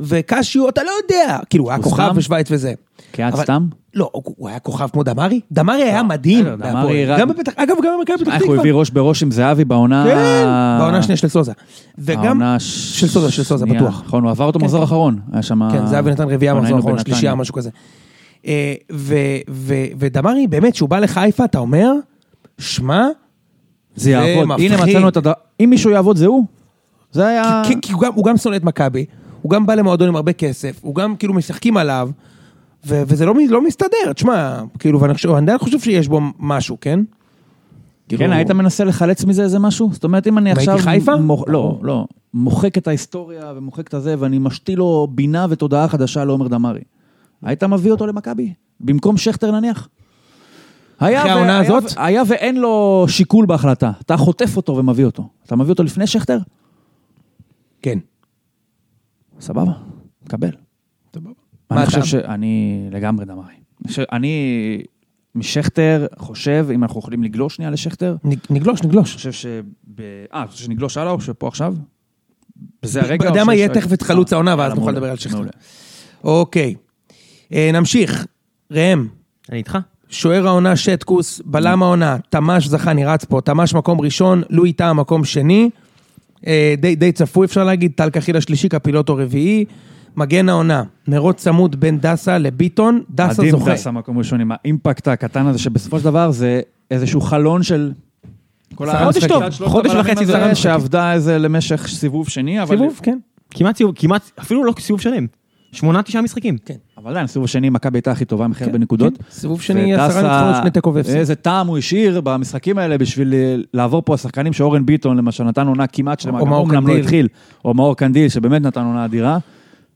וקשיו, אתה לא יודע, כאילו, הוא היה
הוא
כוכב
סתם?
בשוויץ וזה.
קהת
אבל-
סתם?
לא, הוא הוא היה כוכב כמו דמרי? דמרי היה מדהים,
בסדר, דמרי
בהפועל.
רק-
גם בפתח, אגב, גם במכבי פתח תקווה.
איך הוא הביא ראש בראש עם זהבי בעונה...
כן, בעונה השנייה של סוזה. וגם,
העונה
של סוזה, של סוזה,
שנייה.
בטוח.
נכון, הוא עבר אותו
כן,
מחזור אחרון. היה שם...
כן, זהבי נתן רביעייה
ראינו
במחזור האחרון,
אה, נכון, בנתניה.
שלישייה, משהו כזה. אה, ו- ו- ודמרי, באמת, כשהוא בא לחיפה, אתה אומר, שמע,
זה יעבוד.
מפחיד.
הנה מצאנו את הדבר... אם מישהו יעבוד זה הוא. זה היה...
כי- כי הוא גם- הוא גם שונא את מכבי, הוא גם בא למועדון עם הרבה כסף, הוא גם כאילו משחקים עליו, ו- וזה לא מ- לא מסתדר, תשמע, כאילו, ואני חושב- אני עדיין חושב שיש בו משהו, כן?
כן,
כאילו-
היית מנסה לחלץ מזה איזה משהו? זאת אומרת, אם אני
הייתי
עכשיו...
חיפה?
מוח- לא,
ברור.
לא. מוחק את ההיסטוריה ומוחק את הזה, ואני משתיל לו בינה ותודעה חדשה לעומר דמארי. היית מביא אותו למכבי? במקום שכטר נניח? היה
אחרי
ו-
העונה
היה
הזאת?
ו- היה ואין לו שיקול בהחלטה. אתה חוטף אותו ומביא אותו. אתה מביא אותו לפני שכטר?
כן.
סבבה, מקבל.
מה
אני חושב
אתה-
שאני לגמרי דמרי. ש- אני משכטר חושב, אם אנחנו יכולים לגלול שנייה לשכטר, אני
נ- נגלוש, נגלוש.
חושב ש... אה, אתה חושב שנגלוש הלאה או שפה עכשיו? בזה הרגע?
אתה
או
יודע מה
שיש- אה,
יהיה תכף את חלוץ העונה,
יאללה,
ואז נוכל
מעולה,
לדבר על שכטר.
מעולה.
אוקיי. אה, נמשיך. ראם,
אני איתך.
שוער העונה שטקוס, בלם העונה, תמ"ש זכני רץ פה, תמ"ש מקום ראשון, לואי טאה מקום שני, אה, די, די צפוי אפשר להגיד, טל קחיל השלישי, קפילוטו רביעי, מגן העונה, מרוץ צמוד בין דסה לביטון, דסה
מדהים
זוכה.
דסה מקום ראשון עם האימפקט הקטן הזה, שבסופו של דבר זה איזשהו חלון של... כל
עשרה
ה-
חודש
טוב,
שלושת
חודש
הבלמים
וחצי
הזה
זה היה משחקים.
שעבדה איזה למשך סיבוב שני, אבל...
סיבוב, כן.
כמעט סיבוב, כמעט, אפילו לא סיבוב שלם. שמונה, תשעה משחקים.
אבל עדיין, סיבוב שני, מכבי הייתה הכי טובה, מחיר
כן,
בנקודות.
כן. סיבוב שני,
ודסה,
עשרה ניצחונות, שני תיקו ואפס.
איזה טעם הוא השאיר במשחקים האלה בשביל אה, לעבור פה השחקנים שאורן ביטון, למשל, נתן עונה כמעט שלמה,
או
גם
מאור
אומנם לא
קנדיל.
התחיל, או מאור קנדיל, שבאמת נתן עונה אדירה.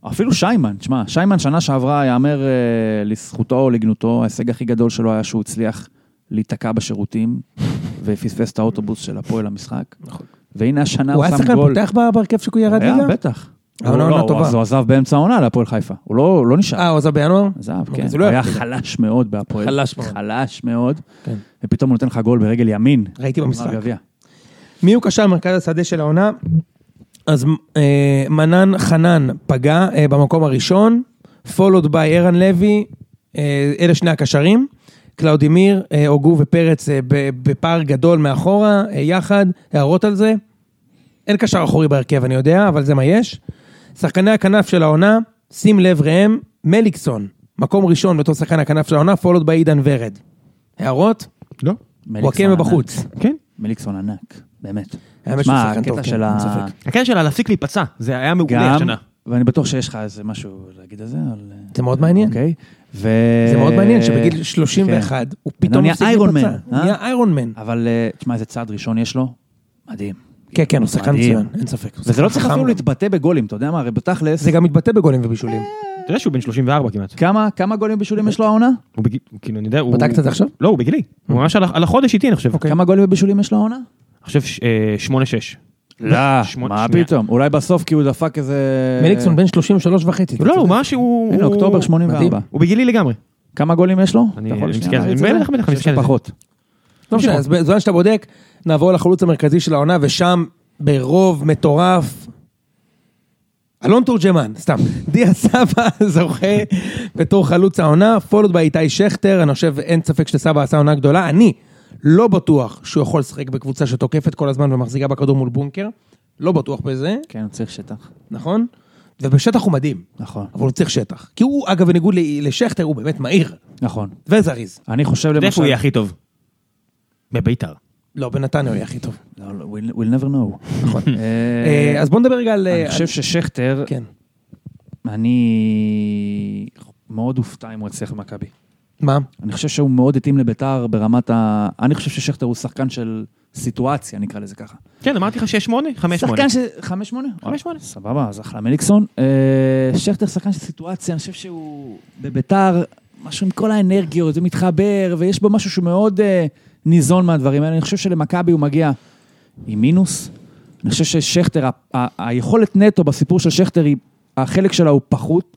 אפילו שיימן, תשמע, שיימן שנה שעברה, יאמר אה, לזכותו או לגנותו, ההישג הכי גדול שלו היה שהוא הצליח להיתקע בשירותים ופספס את האוטובוס של הפועל למשחק. והנה השנה
נכון. הוא
הוא
היה
שם
שחקן
גול.
פותח בה- בהרכב שהוא ירד
היה,
ליגה?
בטח.
העונה
הוא לא,
עונה
הוא-
טובה.
אז הוא עזב באמצע העונה להפועל חיפה. הוא לא הוא לא נשאר.
אה, הוא עזב בינואר?
עזב,
אוקיי,
כן.
אז הוא
הוא
לא
היה
יכול.
חלש מאוד בהפועל.
חלש מאוד.
חלש מאוד.
כן.
ופתאום הוא נותן לך גול ברגל ימין.
ראיתי במשחק.
בגמר גביע.
מי הוא קשר מרכז השדה של העונה? אז אה, מנן חנן פגע אה, במקום הראשון, followed by ערן לוי, אה, אלה שני הקשרים. קלאודימיר, אה, הוגו ופרץ אה, ב- בפער גדול מאחורה, אה, יחד, הערות על זה. אין קשר אחורי בהרכב, אני יודע, אבל זה מה יש. שחקני הכנף של העונה, שים לב ראם, מליקסון, מקום ראשון בתור שחקן הכנף של העונה, followed by עידן ורד. הערות?
לא.
הוא
מליקסון
הקמא
ענק.
בחוץ.
כן.
מליקסון ענק, באמת.
האמת שהוא
שמע,
שחקן טוב,
הקטע
כן,
של ה...
אין ספק.
הקטע שלה להפסיק להיפצע, זה היה מעולה
גם,
השנה.
ואני בטוח שיש לך איזה משהו להגיד על זה, אבל...
זה מאוד מעניין.
אוקיי. ו...
זה מאוד מעניין שבגיל 31 הוא פתאום
אה, כן. נהיה
הפסיק
איירון
להיפצע.
מן,
הוא
אה?
נהיה איירון מן.
כן. אבל אה, תשמע, איזה צעד ראשון יש לו. מדהים.
כן, כן, הוא שחקן
מדהים.
מצוין, אין ספק. הוא
וזה
שחקן
לא צריך
חכם
אפילו
גם.
להתבטא בגולים, אתה יודע מה? הרי בתכלס,
זה גם מתבטא בגולים ובישולים.
אה.
אתה יודע שהוא בן 34 כמעט.
כמה כמה גולים בישולים יש לו העונה?
הוא בגיל, הוא כאילו, אני יודע, הוא...
בדקת את זה עכשיו?
לא, הוא בגילי. הוא ממש על ה- על החודש איתי, אני חושב.
כן.
כמה גולים ובישולים יש לו העונה?
אני חושב ש- אה, שמונה, שש.
לא,
שמונה-
מה
שנייה.
פתאום? אולי בסוף כי הוא דפק איזה...
מליקסון בן 33 וחצי.
לא, הוא ממש, הוא...
הנה,
הוא-
אוקטובר 84.
מדהים.
הוא בגילי לגמרי.
כמה גולים יש לו?
אני-
אתה יכול אה,
אני
שנייה
מסתכל על זה.
להריץ את
בטח, בטח, אני
שיש
מסתכל על
לו
זה.
פחות.
לא משנה, אז בזמן שאתה בודק, נעבור לחלוץ המרכזי של העונה, ושם ברוב מטורף... אלון תורג'מן, סתם. דיה סבא זוכה בתור חלוץ העונה, followed by איתי שכטר, אני חושב, אין ספק שסבא עשה עונה גדולה. אני לא בטוח שהוא יכול לשחק בקבוצה שתוקפת כל הזמן ומחזיקה בכדור מול בונקר. לא בטוח בזה,
כן, הוא צריך שטח.
נכון? ובשטח הוא מדהים,
נכון.
אבל הוא צריך שטח. כי הוא, אגב, בניגוד ל- לשכטר, הוא באמת מהיר
נכון.
וזריז.
אני חושב
אתה יודע איפה
למשל...
הוא יהיה הכי טוב? בביתר.
לא, בנתניה הוא יהיה הכי טוב.
לא, לא, we'll- We'll never know.
נכון.
אה,
אה, אז בוא נדבר רגע על...
אני חושב ששכטר,
כן.
אני מאוד אופתע אם הוא יצליח במכבי.
מה?
אני חושב שהוא מאוד התאים לביתר ברמת ה... אני חושב ששכטר הוא שחקן של סיטואציה, נקרא לזה ככה.
כן, אמרתי לך שש, שמונה, חמש, שמונה.
שחקן ש... חמש שמונה? אה,
חמש שמונה.
סבבה, אז אחלה מליקסון. אה, שכטר שחקן של סיטואציה, אני חושב שהוא בביתר, משהו עם כל האנרגיות, זה מתחבר, ויש בו משהו שהוא מאוד אה, ניזון מהדברים האלה. אני חושב שלמכבי הוא מגיע עם מינוס. אני חושב ששכטר, ה- ה- היכולת נטו בסיפור של שכטר, היא- החלק שלה הוא פחות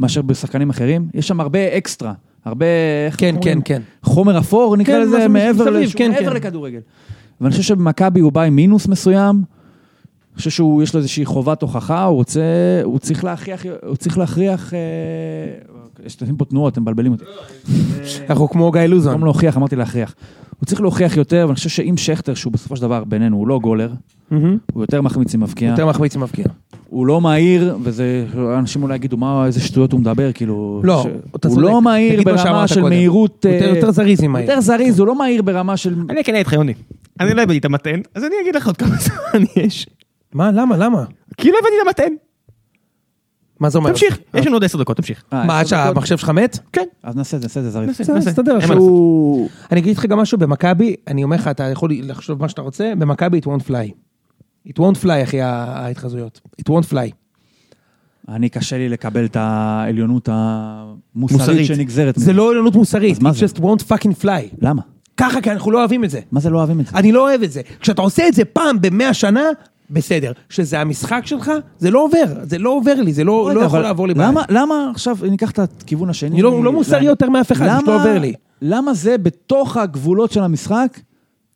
מאשר בשחקנים אחרים. יש שם הרבה אקסטרה, הרבה... איך
כן,
אומרים?
כן, כן.
חומר אפור, נקרא
כן,
לזה,
משהו
מעבר,
מסביב,
לשום,
כן,
מעבר
כן.
לכדורגל. ואני חושב שבמכבי הוא בא עם מינוס מסוים, אני חושב שהוא, יש לו איזושהי חובת הוכחה, הוא רוצה, הוא צריך להכריח, הוא צריך להכריח, אה, יש אתם פה תנועות, אתם מבלבלים אותי.
כן. אנחנו כמו גיא לוזון.
במקום להוכיח, אמרתי להכריח. הוא צריך להוכיח יותר, ואני חושב שאם שכטר, שהוא בסופו של דבר בינינו, הוא לא גולר,
מהמם.
הוא יותר מחמיץ עם מבקיע,
יותר מחמיץ ממבקיע.
כן. הוא לא מהיר, וזה, אנשים אולי יגידו, מה, איזה שטויות הוא מדבר, כאילו...
לא,
ש-
אתה
הוא
צודק.
לא מהיר
תגיד מה
ברמה
שאמרת
של
קודם.
מהירות...
הוא יותר-
אה,
יותר זריז ממהיר.
יותר זריז, הוא לא מהיר ברמה של...
אני אקנה איתך, יוני. אני לא הבאתי את המתן, אז אני אגיד לך עוד כמה זמן יש.
מה? למה? למה?
כי לא הבאתי את המתן.
מה זה אומר?
תמשיך, יש לנו עוד עשר דקות, תמשיך.
אה,
מה, עד
עשר דקות?
שהמחשב שלך מת?
כן.
אז נעשה את זה, נעשה את זה זריז.
נעשה,
בסדר,
נעשה.
נסתדר
אין מה
איכשהו.
לעשות.
הוא...
אני אגיד לך גם משהו, במכבי, אני אומר לך, אתה יכול לחשוב מה שאתה רוצה, במכבי it won't fly. it won't fly, אחי, ה- ההתחזויות. it won't fly.
אני קשה לי לקבל את העליונות המוסרית
מוסרית.
שנגזרת.
זה
מזה.
לא עליונות מוסרית,
אז מה
it
זה?
just won't fucking fly.
למה?
ככה, כי אנחנו לא אוהבים את זה.
מה זה לא אוהבים את זה?
אני לא אוהב את זה. כשאתה עושה את זה פעם במאה שנה, בסדר. שזה המשחק שלך, זה לא עובר. זה לא עובר לי, זה לא לא
רגע,
יכול
אבל
לעבור לי.
למה,
בעין.
למה עכשיו, ניקח את הכיוון השני.
אני לא- הוא לא מוסרי
ואני-
יותר מאף אחד, זה פשוט לא
למה-
עובר לי.
למה זה בתוך הגבולות של המשחק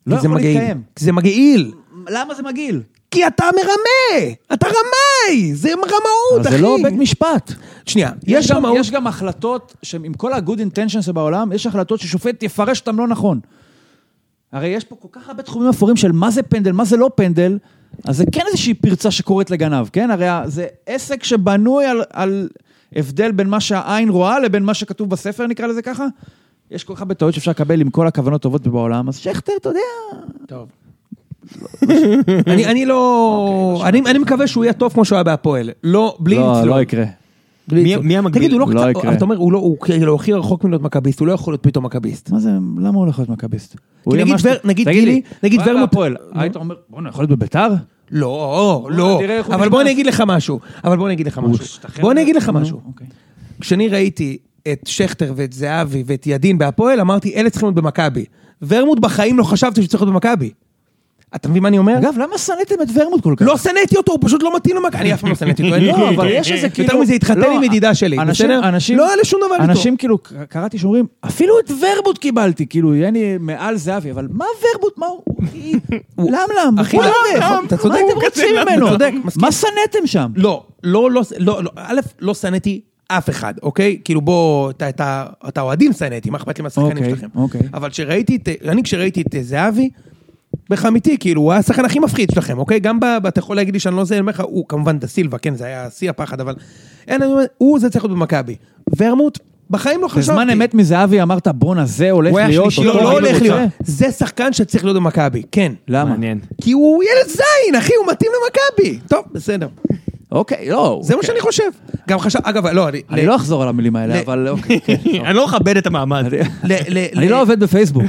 לא
כי זה
יכול
מגעיל.
להתקיים?
כי זה מגעיל.
למה זה מגעיל?
כי אתה מרמה! אתה רמאי! זה רמאות,
אבל
אחי!
זה לא בית משפט.
שנייה,
יש
יש
גם,
רמאות...
יש גם החלטות, שהן- עם כל ה-good intentions שבעולם, יש החלטות ששופט יפרש אותן לא נכון. הרי יש פה כל כך הרבה תחומים אפורים של מה זה פנדל, מה זה לא פנדל, אז זה כן איזושהי פרצה שקורית לגנב, כן? הרי ה- זה עסק שבנוי על, על הבדל בין מה שהעין רואה לבין מה שכתוב בספר, נקרא לזה ככה. יש כל כך הרבה טעויות שאפשר לקבל עם כל הכוונות טובות בעולם, אז שכטר, אתה יודע...
טוב. אני, אני לא... אני, אני מקווה שהוא יהיה טוב כמו שהוא היה בהפועל. לא, בלי
לא,
לצלול.
לא יקרה.
בלי
מי-
לצלול.
מי המקביל?
תגיד, הוא לא
לא
קצת...
יקרה.
אתה אומר, הוא לא... הוא כאילו הכי רחוק מלהיות מכביסט, הוא לא יכול להיות פתאום מכביסט.
מה זה, למה הוא לא יכול להיות מכביסט? הוא
כי
יהיה
נגיד
משהו-
ור- נגיד
תגיד
גילי-
לי,
נגיד
הוא היה
ורמוט-
בהפועל,
נו.
היית אומר, בואנה, יכול להיות בביתר?
לא, לא.
תראה איך הוא
אבל
נכנס.
בוא אני אגיד לך משהו. אבל בוא אני אגיד לך משהו. בוא אני אגיד לך משהו.
אוקיי.
כשאני ראיתי את שכטר ואת זהבי ואת ידין בהפועל, אמרתי, אלה צריכים להיות במכבי. ורמוט בחיים לא חשבתי שצריך להיות במכבי. אתה מבין מה אני אומר?
אגב, למה שנאתם את ורמוט כל כך?
לא שנאתי אותו, הוא פשוט לא מתאים למכבי. אני אף פעם לא שנאתי אותו. אין לי
לא,
כלום.
אבל יש איזה כאילו...
יותר מזה, התחתן
לא,
עם ידידה שלי,
אנשים-
בסדר?
אנשים-
לא היה לי שום דבר איתו.
אנשים כאילו, ק- קראתי שאומרים, אפילו את ורבוט קיבלתי, כאילו, יהיה לי מעל זהבי, אבל מה ורבוט? מה הוא? היא- למלם,
אחי,
הוא
לא,
כלב.
נכון, אתה צודק.
מה
הוא
הייתם רוצים
כזה, אתה
ממנו?
צודק, מסכים.
מה שנאתם שם?
לא, לא, לא, לא, לא, א', לא שנאתי אף אחד, אוקיי? כאילו בוא, את- את ה- את האוהדים שנאתי, מה אכפת לי מהשחקנים
אוקיי,
שלכם?
אוקיי.
אבל כשראיתי את, אני כשראיתי את אה, זהבי, בכמיתי, כאילו, הוא היה השחקן הכי מפחיד שלכם, אוקיי? גם ב... ב- אתה יכול להגיד לי שאני לא זה, אני אומר לך, הוא כמובן דה סילבה, כן, זה היה שיא הפחד, אבל... אין, אני אומר, הוא זה צריך להיות במכבי. ורמוט, בחיים לא חשבתי.
בזמן אמת מזהבי אמרת, בואנה, זה הולך
הוא היה
להיות...
שלישי,
אותו
לא, לא
אני
הולך
רוצה."
להיות. זה שחקן שצריך להיות במכבי, כן.
למה?
מעניין.
כי הוא ילד זין, אחי, הוא מתאים למכבי. טוב, בסדר.
אוקיי, לא.
זה מה שאני חושב. גם חשב, אגב, לא, אני...
אני
ל-
לא אחזור על המילים האלה,
ל-
אבל אוקיי. כן.
אני לא מכבד את המעמד.
ל- ל-
אני
ל-
לא עובד בפייסבוק.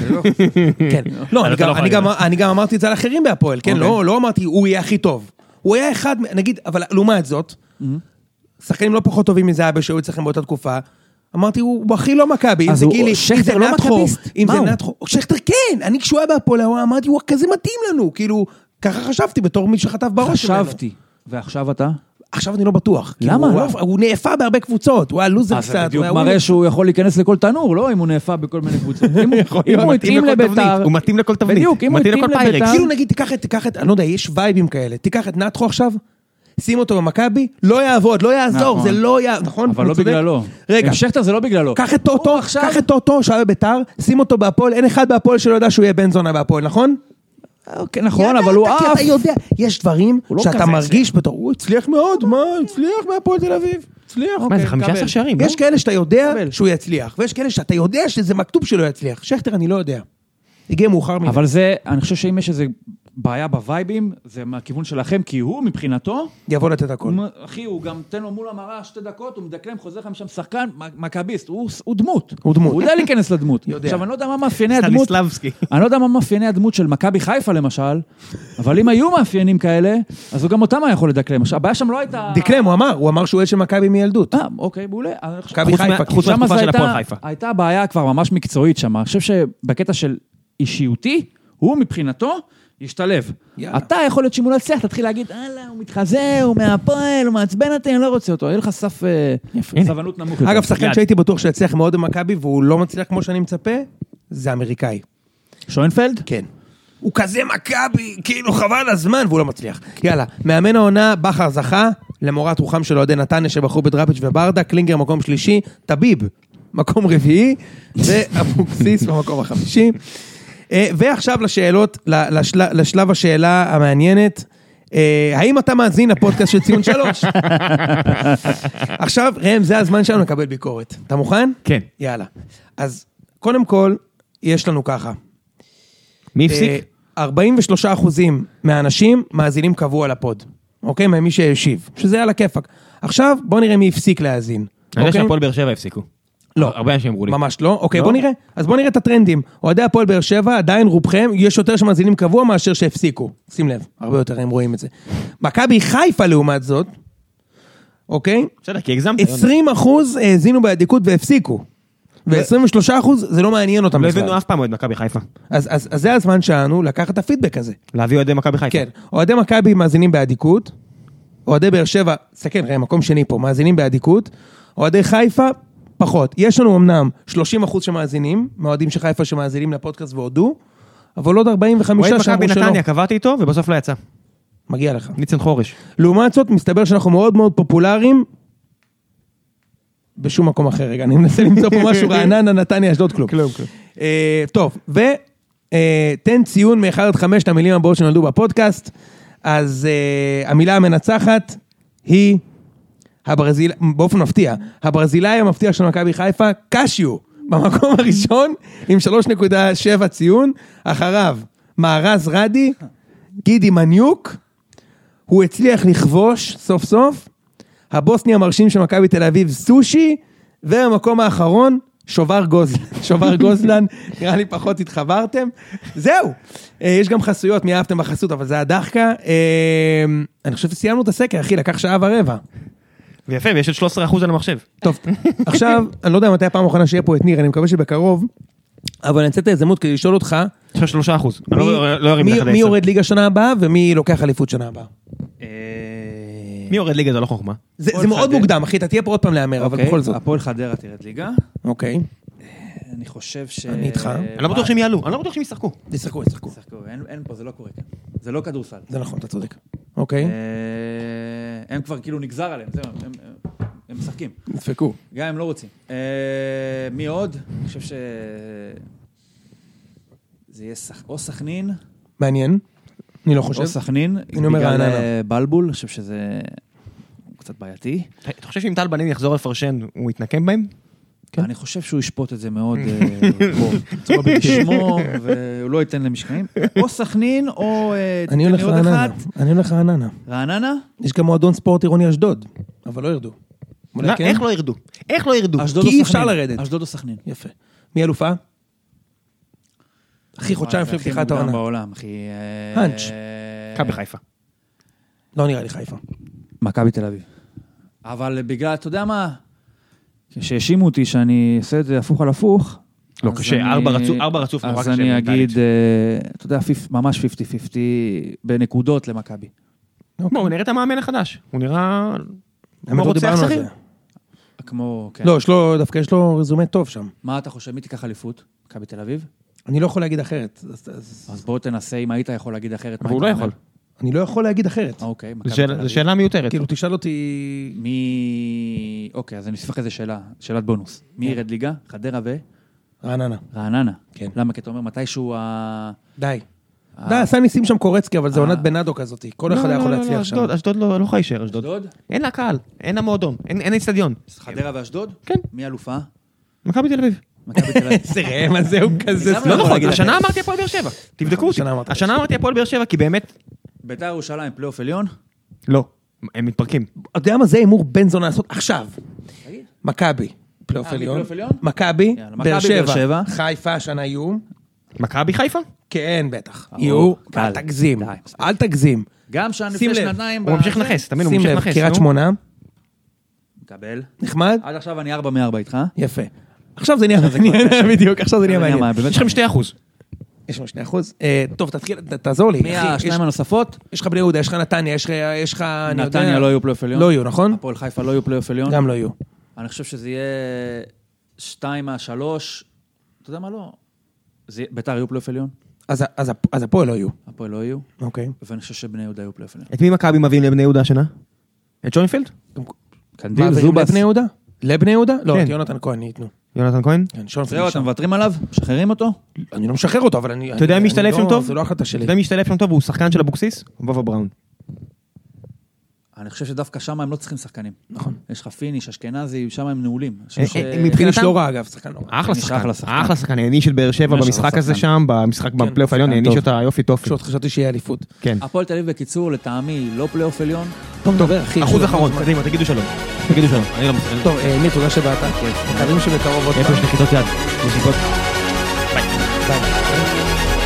כן. לא,
אתה
אני
לא
גם-
יכול
אני גם-
להגיד.
אני גם אמרתי את זה על אחרים בהפועל, כן?
אוקיי.
לא לא אמרתי, הוא יהיה הכי טוב. הוא היה אחד, מ- נגיד, אבל לעומת זאת,
Mm-hmm.
שחקנים לא פחות טובים מזהבי שהיו אצלכם באותה תקופה. אמרתי, הוא הוא הכי לא מכבי, אם
אז
זה
הוא-
גילי, אם
שכטר
זה
לא
נתחו,
מכביסט?
אם
מה
זה
הוא?
נתחו, שכטר כן, אני כשהוא היה בהפועל, הוא אמרתי, הוא כזה מתאים לנו, כאילו, ככה חשבתי בתור מי שחטף בראש שלנו.
חשבתי. ועכשיו אתה?
עכשיו אני לא בטוח. כי
למה?
הוא-
לא.
הוא נאפה בהרבה קבוצות, הוא היה לוזר
אז
קצת.
אה, זה בדיוק
הוא היה
מראה
ווינר.
שהוא יכול להיכנס לכל תנור, לא אם הוא נאפה בכל מיני קבוצות. אם הוא- אם
להיות,
הוא
מתאים
התאים
לכל תבנית,
לביתר...
הוא מתאים לכל תבנית,
בדיוק, אם הוא
מתאים
התאים
לכל פיירקס.
לביתר...
כאילו נגיד, תיקח את, תיקח את, אני לא יודע, יש וייבים כאלה. תיקח את נתחו עכשיו, שים אותו במכבי, לא יעבוד, לא יעזור,
נכון.
זה לא יע... נכון?
אבל
אני
לא
צודק?
בגללו.
רגע,
עם שכטר זה לא בגללו.
קח את טוטו,
הוא עכשיו-
קח את טוטו שהיה בביתר, שים אותו בהפועל, אין אחד בהפועל שלא יודע שהוא יהיה בן זונה בהפועל, נכון?
אוקיי, נכון, אבל הוא
ידעת, כי
עף.
אתה יודע, יש דברים
הוא לא
שאתה
כזה
מרגיש בתור, הוא הצליח מאוד, מה, הצליח בהפועל תל אביב. הצליח,
מה, זה
אוקיי,
15
קבל.
שערים,
יש
לא?
כאלה שאתה יודע
קבל.
שהוא יצליח, ויש כאלה שאתה יודע שזה מכתוב שלא יצליח. שכטר, אני לא יודע. הגיע מאוחר מדי.
אבל זה, אני חושב שאם יש איזה בעיה בווייבים, זה מהכיוון שלכם, כי הוא מבחינתו,
יבוא לתת הכל.
הוא- אחי, הוא גם תן לו מול המראה שתי דקות, הוא מדקלם, חוזר לך משם שחקן, מ- מכביסט, הוא הוא דמות.
הוא דמות.
הוא יודע להיכנס לדמות.
יודע.
עכשיו, אני לא יודע מה מאפייני הדמות.
סטניסלבסקי.
אני לא יודע מה מאפייני הדמות של מכבי חיפה למשל, אבל אם היו מאפיינים כאלה, אז הוא גם אותם היה יכול לדקלם. עכשיו, הבעיה שם לא הייתה...
דקלם, הוא אמר, הוא אמר שהוא אוהד של מכבי מילדות.
אה, אוקיי, מעולה. אז אני חושב-
מכבי
חוץ
חיפה,
מה-
כי
חוץ
שמה זה
מהתקופה של
הייתה-
הפועל חיפה.
הייתה בעיה כבר ממש מקצועית שם. אני חושב שבקטע של אישיותי, הוא מבחינתו ישתלב.
יאללה.
אתה יכול להיות שאם הוא לא יצליח, תתחיל להגיד, הלאה, הוא מתחזה, הוא מהפועל, הוא מעצבן אותי, אני לא רוצה אותו. יהיה לך סף אה, סבלנות נמוך יותר.
אגב, שחקן
יד.
שהייתי בטוח שיצליח מאוד במכבי, והוא לא מצליח כמו שאני מצפה, זה אמריקאי.
שוינפלד?
כן. הוא כזה מכבי, כאילו חבל הזמן, והוא לא מצליח. יאללה, מאמן העונה, בכר זכה, למורת רוחם של אוהדי נתניה שבחרו בדראפיץ' וברדה, קלינגר מקום שלישי, טביב, מקום רביעי, ואבוקסיס במקום החמישי. אה, ועכשיו לשאלות, ל- לשל- לשלב השאלה המעניינת. אה, האם אתה מאזין לפודקאסט של ציון שלוש? עכשיו, ראם, זה הזמן שלנו לקבל ביקורת. אתה מוכן?
כן.
יאללה. אז קודם כל, יש לנו ככה.
מי הפסיק?
אה, 43 אחוזים מהאנשים מאזינים קבוע לפוד, אוקיי? ממי שהשיב, שזה על הכיפאק. עכשיו, בוא נראה מי הפסיק להאזין.
אני יודע
אוקיי?
שהפועל באר שבע הפסיקו.
לא.
הרבה אנשים אמרו לי.
ממש לא. אוקיי,
לא?
בוא נראה. אז בוא נראה את הטרנדים. אוהדי הפועל באר שבע, עדיין רובכם, יש יותר שמאזינים קבוע מאשר שהפסיקו. שים לב, הרבה יותר הם רואים את זה. מכבי חיפה לעומת זאת, אוקיי?
בסדר, כי הגזמת. יוני.
20 אחוז האזינו באדיקות והפסיקו. ו-23 אחוז, זה לא מעניין אותם
לא
בכלל.
הבאנו אף פעם אוהד מכבי חיפה.
אז- אז אז זה הזמן שלנו לקחת את הפידבק הזה.
להביא אוהדי מכבי חיפה.
כן, אוהדי מכבי מאזינים באדיקות, אוהדי באר שבע, סתכל, ראה, מקום שני פה, מאזינים באדיקות, אוהדי חיפה, פחות. יש לנו אמנם 30% שמאזינים, מאוהדים של חיפה שמאזינים לפודקאסט והודו, אבל עוד 45
אוהד
שאמרו
מכבי
שלא.
נתניה, קבעתי איתו, ובסוף לא יצא.
מגיע לך.
ניצן חורש.
לעומת זאת, מסתבר שאנחנו מאוד מאוד פופולריים בשום מקום אחר. רגע, אני מנסה למצוא פה משהו, רעננה, נתניה, אשדוד, כלום.
כלום, כלום.
אה, טוב, ו... אה, תן ציון מ-1 עד 5 למילים הבאות שנולדו בפודקאסט. אז אה, המילה המנצחת היא הברזיל... באופן מפתיע, הברזילאי המפתיע של מכבי חיפה, קשיו, במקום הראשון עם 3.7 ציון, אחריו מארז רדי, גידי מניוק, הוא הצליח לכבוש סוף סוף, הבוסני המרשים של מכבי תל אביב סושי, והמקום האחרון, שובר גוזלן. שובר גוזלן, נראה לי פחות התחברתם. זהו, אה, יש גם חסויות, מי אהבתם בחסות, אבל זה הדחקה. אה, אני חושב שסיימנו את הסקר, אחי, לקח שעה ורבע.
ויפה, ויש את 13% על המחשב.
טוב, עכשיו, אני לא יודע מתי הפעם האחרונה שיהיה פה את ניר, אני מקווה שבקרוב, אבל אני אנצל את ההזדמנות כדי לשאול אותך,
יש לך 3%. אני
מי-
לא- לא ארים
מי-
לך
מי יורד ליגה שנה הבאה ומי לוקח אליפות שנה הבאה?
אה,
מי יורד ליגה זה לא חוכמה.
זה
הפועל
זה מאוד
חדרה.
מוקדם, אחי, אתה תהיה פה עוד פעם להמר, אבל
אוקיי,
בכל זאת.
הפועל חדרה תרד ליגה.
אוקיי.
אני חושב ש... אה,
אני איתך.
אני לא בטוח שהם יעלו, אני לא בטוח שהם ישחקו.
תשחקו, תשחקו.
שחקו, אין- אין פה, זה לא קורה כאן. זה לא כדורסל.
זה נכון, אתה צודק. אוקיי.
אה, הם כבר כאילו נגזר עליהם, זהו, הם- הם- הם משחקים.
נדפקו.
גם אם לא רוצים. אה, מי עוד? אני חושב ש... זה יהיה סכ- או סכנין,
מעניין. אני לא חושב.
או סכנין,
אני אומר
בגלל
רעננה.
אה, בלבול, אני חושב שזה קצת בעייתי.
אתה חושב שאם טל בנין יחזור לפרשן, הוא יתנקם בהם?
כן.
אני חושב שהוא ישפוט את זה מאוד אה, פה, בצורה בשמו, והוא לא ייתן למשקעים. או סכנין, או... אה,
אני
תן
הולך
לי עוד
רעננה.
אחת.
אני הולך רעננה.
רעננה?
יש גם מועדון ספורט עירוני אשדוד, אבל לא ירדו. אולי
לא,
כן?
איך לא ירדו? איך לא ירדו?
אשדוד
כי
או
אי אפשר
סכנין.
לרדת.
אשדוד או סכנין.
יפה. מי אלופה? אחי, חודשיים
וואי, זה
לפני
הכי
פתיחת
מוקדם
העונה.
בעולם, אחי... אה,
פאנץ'.
מכבי חיפה.
לא נראה לי חיפה.
מכבי תל אביב. אבל בגלל, אתה יודע מה? כשהאשימו אותי שאני עושה את זה הפוך על הפוך,
לא,
אז
קשה,
אני-
ארבע רצוף- ארבע רצוף נורא קשה
אז אני
מנטלית.
אגיד, אה, אתה יודע, פיפ- ממש 50-50 בנקודות למכבי.
בוא, הוא נראה את המאמן החדש. הוא נראה...
האמת,
כמו
לא
רוצח
דיברנו על
שכיר.
זה.
כמו, כן.
לא, יש לו, דווקא יש לו רזומה טוב שם.
מה אתה חושב, מי תיקח אליפות? מכבי תל אביב?
אני לא יכול להגיד אחרת. אז- אז-
אז בוא תנסה, אם היית יכול להגיד אחרת. מה
אבל הוא לא
היית
יכול.
אומר?
אני לא יכול להגיד אחרת.
אוקיי, מכבי
זו
תל
שאלה-
אביב.
זו שאלה מיותרת.
כאילו, תשאל אותי...
מי... אוקיי, אז אני אשפך איזה שאלה, שאלת בונוס. מי ירד ליגה? חדרה
רעננה.
ורעננה.
כן.
למה? כי אתה אומר, מתישהו ה...
די.
ה-
די, עשה ניסים שם קורצקי, אבל זה
אה.
עונת בנאדו כזאת. כל
לא,
אחד היה
לא,
יכול
לא,
להצליח
לא,
שם.
אשדוד- אשדוד לא לא יכולה להישאר, אשדוד.
אשדוד?
אין לה קהל, אין לה מועדון, אין- אין אצטדיון.
אז חדרה ואשדוד?
כן.
מי אלופה?
מכבי תל אביב.
מכבי תל אביב.
איזה ראם הזה הוא כזה...
למה
לא
יכול
נכון,
להגיד
השנה אמרתי הפועל באר שבע. תבדקו אותי.
השנה אמרת.
השנה אמרתי הפועל באר שבע, כי באמת...
ביתר ירושלים, פלייאוף עליון?
לא. הם מתפרקים.
אתה יודע מה זה הימור בן זונה לעשות עכשיו?
תגיד.
מכבי, פלייאוף
אה, מי
עליון.
פלייאוף עליון?
מכבי,
יאללה, מכבי,
באר
באר
שבע.
שבע.
חיפה, השנה יהיו.
מכבי חיפה?
כן, בטח.
ברור,
יהיו.
קל.
אל תגזים.
די, מספיק.
אל תגזים.
גם שם לפני
שים לב,
שנתיים...
הוא
ב-
ממשיך
זה-
לנכס, תמיד הוא
שים
ממשיך
לב,
לנכס.
קריית
נו.
שמונה,
מקבל.
נחמד,
עד עכשיו אני 4 מ-4 איתך.
יפה. עכשיו זה נהיה מעניין, בדיוק, עכשיו זה נהיה
אני
מעניין.
אמר, באמת.
יש לכם 2%.
יש לנו שני אחוז. אה, טוב, תתחיל, ת- תעזור לי.
מי
אחי,
השניים
יש-
הנוספות?
יש לך בני יהודה, יש לך נתניה, יש לך- יש לך... אני יודע-
נתניה לא יהיו פלייאוף עליון.
לא יהיו, נכון?
הפועל חיפה לא יהיו פלייאוף עליון.
גם לא יהיו.
אני חושב שזה יהיה 2 מהשלוש. אתה יודע מה לא? זה יהיה- ביתר יהיו פלייאוף עליון?
אז ה- אז הפ- אז הפועל לא יהיו.
הפועל לא יהיו?
אוקיי.
ואני חושב שבני יהודה יהיו פלייאוף עליון.
את מי מכבי מביאים לבני יהודה השנה? את ג'וינפילד?
קנדיל,
מעבירים
זובס.
לבני יהודה? לבני יהודה? לא,
כן.
את יונתן כהן ייתנו.
יונתן כהן?
כן, שון
זהו,
פריד
אתם
שם.
מוותרים עליו? משחררים אותו?
אני לא משחרר אותו, אבל אני...
אתה יודע
אני-
מי משתלב
אני
שם
לא-
טוב?
זו לא החלטה
אתה
שלי.
יודע מי משתלב שם טוב והוא שחקן של אבוקסיס? וובה בראון.
אני חושב שדווקא שם הם לא צריכים שחקנים.
נכון.
יש לך פיניש, אשכנזי, שם הם נעולים. אני חושב
אה,
ש-
אה,
פיניש
מבחינתם-
לא רע, אגב, שחקן לא רע.
אחלה
פיניש
שחקן,
אחלה שחקן.
אחלה שחקן, העניש של באר שבע
ממש
במשחק
אחלה
הזה
שחקן.
שם, במשחק בפלייאוף העליון,
שחקן
העניש
טוב.
אותה יופי טוב.
פשוט חשבתי שיהיה אליפות.
כן.
הפועל תל אביב, בקיצור, לטעמי, לא פלייאוף עליון.
טוב, נדבר, אחי.
אחוז
יש
אחרון,
לנו זמן.
קדימה, תגידו שלום. תגידו שלום, אני לא מסכים.
טוב, אה, ניר, תודה שבאת. מקווים שבקרוב עוד
איפה יש
פעם.
נחיתות יד? נשיפות?
ביי.